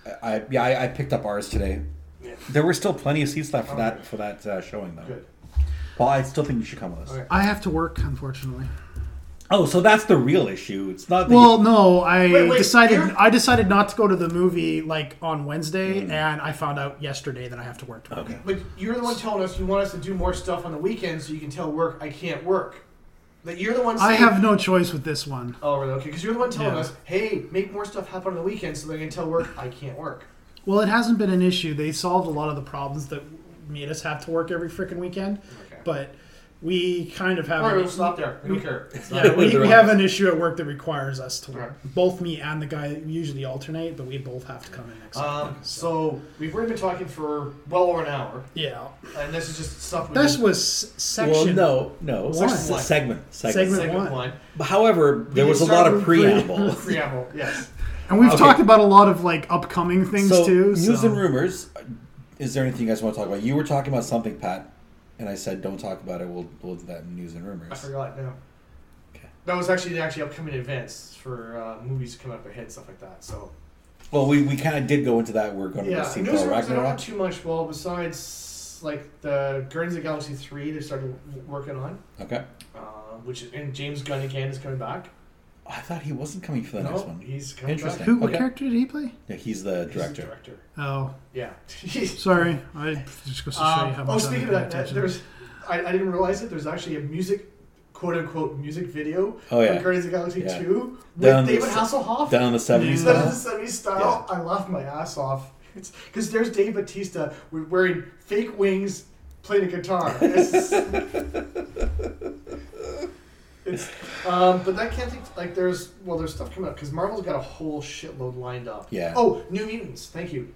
I, I yeah, I, I picked up ours today.
Yeah.
There were still plenty of seats left for
Okay.
that for that uh, showing though.
Good.
Paul, I still think you should come with us.
Okay.
I have to work, unfortunately.
Oh, so that's the real issue. It's not the
Well, no, I
Wait, wait,
decided
you're-
I decided not to go to the movie like on Wednesday,
Mm.
and I found out yesterday that I have to work tomorrow.
Okay.
But you're the one telling us you want us to do more stuff on the weekends so you can tell work I can't work. That you're the one. Saying,
I have no choice with this one.
Oh, really? Okay, because you're the one telling
Yeah.
us, hey, make more stuff happen on the weekends so they can tell work I can't work.
Well, it hasn't been an issue. They solved a lot of the problems that made us have to work every freaking weekend,
Okay.
but we kind of have.
All
an-
right, we'll stop there. We don't care. It's not-
Yeah, we,
They're
we
all-
have an issue at work that requires us to work.
Right.
Both me and the guy we usually alternate, but we both have to come in next.
Um,
time,
so we've already been talking for well over an hour,
yeah,
and this is just stuff. we
this
did
was s-
Well,
section.
no, no.
One.
It's a Segment, segment.
Segment.
segment
one.
one.
However, there
can
was a
start
lot of
with
preamble.
Preamble. Yes.
and we've
okay.
talked about a lot of like upcoming things
so,
too.
news
so.
and rumors. Is there anything you guys want to talk about? You were talking about something, Pat, and I said don't talk about it. We'll we'll do that in news and rumors.
I forgot now.
Okay.
That was actually the actually upcoming events for uh, movies coming up ahead, stuff like that. So
Well, we, we kind of did go into that. We're going to
yeah,
go see
news
Thor
rumors. I don't
Ragnarok.
have too much. Well, besides like the Guardians of the Galaxy three, they started working on,
Okay.
uh, which is, and James Gunn again is coming back.
I thought he wasn't coming for the
no,
next one.
he's coming
Interesting.
back.
Who? What
Okay.
character did he play?
Yeah, he's the
He's the
director.
director.
Oh,
Yeah.
sorry. I just goes to show you how
Um,
much.
oh,
I'm
speaking of that,
paying
that
attention.
there's I, I didn't realize it. There's actually a music, quote unquote, music video
Oh, yeah.
for Guardians of the Galaxy
Yeah.
two with
Down the
David
s-
Hasselhoff.
Down in the seventies.
Yeah.
That is the 70s style. I laughed my ass off. It's because there's Dave Batista with- wearing fake wings, playing a guitar. It's, it's um, but that can't take, like there's well there's stuff coming up because Marvel's got a whole shitload lined up.
Yeah.
Oh, New Mutants. Thank you.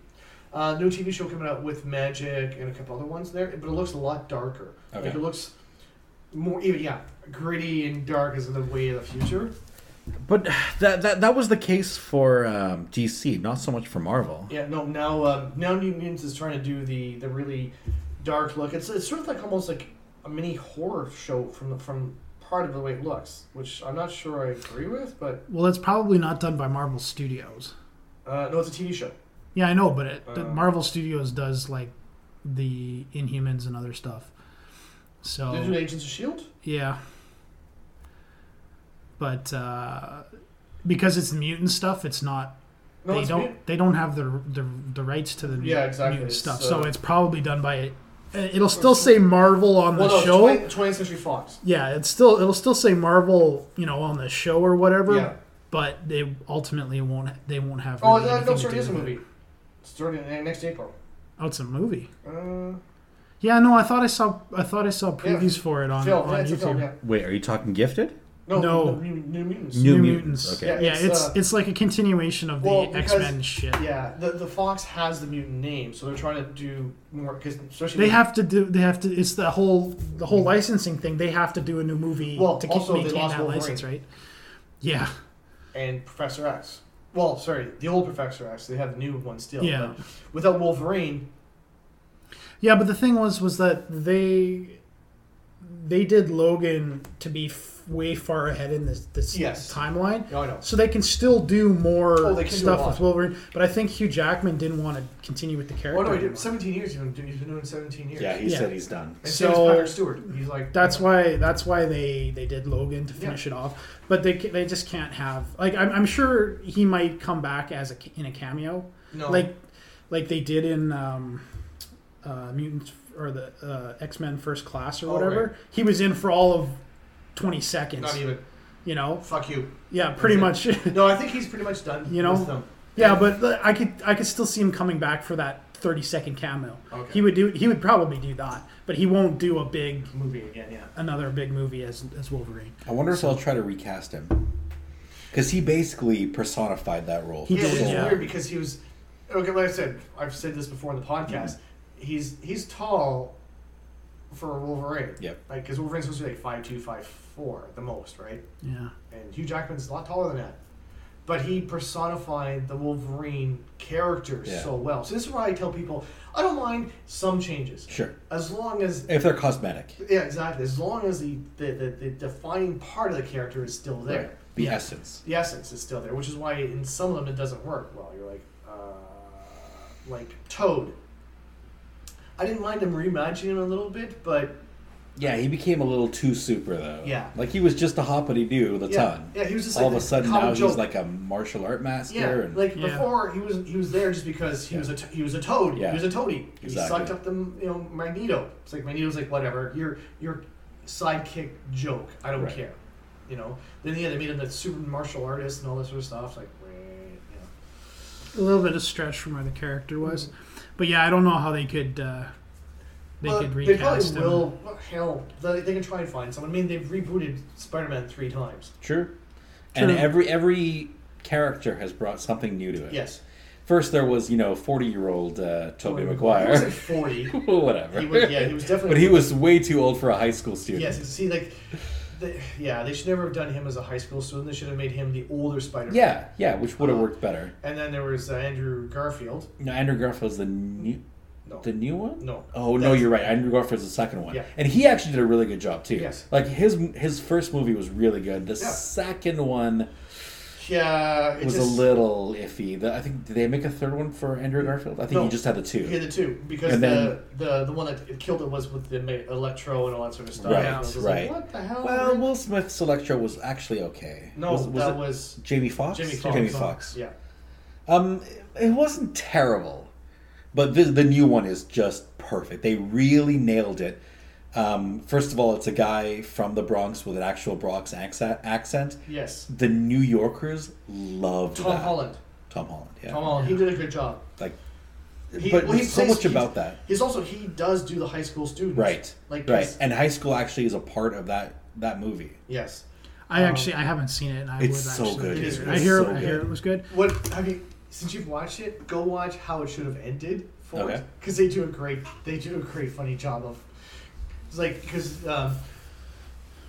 Uh, new TV show coming out with Magic and a couple other ones there, but it looks a lot darker.
Okay.
Like it looks more even yeah gritty and dark is the way of the future.
But that, that that was the case for um, DC, not so much for Marvel.
Yeah, no. Now, um, now New Mutants is trying to do the the really dark look. It's it's sort of like almost like a mini horror show from the from part of the way it looks, which I'm not sure I agree with, but
well, it's probably not done by Marvel Studios.
uh, no, it's a TV show.
Yeah, I know, but it,
Uh.
the Marvel Studios does like the Inhumans and other stuff. So
Did you do Agents of Shield?
Yeah. But uh, because it's mutant stuff, it's not.
No,
they
it's
don't.
Mut-
They don't have the, the the rights to the mu-
Yeah, exactly.
mutant
It's,
stuff.
uh, Oh,
so it's probably done by it. It'll still say Marvel on the
well, no,
show.
It's 20th, 20th Century Fox.
Yeah, it's still it'll still say Marvel, you know, on the show or whatever.
Yeah.
But they ultimately won't. They won't have.
Oh,
really
no,
anything
no,
to
sorry,
do
it is a
with it.
movie. It's starting uh, next April.
Oh, it's a movie.
Uh,
Yeah, no, I thought I saw. I thought I saw previews for it on,
film.
on
yeah, it's a
YouTube.
film. Yeah.
Wait, are you talking Gifted?
No,
No.
New, New Mutants.
New-
New
Mutants,
Mutants.
okay.
Yeah,
Yeah,
it's,
it's it's,
uh,
like a continuation of the
well, because-
X Men shit.
yeah, the, the Fox has the mutant name, so they're trying to do more because especially
They have to do. They have to. It's the whole the whole licensing thing. They have to do a new movie
Well,
to
also, they
keep, maintain
lost
that license, right? Yeah,
and Professor X. Well, sorry, the old Professor X. They have the new one still.
Yeah.
but without Wolverine,
Yeah, but the thing was was that they they did Logan to be f- way far ahead in this this
Yes.
timeline.
no, I know.
So they can still do more
Oh, they can do a
stuff
lot.
with Wolverine, but I think Hugh Jackman didn't want to continue with the character.
Oh no, he did
anymore.
seventeen years. He's been doing- he's been doing seventeen years.
Yeah, he
Yeah.
said he's done.
And so
So-
Patrick Stewart. He's like
That's why. That's why they they did Logan to finish it off. But they ca- they just can't have like I'm, I'm sure he might come back as a ca- in a cameo
no.
like like they did in um, uh, mutants or the uh, X Men First Class or
Oh,
whatever.
right.
He was in for all of twenty seconds.
not even
You know.
fuck you.
Yeah, pretty
That's
much.
No, I think he's pretty much done.
You know?
with them.
yeah, but uh, I could I could still see him coming back for that thirty second cameo.
Okay.
He would do. He would probably do that, but he won't do a big
movie again. Yeah.
another big movie as as Wolverine.
I wonder if they'll try to recast him. Because he basically personified that role.
He
yeah,
did,
which is
yeah.
weird because he was okay. Like I said, I've said this before in the podcast. He's he's tall for a Wolverine.
Yep.
Like because Wolverine's supposed to be like five two, five four at the most, right?
Yeah.
And Hugh Jackman's a lot taller than that. But he personified the Wolverine character
Yeah.
so well. So this is why I tell people I don't mind some changes
Sure.
as long as
If they're cosmetic.
yeah exactly as long as the the, the, the defining part of the character is still there.
Right. The essence.
the essence is still there, which is why in some of them it doesn't work well. You're like, uh, like Toad. I didn't mind him reimagining him a little bit, but
Yeah, he became a little too super, though.
Yeah.
Like he was just a hoppity doo with a
yeah,
ton.
yeah, he was just
All
like
of a
this
sudden
common
now he's
joke.
like a martial art master.
yeah,
and
like
Yeah.
before he was he was there just because he
Yeah.
was a t- he was a Toad,
Yeah.
he was a Toady. He
Exactly.
sucked up the you know Magneto. It's like Magneto's like whatever your your sidekick joke. I don't
Right.
care, you know. Then yeah, they made him that super martial artist and all that sort of stuff. Like, wait, yeah.
a little bit of stretch from where the character
Mm.
was, but yeah, I don't know how they could uh, they
Well,
could
they probably
recast him.
will. Well, hell, they, they can try and find someone. I mean, they've rebooted Spider-Man three times.
True. And
True.
every every character has brought something new to it.
Yes,
First there was, you know, 40-year-old uh, Tobey
He was
Maguire.
like forty.
Whatever.
He was, yeah, he was definitely.
But he was way too old for a high school student.
Yes, see, like, they, yeah, they should never have done him as a high school student. They should have made him the older Spider-Man.
Yeah, yeah, which would have
Uh-huh.
worked better.
And then there was uh, Andrew Garfield.
No, Andrew Garfield's the new,
No.
the new one.
No.
Oh no,
That's-
you're right. Andrew Garfield's the second one.
Yeah.
And he actually did a really good job too.
Yes.
Like his his first movie was really good. The
Yeah.
second one
yeah, it
was
just,
a little iffy. The, I think did they make a third one for Andrew Garfield? I think
No.
he just had the two.
Yeah, the two because
And
the,
then-
the the one that killed it was with the ma- electro and all that sort of stuff.
Right,
And I was just
right.
Like, what the hell?
well, Will Smith's Electro was actually okay.
no,
was, was
that
it
was
Jamie Foxx.
Jimmy Fox.
Jamie Fox.
Yeah.
Um, it wasn't terrible, but the, the new one is just perfect. They really nailed it. Um, first of all, it's a guy from the Bronx with an actual Bronx accent. accent.
Yes.
The New Yorkers loved
Tom
that.
Holland.
Tom Holland. Yeah.
Tom Holland. He did a good job.
Like,
He-
but
well, he
so
plays-
much about that,
He's also he does do the high school students.
right?
Like
right.
yes-
And high school actually is a part of that that movie.
Yes.
I actually I haven't seen it. and I
It's
would
so
actually
good.
be
It is
curious.
Um, good.
I hear
So
I hear
good.
it was good.
What have you since you've watched it, go watch how it should have ended for
Okay.
Because they do a great they do a great funny job of it's like because um,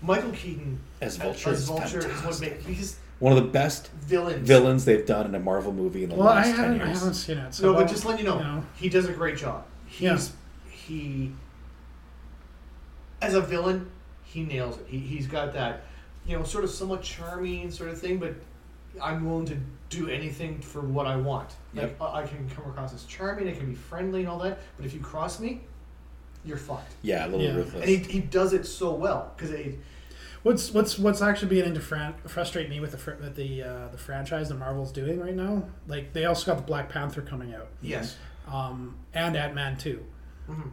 Michael Keaton
As Vulture is
is what
fantastic.
made because
One of the best
villains
villains they've done in a Marvel movie in the
Well, I
last ten
haven't I
years.
haven't seen it. So
No, but
I'll-
just let you know,
you know.
he does a great job.
Yeah.
He's he as a villain, he nails it. He he's got that, you know, sort of somewhat charming sort of thing, but I'm willing to do anything for what I want. Like I I can come across as charming, I can be friendly and all that, but if you cross me, you're fucked.
Yeah, a little
Yeah.
ruthless.
And he, he does it so well because it
what's what's what's actually beginning to fran- frustrate me with the fr- with the uh, the franchise that Marvel's doing right now. Like they also got the Black Panther coming out.
yes Mm-hmm.
um, and Ant Man 2.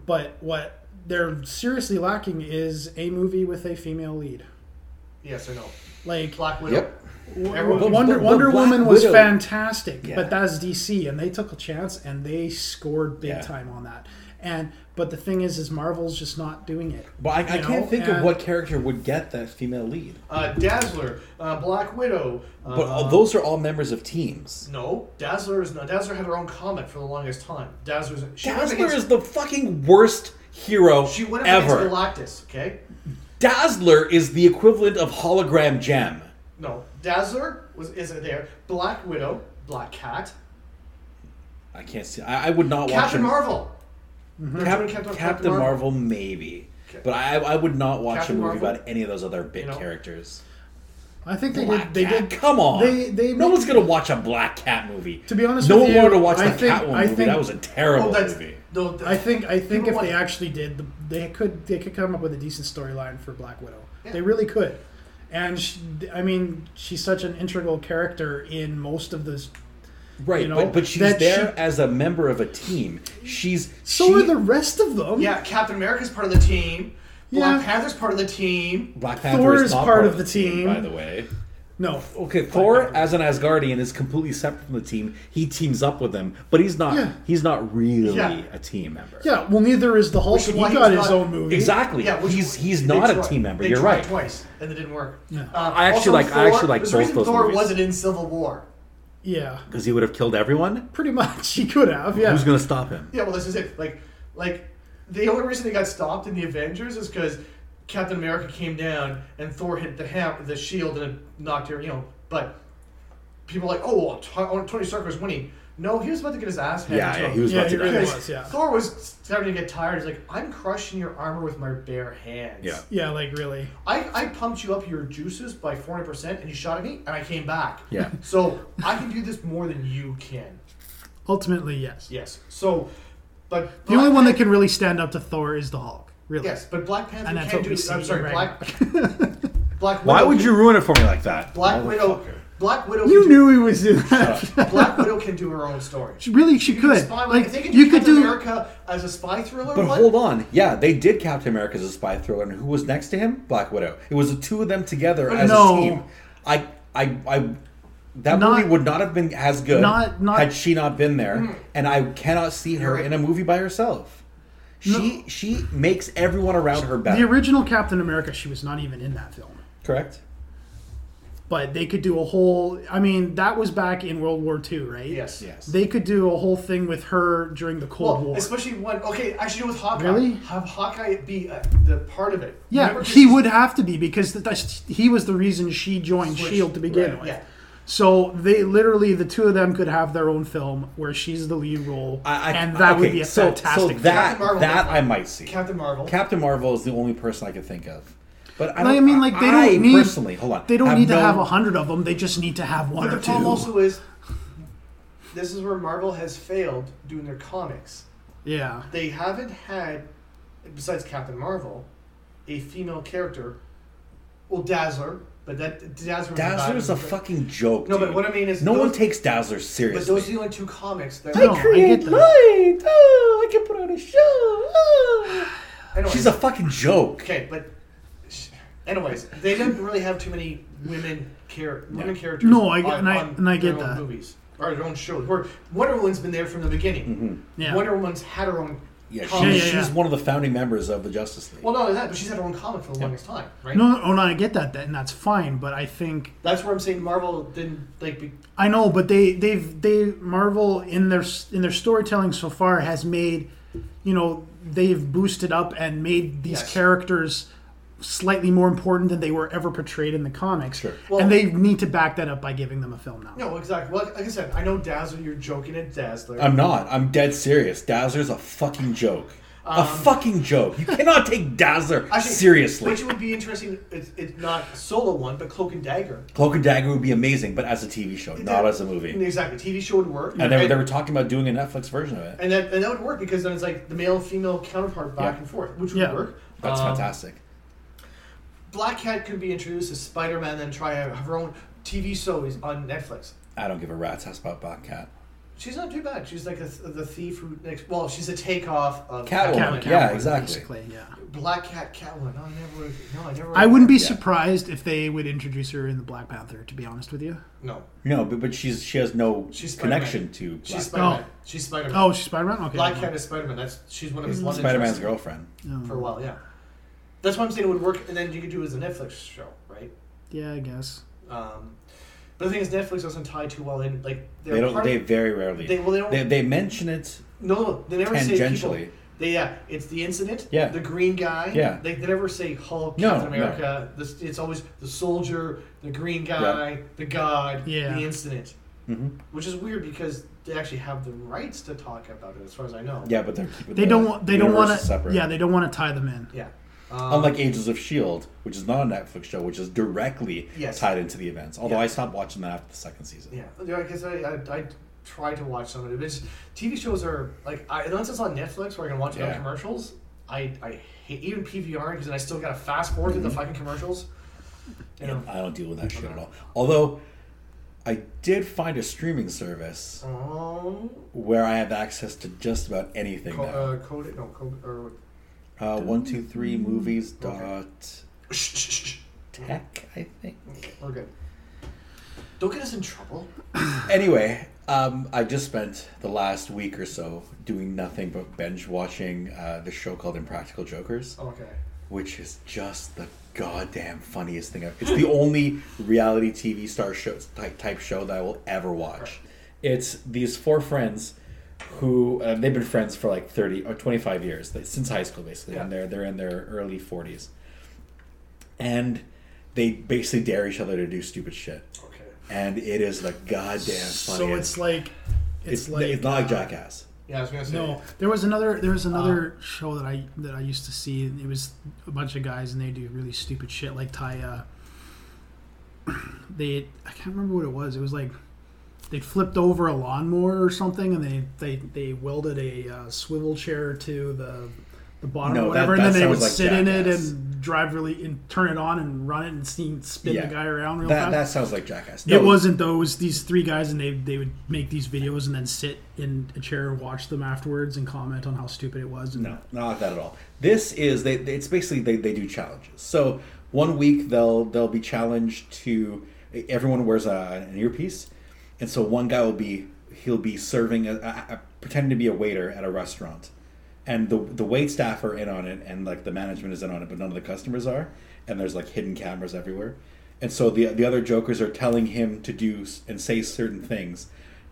But what they're seriously lacking is a movie with a female lead.
yes I know
Like,
Black Widow.
Yep.
w-
Everyone-
w- Wonder,
But- but
Wonder
Black
Woman was
Widow-
fantastic,
Yeah.
but that's DC, and they took a chance and they scored big
Yeah.
time on that. And but the thing is, is Marvel's just not doing it.
But I, I
You
can't
know,
think of
and-
what character would get that female lead.
Uh, Dazzler, uh, Black Widow.
But
uh,
Uh-huh.
those are all members of teams.
No, Dazzler is not. Dazzler had her own comic for the longest time. Dazzler's she went up
Dazzler
against,
is the fucking worst hero
she went up
ever.
against Galactus. Okay,
Dazzler is the equivalent of hologram gem.
No, Dazzler was isn't there. Black Widow, Black Cat,
I can't see. I, I would not watch
Captain
him.
Marvel. They're
Cap-
doing
Captain, Marvel, maybe.
Okay.
But I, I would not watch
Captain
a movie
Marvel?
about any of those other bit
You know?
characters.
I think they
Black
did. They
Cat,
did.
Come on.
they- they
no
made-
one's gonna watch a Black Cat movie.
To be honest
no
with
one
you,
wanted to watch
I
the
think-
Catwoman
I
movie.
think-
that was a terrible
Oh, that's
movie.
no. That,
I think. I think
People
if they
want-
actually did, they could. They could come up with a decent storyline for Black Widow.
Yeah.
They really could. And she, I mean, she's such an integral character in most of this.
Right,
you know,
but, but she's
that
there
she-
as a member of a team. She's
So
she,
are the rest of them.
yeah, Captain America's part of the team. Black
Yeah.
Panther's part of the team.
Black Panther
Thor
is,
is
not
part of the team.
by the way.
No.
Okay, Thor as an Asgardian is completely separate from the team. He teams up with them, but he's not.
Yeah.
He's not really
Yeah.
a team member.
Yeah. Well, neither is the Hulk.
Which is
He
why
got
he's
his
not-
own movie.
exactly.
Yeah, which
he's he's
they
not a
tried-
team member.
they
You're
tried
right.
Twice and it didn't work.
Yeah.
Uh,
I actually
also
like- I
Thor-
actually like
there's
both
a reason
those
Thor
movies.
wasn't in Civil War.
Yeah.
Because he would have killed everyone.
Pretty much. He could have. Yeah.
Who's going to stop him?
Yeah, well, this is it. Like, like the only reason they got stopped in the Avengers is because Captain America came down and Thor hit the ham, the shield, and it knocked her. You know, but people are like, oh, well, T- oh, Tony Stark was winning. No, he was about to get his ass handed
Yeah,
to
yeah,
him.
he was
Yeah,
about
he
to
really
die.
was. Yeah.
Thor was starting to get tired. He's like, I'm crushing your armor with my bare hands.
Yeah.
Yeah. Like really.
I, I pumped you up your juices by 40% and you shot at me and I came back.
Yeah.
So I can do this more than you can.
Ultimately, yes.
Yes. So, but.
The only one that can really stand up to Thor is the Hulk. Really.
Yes, but Black Panther
And that's
can't
what
do.
we see.
I'm sorry,
right
Black
now.
Black.
Why
Widow
would
can-
you ruin it for me like that?
Black Widow.
Motherfucker.
Black Widow.
You
can do-
knew he was doing that.
Black Widow can do her own story.
She- really, she
Can
could.
spy- if they
Like
can
you could
Captain
do.
America as a spy thriller.
But
what?
hold on. Yeah, they did Captain America as a spy thriller, and who was next to him? Black Widow. It was the two of them together
Uh,
as
no.
a team. I, I, I. That
Not-
movie would not have been as good
not- not-
had she not been there, and I cannot see her
Mm. right.
in a movie by herself. She she makes everyone around her
The
better.
original Captain America, she was not even in that film.
Correct.
But they could do a whole. I mean, that was back in World War II, right?
Yes.
Yes.
They could do a whole thing with her during the Cold
Well,
War.
especially when okay, actually with Hawkeye.
Really?
Have Hawkeye be uh, the part of it.
yeah,
Remember
he
his-
would have to be because th- that's, he was the reason she joined
Switched,
Shield E to begin
right,
with.
yeah.
So they literally the two of them could have their own film where she's the lead role,
I, I,
and that would
okay,
be a
so,
fantastic.
So
film.
that
Captain Marvel
that
does
I might see.
Captain Marvel.
Captain Marvel is the only person I could think of. But I,
Like,
don't,
I mean, like they
I
don't need
personally. Hold on,
They don't
have
need to
no-
have a hundred of them. They just need to have one
But the
or two.
problem also is, this is where Marvel has failed doing their comics.
yeah,
They haven't had, besides Captain Marvel, a female character. Well, Dazzler, but that Dazzler. was bad
Dazzler's a
movie, but-
fucking joke.
No, but
dude.
what I mean is
no
those-
one takes Dazzler
But
seriously.
those are the only two comics that.
No, I get that.
light. Oh, I can put on a show. Oh.
I know,
She's a fucking joke.
okay, but. sh- Anyways, they didn't really have too many women char- women characters.
No, I get-
on,
and I-
on
and I get
their own
that.
movies or their own shows. Where Wonder Woman's been there from the beginning.
yeah.
Wonder Woman's had her own.
Mm-hmm. Yeah, she,
comic.
Yeah, yeah,
she's
yeah.
one of the founding members of the Justice League.
Well, not only that, but she's had her own comic for the longest time, right?
No, no, no, I get that, that, and that's fine. But I think
That's where I'm saying Marvel didn't like. Be,
I know, but they, they've, they, Marvel in their s- in their storytelling so far has made, you know, they've boosted up and made these
Yes.
characters slightly more important than they were ever portrayed in the comics,
Sure.
Well-
and they need to back that up by giving them a film now.
no, exactly. Well, like I said, I know Dazzler. You're joking at Dazzler.
I'm not. I'm dead serious. Dazzler's a fucking joke. a fucking joke. You cannot take Dazzler
Um, Actually,
seriously.
Which would be interesting. It's, it's not a solo one, but Cloak and Dagger.
Cloak and Dagger would be amazing, but as a TV show, not as a movie.
Exactly. TV show would work.
And they, were- they were talking about doing a Netflix version of it.
and that and that would work because then it's like the male and female counterpart back
Yeah.
and forth, which would
Yeah.
work.
That's
Um,
fantastic.
Black Cat could be introduced as Spider Man, then try out her own TV series on Netflix.
I don't give a rat's ass about Bobcat.
She's not too bad. She's like a, the thief who, like, well, she's a takeoff of
Catwoman.
Catwoman,
Yeah, exactly.
Basically, yeah.
Black Cat Catwoman. No, I never. would've- No, I never.
I wouldn't be
Yeah.
surprised if they would introduce her in the Black Panther. To be honest with you,
No,
No, but, but she's she has no
She's Spider-Man.
connection to Black
she's
Panther.
Spider Man. She's Spider Man.
oh, she's Spider Man. Okay,
Black
yeah.
Cat is Spider Man. That's she's one of his love
Mm. Spider-Man's
interests
girlfriend.
for
Oh,
a while. Yeah, that's why I'm saying it would work, and then you could do it as a Netflix show, right?
yeah, I guess.
Um, but the thing is, Netflix doesn't tie too well in. Like
They don't.
part-
They very rarely.
They- well, they don't-
they, mention it.
no, no, they never say people.
tangentially.
They, yeah, it's the incident.
Yeah.
The green guy.
Yeah.
They, they never say Hulk,
No,
Captain
no.
America. This, it's always the soldier, the green guy, the god,
Yeah.
the incident.
Mm-hmm.
Mhm.
Which is weird because they actually have the rights to talk about it, as far as I know.
Yeah, but they're keeping
They
the
don't want. They don't want
universes
to.
separate.
Yeah, they don't want to tie them in.
Yeah. Um,
Unlike Agents of Shield, E which is not a Netflix show, which is directly
Yes.
tied into the events. Although
Yeah.
I stopped watching that after the second season.
Yeah, yeah, because I, I, I try to watch some of it. But it's- TV shows are like I, unless it's on Netflix where I can watch it on
Yeah.
commercials. I, I hate even PVR because then I still gotta fast forward through the fucking commercials. You know.
I don't deal with that shit at all. Although I did find a streaming service
Oh,
where I have access to just about anything
co-
now.
uh, code no code or
Uh, one two three movies dot
Okay. shh, shh, shh, shh.
tech, I think.
We're good. Don't get us in trouble.
Anyway, um, I just spent the last week or so doing nothing but binge watching uh, the show called Impractical Jokers,
Okay.
which is just the goddamn funniest thing. I've, it's the only reality TV star show type, type show that I will ever watch. It's these four friends who uh, they've been friends for like 30 or 25 years like, since high school basically and they're they're in their early 40s and they basically dare each other to do stupid shit
Okay.
and it is the goddamn funniest.
So it's like, it's,
it's,
like
it's not like
uh,
Jackass.
Yeah, I was gonna say.
No, there was another. There was another
Oh.
show that I that I used to see. and It was a bunch of guys, and they do really stupid shit, like tie. Uh, they I can't remember what it was. It was like they flipped over a lawnmower or something, and they they they welded a uh, swivel chair to the the bottom
No,
or
that-
whatever,
that
and then they would
sounds like
sit in it
Jackass.
and drive really and turn it on and run it and see spin
Yeah.
the guy around real
That
fast.
that sounds like Jackass.
It wasn't those these three guys, and they they would make these videos and then sit in a chair and watch them afterwards and comment on how stupid it was. And
No, not like that at all. This is they. they- It's basically they, they do challenges. So one week they'll they'll be challenged to everyone wears a, an earpiece, and so one guy will be he'll be serving a, a, a pretending to be a waiter at a restaurant, and the the wait staff are in on it, and like the management is in on it, but none of the customers are, and there's like hidden cameras everywhere, and so the the other jokers are telling him to do s- and say certain things,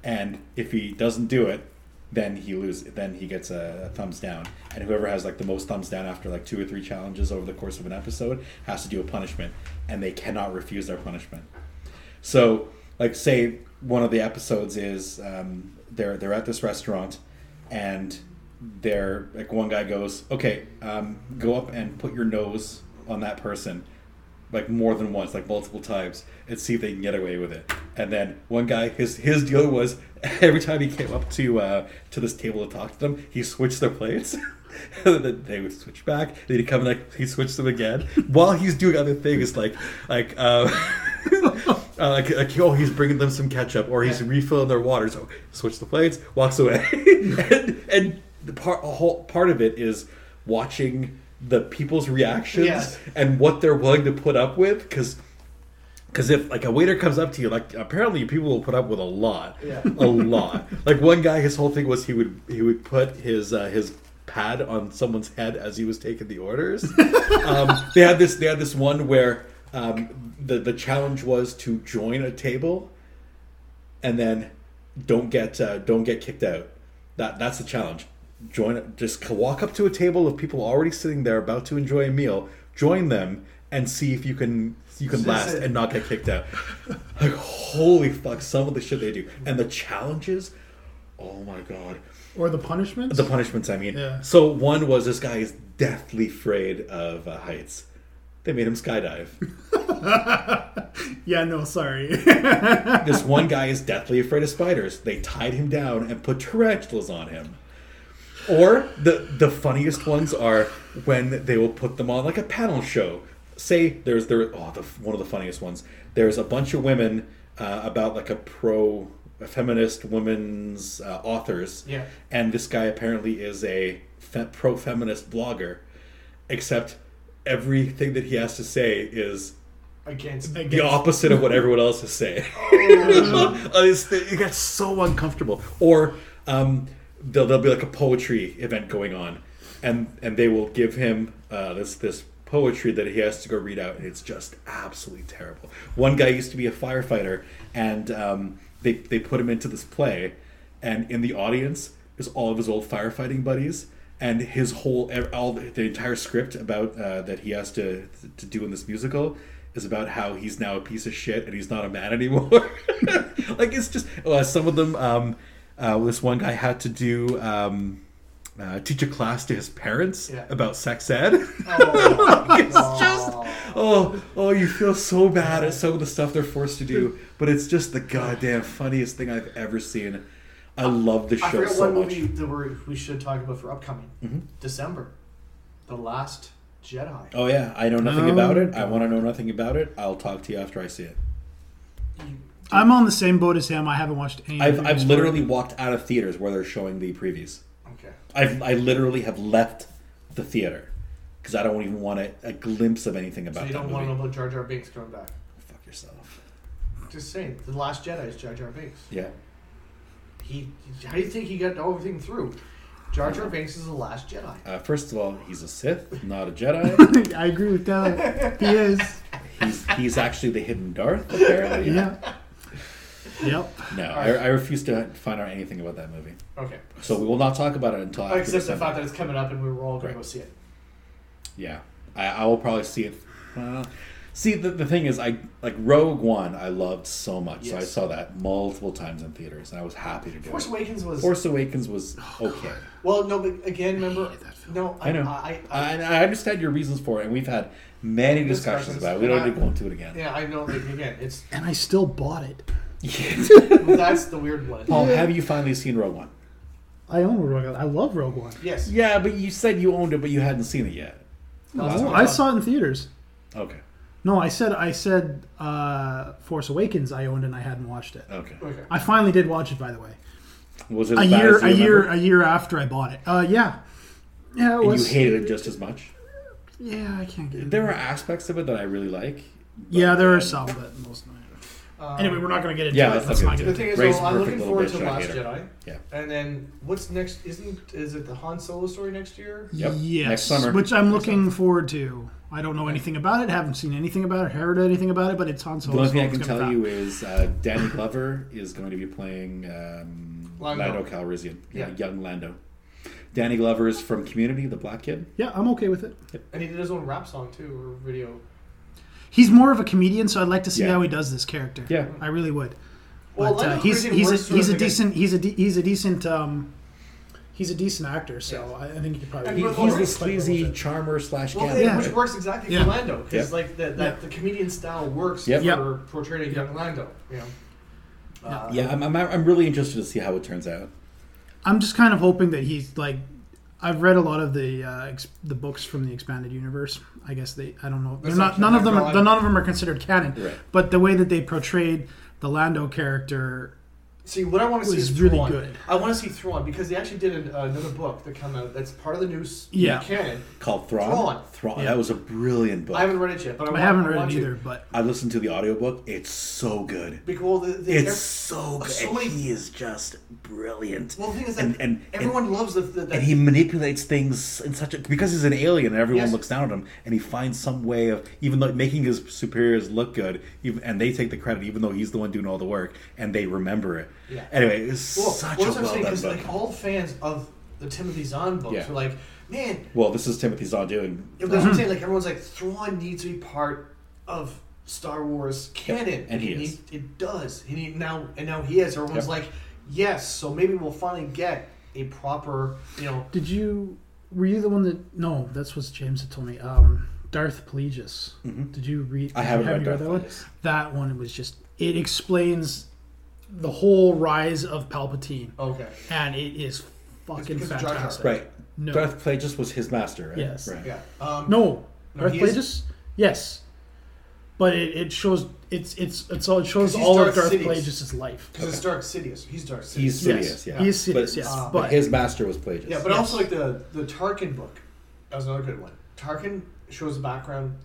and if he doesn't do it, then he lose then he gets a, a thumbs down and whoever has like the most thumbs down after like two or three challenges over the course of an episode has to do a punishment and they cannot refuse their punishment so like say one of the episodes is um, they're they're at this restaurant and they're like one guy goes okay um, go up and put your nose on that person like more than once, like multiple times, and see if they can get away with it. And then one guy, his his deal was every time he came up to uh, to this table to talk to them, he switched their plates. and then they would switch back. Then he'd come and like he switched them again while he's doing other things, like like. Uh, Uh, like, like, oh, he's bringing them some ketchup, or he's refilling their water. So switch the plates, walks away, and, and the part a whole part of it is watching the people's reactions
Yes.
and what they're willing to put up with because because if like a waiter comes up to you like apparently people will put up with a lot
Yeah.
a lot like one guy his whole thing was he would he would put his uh, his pad on someone's head as he was taking the orders um, they had this they had this one where um, the the challenge was to join a table and then don't get uh, don't get kicked out. That that's the challenge. Join just c- walk up to a table of people already sitting there about to enjoy a meal. Join them and see if you can you can last and not get kicked out. Like holy fuck, some of the shit they do and the challenges. Oh my god.
Or the punishments.
The punishments, I mean.
Yeah.
So one was this guy is deathly afraid of uh, heights. They made him skydive.
yeah, no, sorry.
this one guy is deathly afraid of spiders. They tied him down and put tarantulas on him. Or the the funniest ones are when they will put them on like a panel show. Say there's there oh the one of the funniest ones. There's a bunch of women uh, about like a pro a feminist women's uh, authors.
Yeah.
And this guy apparently is a fe- pro feminist blogger, except everything that he has to say is
Against
the opposite of what everyone else is saying. It's- it gets so uncomfortable. Or um, there'll, there'll be like a poetry event going on, and and they will give him uh, this this poetry that he has to go read out, and it's just absolutely terrible. One guy used to be a firefighter, and um, they they put him into this play, and in the audience is all of his old firefighting buddies. and his whole ev- all the, the entire script about uh, that he has to to do in this musical is about how he's now a piece of shit and he's not a man anymore. like it's just well, some of them. Um, uh, this one guy had to do um, uh, teach a class to his parents
Yeah.
about sex ed.
Oh,
it's just oh oh you feel so bad at some of the stuff they're forced to do but it's just the goddamn funniest thing i've ever seen i love the
I
show
forgot
so
one
much Mm-hmm.
movie that we're, we should talk about for upcoming December, The Last Jedi.
oh yeah i know nothing
Oh.
about it i want to know nothing about it i'll talk to you after i see it
You-
I'm on the same boat as him. I haven't watched any. of
i've,
the
I've
movies.
literally walked out of theaters where they're showing the previews
okay.
I've, i literally have left the theater because i don't even want a, a glimpse of anything
So
about
you
that
don't want
movie
to know about Jar Jar Binks coming back?
fuck yourself
Just saying, The Last Jedi is Jar Jar Binks.
yeah
He, how do you think he got everything through? Jar
Mm-hmm.
Jar Binks is the Last Jedi.
uh, first of all he's a sith not a jedi
I agree with that. He is.
he's, he's actually the hidden darth apparently
Yeah. Yep.
No, I, I refuse to find out anything about that movie.
Okay.
So we will not talk about it until after
Except the
Uh, December.
fact that it's coming up and we were all
Right.
going to go see it.
Yeah, I, I will probably see it. Well, see, the, the thing is, I like Rogue One. I loved so much, so I
Yes.
saw that multiple times in theaters, and I was happy to do
Force
it.
Awakens was
Force Awakens was okay.
well, no, but again, remember? No, I,
I know. Uh,
I, I,
I, and I understand your reasons for it, and we've had many discussions
Discussions,
about it. We
and
don't
I-
need to go into it again.
yeah, I know. Like, again, it's
And I still bought it.
that's the weird one.
Paul, have you finally seen Rogue One?
I own Rogue One. I love Rogue One.
Yes.
Yeah, but you said you owned it, but you hadn't seen it yet.
No, that's
Oh,
not
I
fun.
saw it in theaters.
Okay.
No, I said I said uh, Force Awakens. I owned and I hadn't watched it.
Okay.
Okay.
I finally did watch it, by the way.
Was it
A
as bad
year,
as you
a year,
remember?
a year after I bought it. Uh, yeah, yeah, it
And you
was.
hated it just as much.
yeah, I can't get. It.
There are aspects of it that I really like. um,
yeah, there are some, but most not.
Um,
Anyway, we're not going to get into
Yeah,
it.
let's
Let's
not
not
get
get
The
into
thing is,
Ray's
though, I'm
perfect
looking
little
forward
bitch,
to
I
Last
hate her.
Jedi.
Yeah.
And then what's next? Isn't is it the Han Solo story next year?
Yep.
Yes,
Next summer.
which I'm looking forward to. I don't know anything about it. Haven't seen anything about it. Heard anything about it, but it's on.
the only thing I can tell you is uh, Danny Glover is going to be playing um,
Lando.
Lando Calrissian, yeah.
Yeah.
young Lando. Danny Glover is from Community, the black kid.
Yeah, I'm okay with it.
And he did his own rap song too, or video.
He's more of a comedian, so I'd like to see
Yeah.
how he does this character.
Yeah.
I really would.
Well,
But uh,
Lando
he's
Calrissian
he's
works
a,
through
he's a
everything.
decent he's a de- he's a decent um, he's a decent actor. So I, I think you could
And
probably
He,
Well,
he's the
it's
sleazy charmer slash
Well,
gambler.
it-
Yeah.
which works exactly
Yeah.
for Lando because
Yep.
like the, that
Yeah.
the comedian style works
Yep.
Yep.
for portraying a young Lando. You know. Uh,
Yeah, I'm, I'm, I'm really interested to see how it turns out.
I'm just kind of hoping that he's like. I've read a lot of the uh, ex- the books from the expanded universe. I guess they I don't know. They're
That's
not
not
none of them. Are,
canon.
they're- none of them are considered canon.
Right.
But the way that they portrayed the Lando character,
See, what I want to see
was
is
really
Thrawn.
good.
I want to see Thrawn because they actually did an, uh, another book that come out that's part of the new s-
Yeah.
canon.
Called Thrawn.
Thrawn.
Yeah.
That was a brilliant book.
I haven't read it yet, but I,
I
want-
haven't
I
read
want
it
to.
either. But
I listened to the audiobook. It's so good.
Because well, the, the,
It's so good.
so many-
He is just brilliant.
well, the thing is that
and- and-
everyone loves the, the, the
and he manipulates things in such a because he's an alien and everyone
Yes.
looks down at him and he finds some way of even though making his superiors look good even, and they take the credit even though he's the one doing all the work and they remember it
Yeah.
anyway it's
Well,
such
well,
a
that's what
well
I'm saying,
done
'cause,
book
like all fans of the Timothy Zahn books
Yeah. Mm-hmm.
were like, man,
well this is timothy zahn doing
that's what I'm saying. Like everyone's like, Thrawn needs to be part of Star Wars canon,
and he is.
It does. And he now and now he is. Everyone's
Yep.
like, yes. So maybe we'll finally get a proper, you know.
did you? Were you the one that? No, that's what James had told me. Um, Darth Plagueis. Did you read?
Mm-hmm. I haven't
have
read
you
Darth
that one?
Plagueis.
That one was just. It explains the whole rise of Palpatine,
Okay.
and it is fucking
Oh. because of Jar Jar.
fantastic.
right
No.
darth plagueis was his master right
Yes.
right
Yeah. Um,
No,
No,
Darth
he is-
Plagueis. Yes, but it, it shows it's it's it's all it shows
'Cause he's
all of
Darth
Darth
Sidious.
Plagueis' life.
Because it's Dark Sidious. He's Dark Sidious.
he's
Yes.
serious yeah
He is Sidious,
but, uh,
yes,
but
but-
his master was plagueis
yeah, but
Yes.
also like the the Tarkin book. That was another good one. Tarkin shows the background,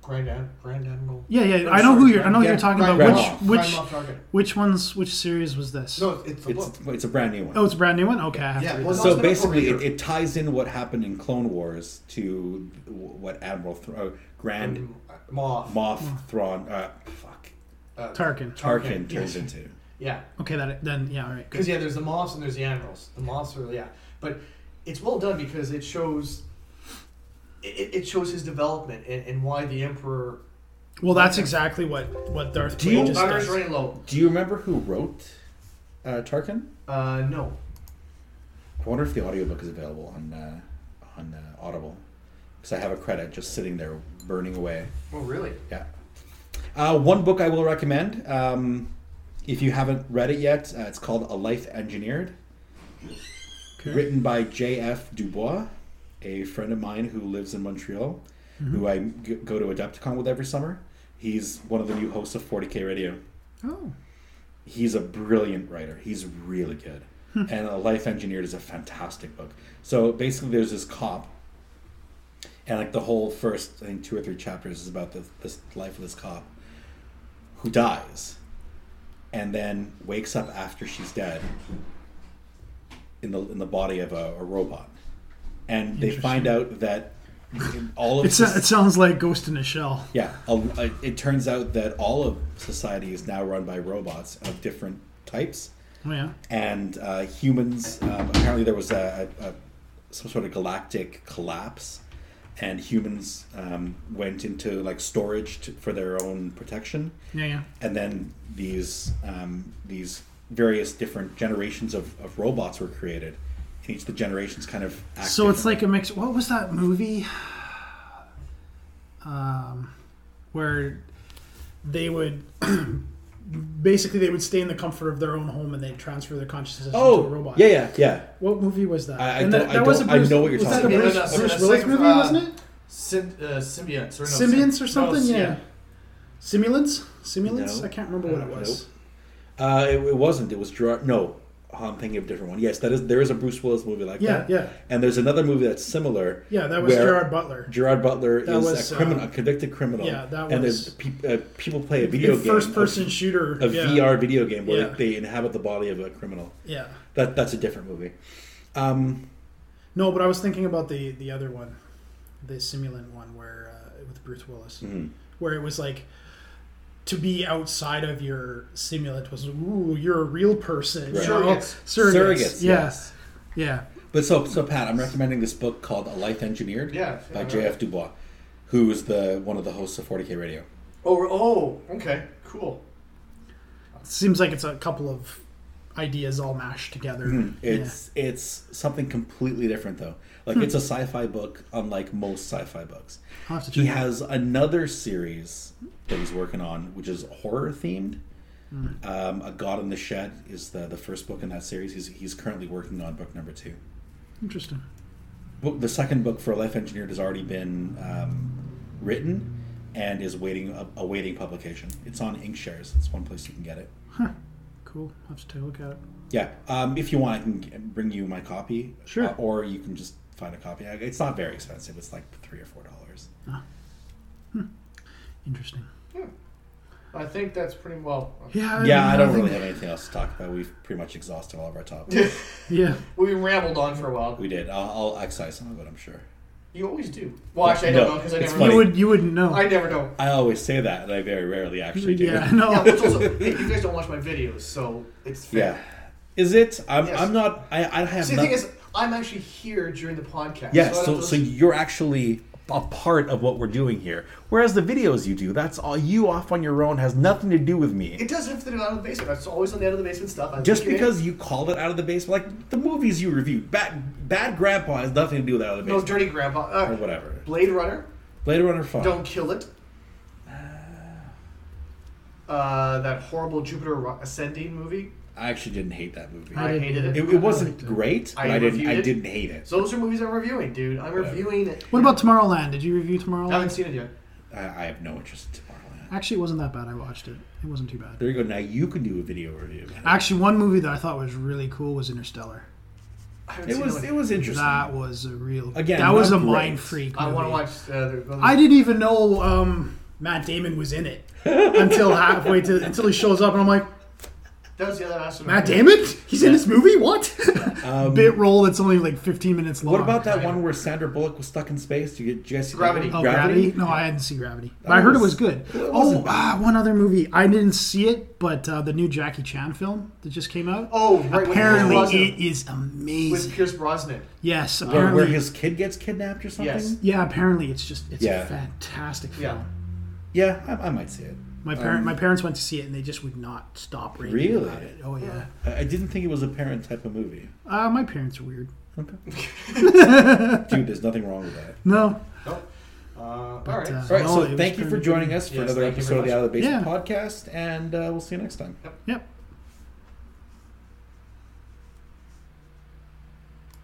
Grand Ad- Grand Admiral.
Yeah, yeah.
I'm
I know who
sorry,
you're. I know
Grand-
who you're
yeah,
talking
Grand
about. Which
Moff.
which
Grand Moff Tarkin.
which ones? Which series was this?
No, it's the book.
it's, it's a brand new one
Oh, it's a brand new one. Okay. I have to
Yeah,
read
well,
that.
no,
so
it's been up for a
basically, it,
year.
it ties in what happened in Clone Wars to what Admiral Thro- uh, Grand
Um, Moff.
Moff Thrawn, uh, fuck,
uh,
Tarkin
Tarkin.
Tarkin,
turns
yes.
into.
Yeah,
Okay, that then yeah. All right.
because
Good.
yeah, there's the moths and there's the admirals. The moths are yeah, but it's well done because it shows it, it shows his development and, and why the emperor
Well, that's exactly what what Darth
Do you-
Plagueis
Well,
Hunter's
does.
running low.
Do you remember who wrote uh, Tarkin?
Uh, no,
I wonder if the audiobook is available on uh, on uh, Audible because I have a credit just sitting there burning away.
oh really?
Yeah. Uh, one book I will recommend, um, if you haven't read it yet, uh, it's called A Life Engineered,
Okay.
written by J.F. Dubois, a friend of mine who lives in Montreal, who I g- go to Adepticon with every summer. He's one of the new hosts of 40K Radio.
Oh,
he's a brilliant writer. He's really good.
Hmm.
and A Life Engineered is a fantastic book. So basically, there's this cop, and like the whole first, I think, two or three chapters is about the, this life of this cop who dies and then wakes up after she's dead in the, in the body of a, a robot. And they find out that all of
it's
this-
it sounds like Ghost in a Shell.
yeah, a, a, it turns out that all of society is now run by robots of different types,
Oh yeah.
and uh, humans. Um, apparently, there was a, a, a some sort of galactic collapse, and humans um, went into like storage to, for their own protection,
Yeah, yeah.
and then these um, these various different generations of, of robots were created, and each of the generations kind of. Act
So it's
differently.
like a mix. What was that movie? Um, where they would basically they would stay in the comfort of their own home and they'd transfer their consciousness
oh,
to a robot.
yeah, yeah, yeah.
What movie was that?
I- I
And
don't-
that,
I
that was a
don't- I
Bruce-
know what you're
was that
talking
a
about.
No, no, no,
Bruce, Bruce
no,
Willis
same-
movie,
uh,
wasn't it?
Syn- uh, symbionts or no, syn-
Symbionts or
no,
something?
syn-
yeah. Simulants? Simulants?
No.
I can't remember what it was.
Uh, it, it wasn't. It was Gerard. No, oh, I'm thinking of a different one. Yes, that is. There is a Bruce Willis movie like
Yeah,
that.
yeah.
And there's another movie that's similar.
Yeah, that was
where
Gerard Butler.
Gerard Butler is
That was,
a
uh,
criminal, a convicted criminal.
yeah, that
And
was-
there's peop uh, people play a video game,
first person shooter.
a, a
yeah.
VR video game where
Yeah.
they inhabit the body of a criminal.
Yeah.
That that's a different movie. Um,
No, but I was thinking about the the other one, the simulant one where uh, with Bruce Willis,
Mm-hmm.
where it was like to be outside of your simulant was ooh you're a real person.
Right.
you know?
Surrogates.
Surrogates.
Surrogates,
Yeah.
yes.
Yeah.
But so, so Pat, I'm recommending this book called A Life Engineered
Yeah,
by
yeah.
J.F. Dubois, who is the one of the hosts of 40K Radio.
Oh, oh, okay, cool.
Seems like it's a couple of ideas all mashed together.
Mm-hmm. It's it's something completely different though. Like it's a sci-fi book, unlike most sci-fi books.
I'll have to
He
check it
has another series that he's working on, which is horror themed. Um, a God in the Shed is the the first book in that series. He's he's currently working on book number two.
Yeah. Interesting.
Book, the second book for Life Engineered has already been um, written and is waiting awaiting publication. It's on Inkshares. It's one place you can get it.
Cool. I'll have to take a look at it.
Yeah, um, if you want, I can g- bring you my copy.
Sure.
Uh, or you can just find a copy. Like, It's not very expensive. It's like three or four dollars.
Interesting.
I think that's pretty well.
yeah,
Yeah. mean,
I don't
think-
really have anything else to talk about. We've pretty much exhausted all of our topics.
Yeah.
We rambled on for a while.
we did. I'll, I'll excise some of it. I'm sure.
You always do. Well, actually, I don't
No,
know because I
it's
never.
funny.
You
Know.
would. You wouldn't know.
I never know.
I always say that, and I very rarely actually do.
yeah. No.
Yeah, but it's also, hey, you guys don't watch my videos, so it's fair.
Yeah. Is it? I'm,
Yes.
I'm not. I, I have.
See, the
not,
thing is, I'm actually here during the podcast.
yeah.
I don't
So
have to
so
listen-
you're actually a part of what we're doing here. Whereas the videos you do, that's all you off on your own, has nothing to do with me.
it does if they're not in the basement. It's always on the out of the basement stuff. I
Just
leave it in.
because you called it out of the basement, like the movies you reviewed, Bad Bad Grandpa has nothing to do with out of the
no
basement
dirty grandpa.
or
Uh,
whatever.
Blade Runner,
Blade Runner Five.
don't kill it. Uh, that horrible Jupiter Ro- Ascending movie.
I actually didn't hate that movie.
I
didn't
hated
it,
it.
it wasn't
liked it.
great, but I,
I
didn't.
reviewed
I
it.
didn't hate it.
So those are movies I'm reviewing, dude. I'm
Whatever.
reviewing it.
What about Tomorrowland? Did you review
I
Tomorrowland?
haven't seen it yet.
I, I have no interest in Tomorrowland.
Actually, it wasn't that bad. I watched it. It wasn't too bad.
There you go. Now you can do a video review.
Actually, one movie that I thought was really cool was Interstellar.
I haven't
It
seen
was.
It
It was interesting.
That was a real
Again,
That was a
not great.
mind freak.
I want to
movie.
watch. Uh, the-
I didn't even know um, Matt Damon was in it until halfway to until he shows up, and I'm like,
That was the other aspect.
Matt Damon? He's in this movie? What?
Um,
Bit roll that's only like 15 minutes long.
What about that one where Sandra Bullock was stuck in space? Do you get Jesse?
Gravity.
Oh,
Gravity?
Gravity? No, I didn't see Gravity. But I heard it was
was-
good.
Well, it
Oh,
wasn't
ah, one other movie. I didn't see it, but uh, the new Jackie Chan film that just came out.
Oh, right. with Pierce
apparently
Brosnan.
it is amazing.
with Pierce Brosnan.
yes,
Where,
apparently.
where his kid gets kidnapped or something?
Yes.
yeah, apparently it's just it's
Yeah.
a fantastic
Yeah.
film.
Yeah, I, I might see it.
My parent, my parents went to see it and they just would not stop raving
Really?
about it. Oh yeah.
I I didn't think it was a parent type of movie.
Uh, my parents are weird.
Dude, there's nothing wrong with that.
No.
Nope. Uh, all right.
uh,
All right,
No, it
so
was
thank you for
pretty
joining us for
Yes,
another
thank you
episode
very
of the Out of the Basement
Yeah.
podcast, and uh, we'll see you next time.
Yep.